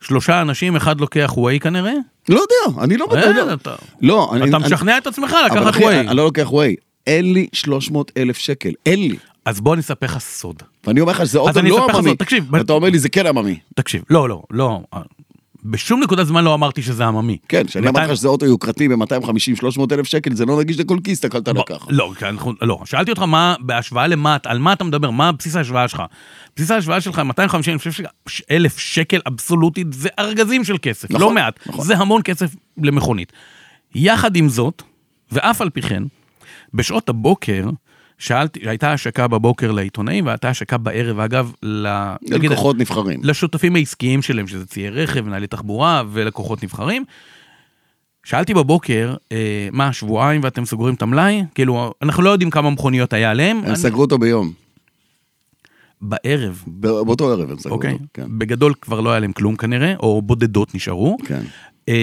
Speaker 2: שלושה אנשים, אחד לוקח way כנראה.
Speaker 1: לא יודע, אני לא...
Speaker 2: אה,
Speaker 1: אני לא-
Speaker 2: אתה-
Speaker 1: לא, אני...
Speaker 2: אתה
Speaker 1: אני-
Speaker 2: משכנע את עצמך
Speaker 1: אבל
Speaker 2: לקחת
Speaker 1: אחי,
Speaker 2: way.
Speaker 1: אני לא לוקח Way. אין לי 300 אלף שקל, אין לי.
Speaker 2: אז בוא אני אספר לך סוד.
Speaker 1: ואני אומר לך שזה אוטו
Speaker 2: אני
Speaker 1: לא
Speaker 2: אספר לך
Speaker 1: עממי.
Speaker 2: זאת, תקשיב,
Speaker 1: אתה אומר לי זה כן עממי.
Speaker 2: תקשיב, לא, לא, לא. בשום נקודת זמן לא אמרתי שזה עממי.
Speaker 1: כן, כשאני אמרתי לך שזה אוטו יוקרתי ב-250-300 אלף שקל, זה לא נגיש לכל כיס, תקלת לקחת.
Speaker 2: לא, כי אנחנו, לא, שאלתי אותך מה, בהשוואה למה, על מה אתה מדבר, מה בסיס ההשוואה שלך. בסיס ההשוואה שלך, 250 אלף שקל, אלף שקל אבסולוטית, זה ארגזים של כסף,
Speaker 1: נכון,
Speaker 2: לא מעט.
Speaker 1: נכון.
Speaker 2: זה המון כסף למכונית. יחד עם זאת, ואף על פי כן, בשעות הבוקר, שאלתי, הייתה השקה בבוקר לעיתונאים, והייתה השקה בערב, אגב, ל... נגיד- לא,
Speaker 1: לקוחות נבחרים.
Speaker 2: לשותפים העסקיים שלהם, שזה ציי רכב, מנהלי תחבורה ולקוחות נבחרים. שאלתי בבוקר, אה, מה, שבועיים ואתם סוגרים את המלאי? כאילו, אנחנו לא יודעים כמה מכוניות היה עליהם.
Speaker 1: הם
Speaker 2: אני-
Speaker 1: סגרו אותו ביום.
Speaker 2: בערב,
Speaker 1: ב- באותו ערב הם סגרו
Speaker 2: אוקיי?
Speaker 1: אותו. כן.
Speaker 2: בגדול כבר לא היה להם כלום כנראה, או בודדות נשארו.
Speaker 1: כן.
Speaker 2: אה,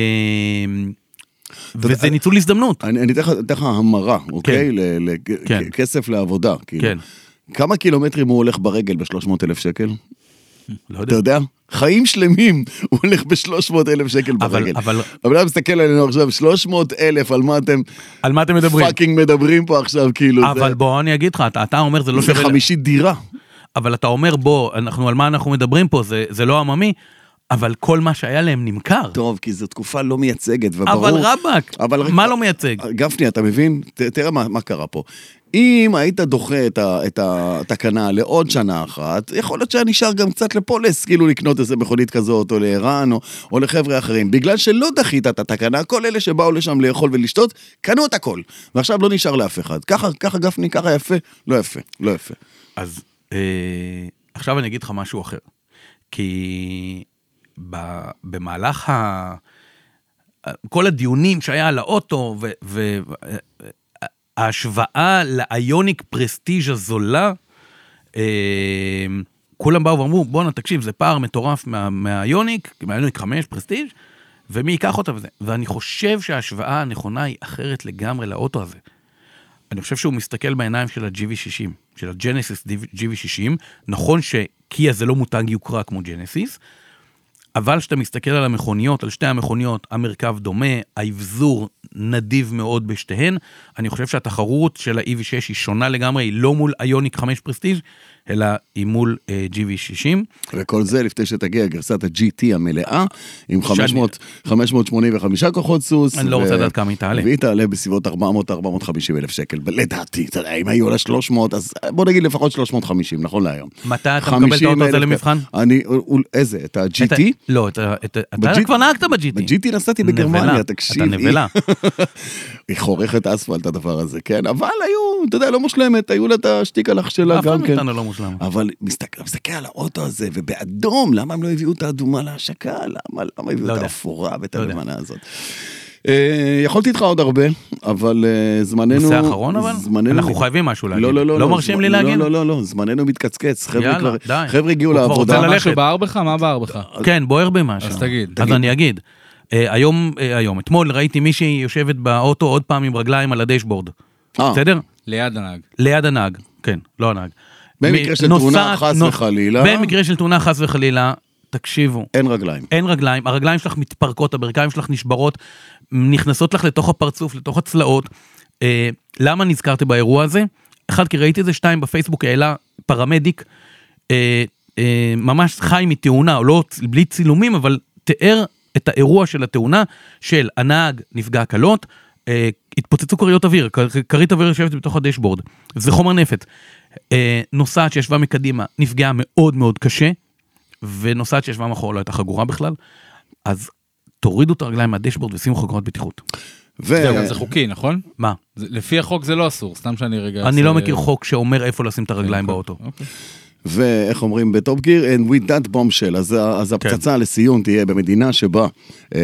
Speaker 1: יודע,
Speaker 2: וזה ניצול הזדמנות.
Speaker 1: אני אני אתן לך- אתן לך המרה, אוקיי? ל- ל-
Speaker 2: כן.
Speaker 1: כ- כסף לעבודה. כאילו.
Speaker 2: כן.
Speaker 1: כמה קילומטרים הוא הולך ברגל ב-300 אלף שקל?
Speaker 2: לא
Speaker 1: אתה
Speaker 2: יודע.
Speaker 1: יודע? חיים שלמים הוא הולך ב-300 אלף שקל
Speaker 2: אבל-
Speaker 1: ברגל.
Speaker 2: אבל-
Speaker 1: אבל אני מסתכל עלינו עכשיו, 300 אלף, על מה אתם
Speaker 2: על מה אתם מדברים?
Speaker 1: פאקינג מדברים פה עכשיו, כאילו. זה-
Speaker 2: אבל בוא אני אגיד לך, אתה, אתה אומר זה לא
Speaker 1: זה
Speaker 2: שווה... ל-
Speaker 1: חמישית דירה.
Speaker 2: אבל אתה אומר בוא, אנחנו על מה אנחנו מדברים פה, זה, זה לא עממי, אבל כל מה שהיה להם נמכר.
Speaker 1: טוב, כי זו תקופה לא מייצגת, וברור...
Speaker 2: אבל רבאק,
Speaker 1: אבל-
Speaker 2: מה לא מייצג?
Speaker 1: גפני, אתה מבין? ת, תראה מה, מה קרה פה. אם היית דוחה את, ה, את התקנה לעוד שנה אחת, יכול להיות שהיה נשאר גם קצת לפולס, כאילו לקנות איזה מכונית כזאת, או לערן, או, או לחבר'ה אחרים. בגלל שלא דחית את התקנה, כל אלה שבאו לשם לאכול ולשתות, קנו את הכל. ועכשיו לא נשאר לאף אחד. ככה, ככה גפני, ככה יפה, לא יפה, לא יפה.
Speaker 2: אז אה, עכשיו אני אגיד לך משהו אחר. כי ב, במהלך ה... כל הדיונים שהיה על האוטו, וההשוואה לאיוניק פרסטיג' הזולה, אה, כולם באו ואמרו, בואנה, תקשיב, זה פער מטורף מה- מהיוניק, מהיוניק 5 פרסטיג', ומי ייקח אותה וזה. ואני חושב שההשוואה הנכונה היא אחרת לגמרי לאוטו הזה. אני חושב שהוא מסתכל בעיניים של ה-GV60, של הג'נסיס GV60. נכון שקיה זה לא מותג יוקרה כמו ג'נסיס, אבל כשאתה מסתכל על המכוניות, על שתי המכוניות, המרכב דומה, האבזור נדיב מאוד בשתיהן. אני חושב שהתחרות של ה-EV6 היא שונה לגמרי, היא לא מול איוניק 5 פרסטיג', אלא היא מול אה, GV60.
Speaker 1: וכל זה לפני שתגיע גרסת ה-GT המלאה, עם 500, 585 כוחות סוס.
Speaker 2: אני לא רוצה לדעת כמה היא תעלה.
Speaker 1: והיא תעלה בסביבות 400-450 אלף שקל, ב- לדעתי, אתה יודע, אם היו לה 300, אז בוא נגיד לפחות 350, נכון להיום.
Speaker 2: מתי אתה מקבל את
Speaker 1: 50,000
Speaker 2: האוטו הזה
Speaker 1: כ-
Speaker 2: למבחן?
Speaker 1: אני, אול- איזה, את
Speaker 2: את ה-
Speaker 1: ה-GT?
Speaker 2: לא, את ה- את ה- אתה
Speaker 1: ב-GT
Speaker 2: כבר נהגת ב-GT.
Speaker 1: ב-GT נסעתי בגרמניה,
Speaker 2: נבלה,
Speaker 1: תקשיב.
Speaker 2: אתה
Speaker 1: היא-
Speaker 2: נבלה.
Speaker 1: היא חורכת אספלט הדבר הזה, כן, אבל היו, אתה יודע, לא מושלמת, היו לה את השטיקלך שלה
Speaker 2: אף אחד
Speaker 1: גם כן.
Speaker 2: מאיתנו לא מושלם.
Speaker 1: אבל מסתכל, מסתכל על האוטו הזה, ובאדום, למה הם לא הביאו את האדומה להשקה? למה, למה הביאו
Speaker 2: לא
Speaker 1: את
Speaker 2: יודע.
Speaker 1: האפורה ואת
Speaker 2: לא יודע.
Speaker 1: הלבנה הזאת? אה, יכולתי איתך עוד הרבה, אבל אה, זמננו...
Speaker 2: נושא אחרון אבל?
Speaker 1: זמננו...
Speaker 2: אנחנו חייבים משהו להגיד.
Speaker 1: לא, לא, לא.
Speaker 2: לא מרשים לי
Speaker 1: זמנ-
Speaker 2: להגיד?
Speaker 1: לא, לא, לא, לא, זמננו מתקצקץ. חבר'ה
Speaker 2: יאללה,
Speaker 1: כבר...
Speaker 2: די.
Speaker 1: חבר'ה הגיעו
Speaker 2: הוא כבר
Speaker 1: לעבודה.
Speaker 2: רוצה
Speaker 3: אתה
Speaker 2: ללכת.
Speaker 3: משהו בער בך? מה בער
Speaker 1: אה.
Speaker 3: בך?
Speaker 2: כן, בוער במשהו.
Speaker 3: אז תגיד.
Speaker 2: אז
Speaker 3: תגיד.
Speaker 2: אני אגיד. אה, היום, אה, היום, אתמול ראיתי מישהי יושבת באוטו עוד פעם עם רגליים על הדשבורד.
Speaker 1: אה,
Speaker 2: בסדר?
Speaker 3: ליד הנהג.
Speaker 2: ליד הנהג. כן, לא הנהג.
Speaker 1: במקרה
Speaker 2: מ-
Speaker 1: של
Speaker 2: נוסעת-
Speaker 1: תאונה, חס
Speaker 2: נו-
Speaker 1: וחלילה.
Speaker 2: במקרה של תאונה חס וחלילה, תקשיבו,
Speaker 1: אין רגליים.
Speaker 2: אין רגליים, הרגליים שלך מתפרקות, הברכיים שלך נשברות, נכנסות לך לתוך הפרצוף, לתוך הצלעות. אה, למה נזכרתי באירוע הזה? אחד, כי ראיתי את זה, שתיים, בפייסבוק העלה פרמדיק, אה, אה, ממש חי מתאונה, לא צ- בלי צילומים, אבל תיאר את האירוע של התאונה, של הנהג נפגע קלות, אה, התפוצצו כריות אוויר, כ- כרית אוויר יושבת בתוך הדשבורד, זה חומר נפץ. אה, נוסעת שישבה מקדימה נפגעה מאוד מאוד קשה, ונוסעת שישבה מאחור לא הייתה חגורה בכלל, אז תורידו את הרגליים מהדשבורד ושימו חגורת בטיחות.
Speaker 1: ו...
Speaker 3: זהו, גם זה חוקי, נכון?
Speaker 2: מה?
Speaker 3: זה- לפי החוק זה לא אסור, סתם שאני רגע...
Speaker 2: אני
Speaker 3: אעשה-
Speaker 2: לא מכיר חוק שאומר איפה לשים את הרגליים באוטו.
Speaker 3: אוקיי.
Speaker 1: ואיך אומרים בטופ גיר, and with that bombshell, אז, ה- אז הפצצה לסיום תהיה במדינה שבה אה,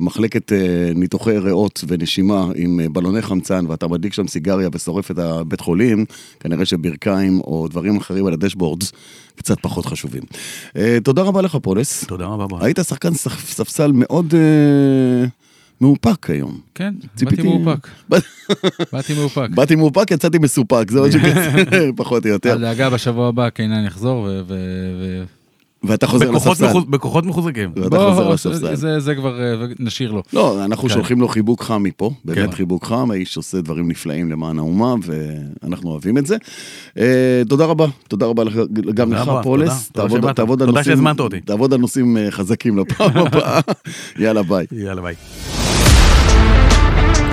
Speaker 1: מחלקת אה, ניתוחי ריאות ונשימה עם אה, בלוני חמצן, ואתה מדליק שם סיגריה ושורף את הבית חולים, כנראה שברכיים או דברים אחרים על הדשבורדס קצת פחות חשובים. אה, תודה רבה לך פולס,
Speaker 2: תודה רבה. בועז.
Speaker 1: היית שחקן ספ- ספסל מאוד אה, מאופק היום.
Speaker 3: כן,
Speaker 1: ציפיתי-
Speaker 3: באתי מאופק, באתי מאופק.
Speaker 1: באתי מאופק, יצאתי מסופק, זה מה שקצר, פחות או יותר.
Speaker 3: אל דאגה, בשבוע הבא קינן יחזור ו... ו-
Speaker 1: ואתה חוזר
Speaker 2: בכוחות
Speaker 1: לספסל.
Speaker 2: מחוז- בכוחות מחוזקים.
Speaker 1: ואתה
Speaker 3: ו-
Speaker 1: חוזר
Speaker 3: בוא,
Speaker 1: לספסל.
Speaker 3: זה- זה כבר אה, נשאיר לו.
Speaker 1: לא, אנחנו
Speaker 3: כן.
Speaker 1: שולחים לו חיבוק חם מפה, באמת
Speaker 3: כן.
Speaker 1: חיבוק חם, האיש עושה דברים נפלאים למען האומה, ואנחנו אוהבים את זה. אה, תודה רבה, תודה רבה לך- גם
Speaker 2: תודה
Speaker 1: לך
Speaker 2: רבה,
Speaker 1: פולס,
Speaker 2: תודה, תודה
Speaker 1: תעבוד-
Speaker 2: שבאת.
Speaker 1: תעבוד על
Speaker 2: תודה
Speaker 1: נושאים-
Speaker 2: שהזמנת אותי.
Speaker 1: תעבוד על נושאים אה, חזקים לפעם הבאה, יאללה ביי.
Speaker 2: יאללה ביי.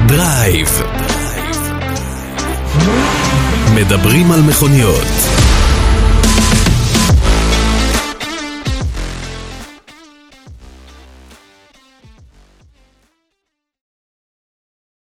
Speaker 4: דרייב. מדברים על מכוניות.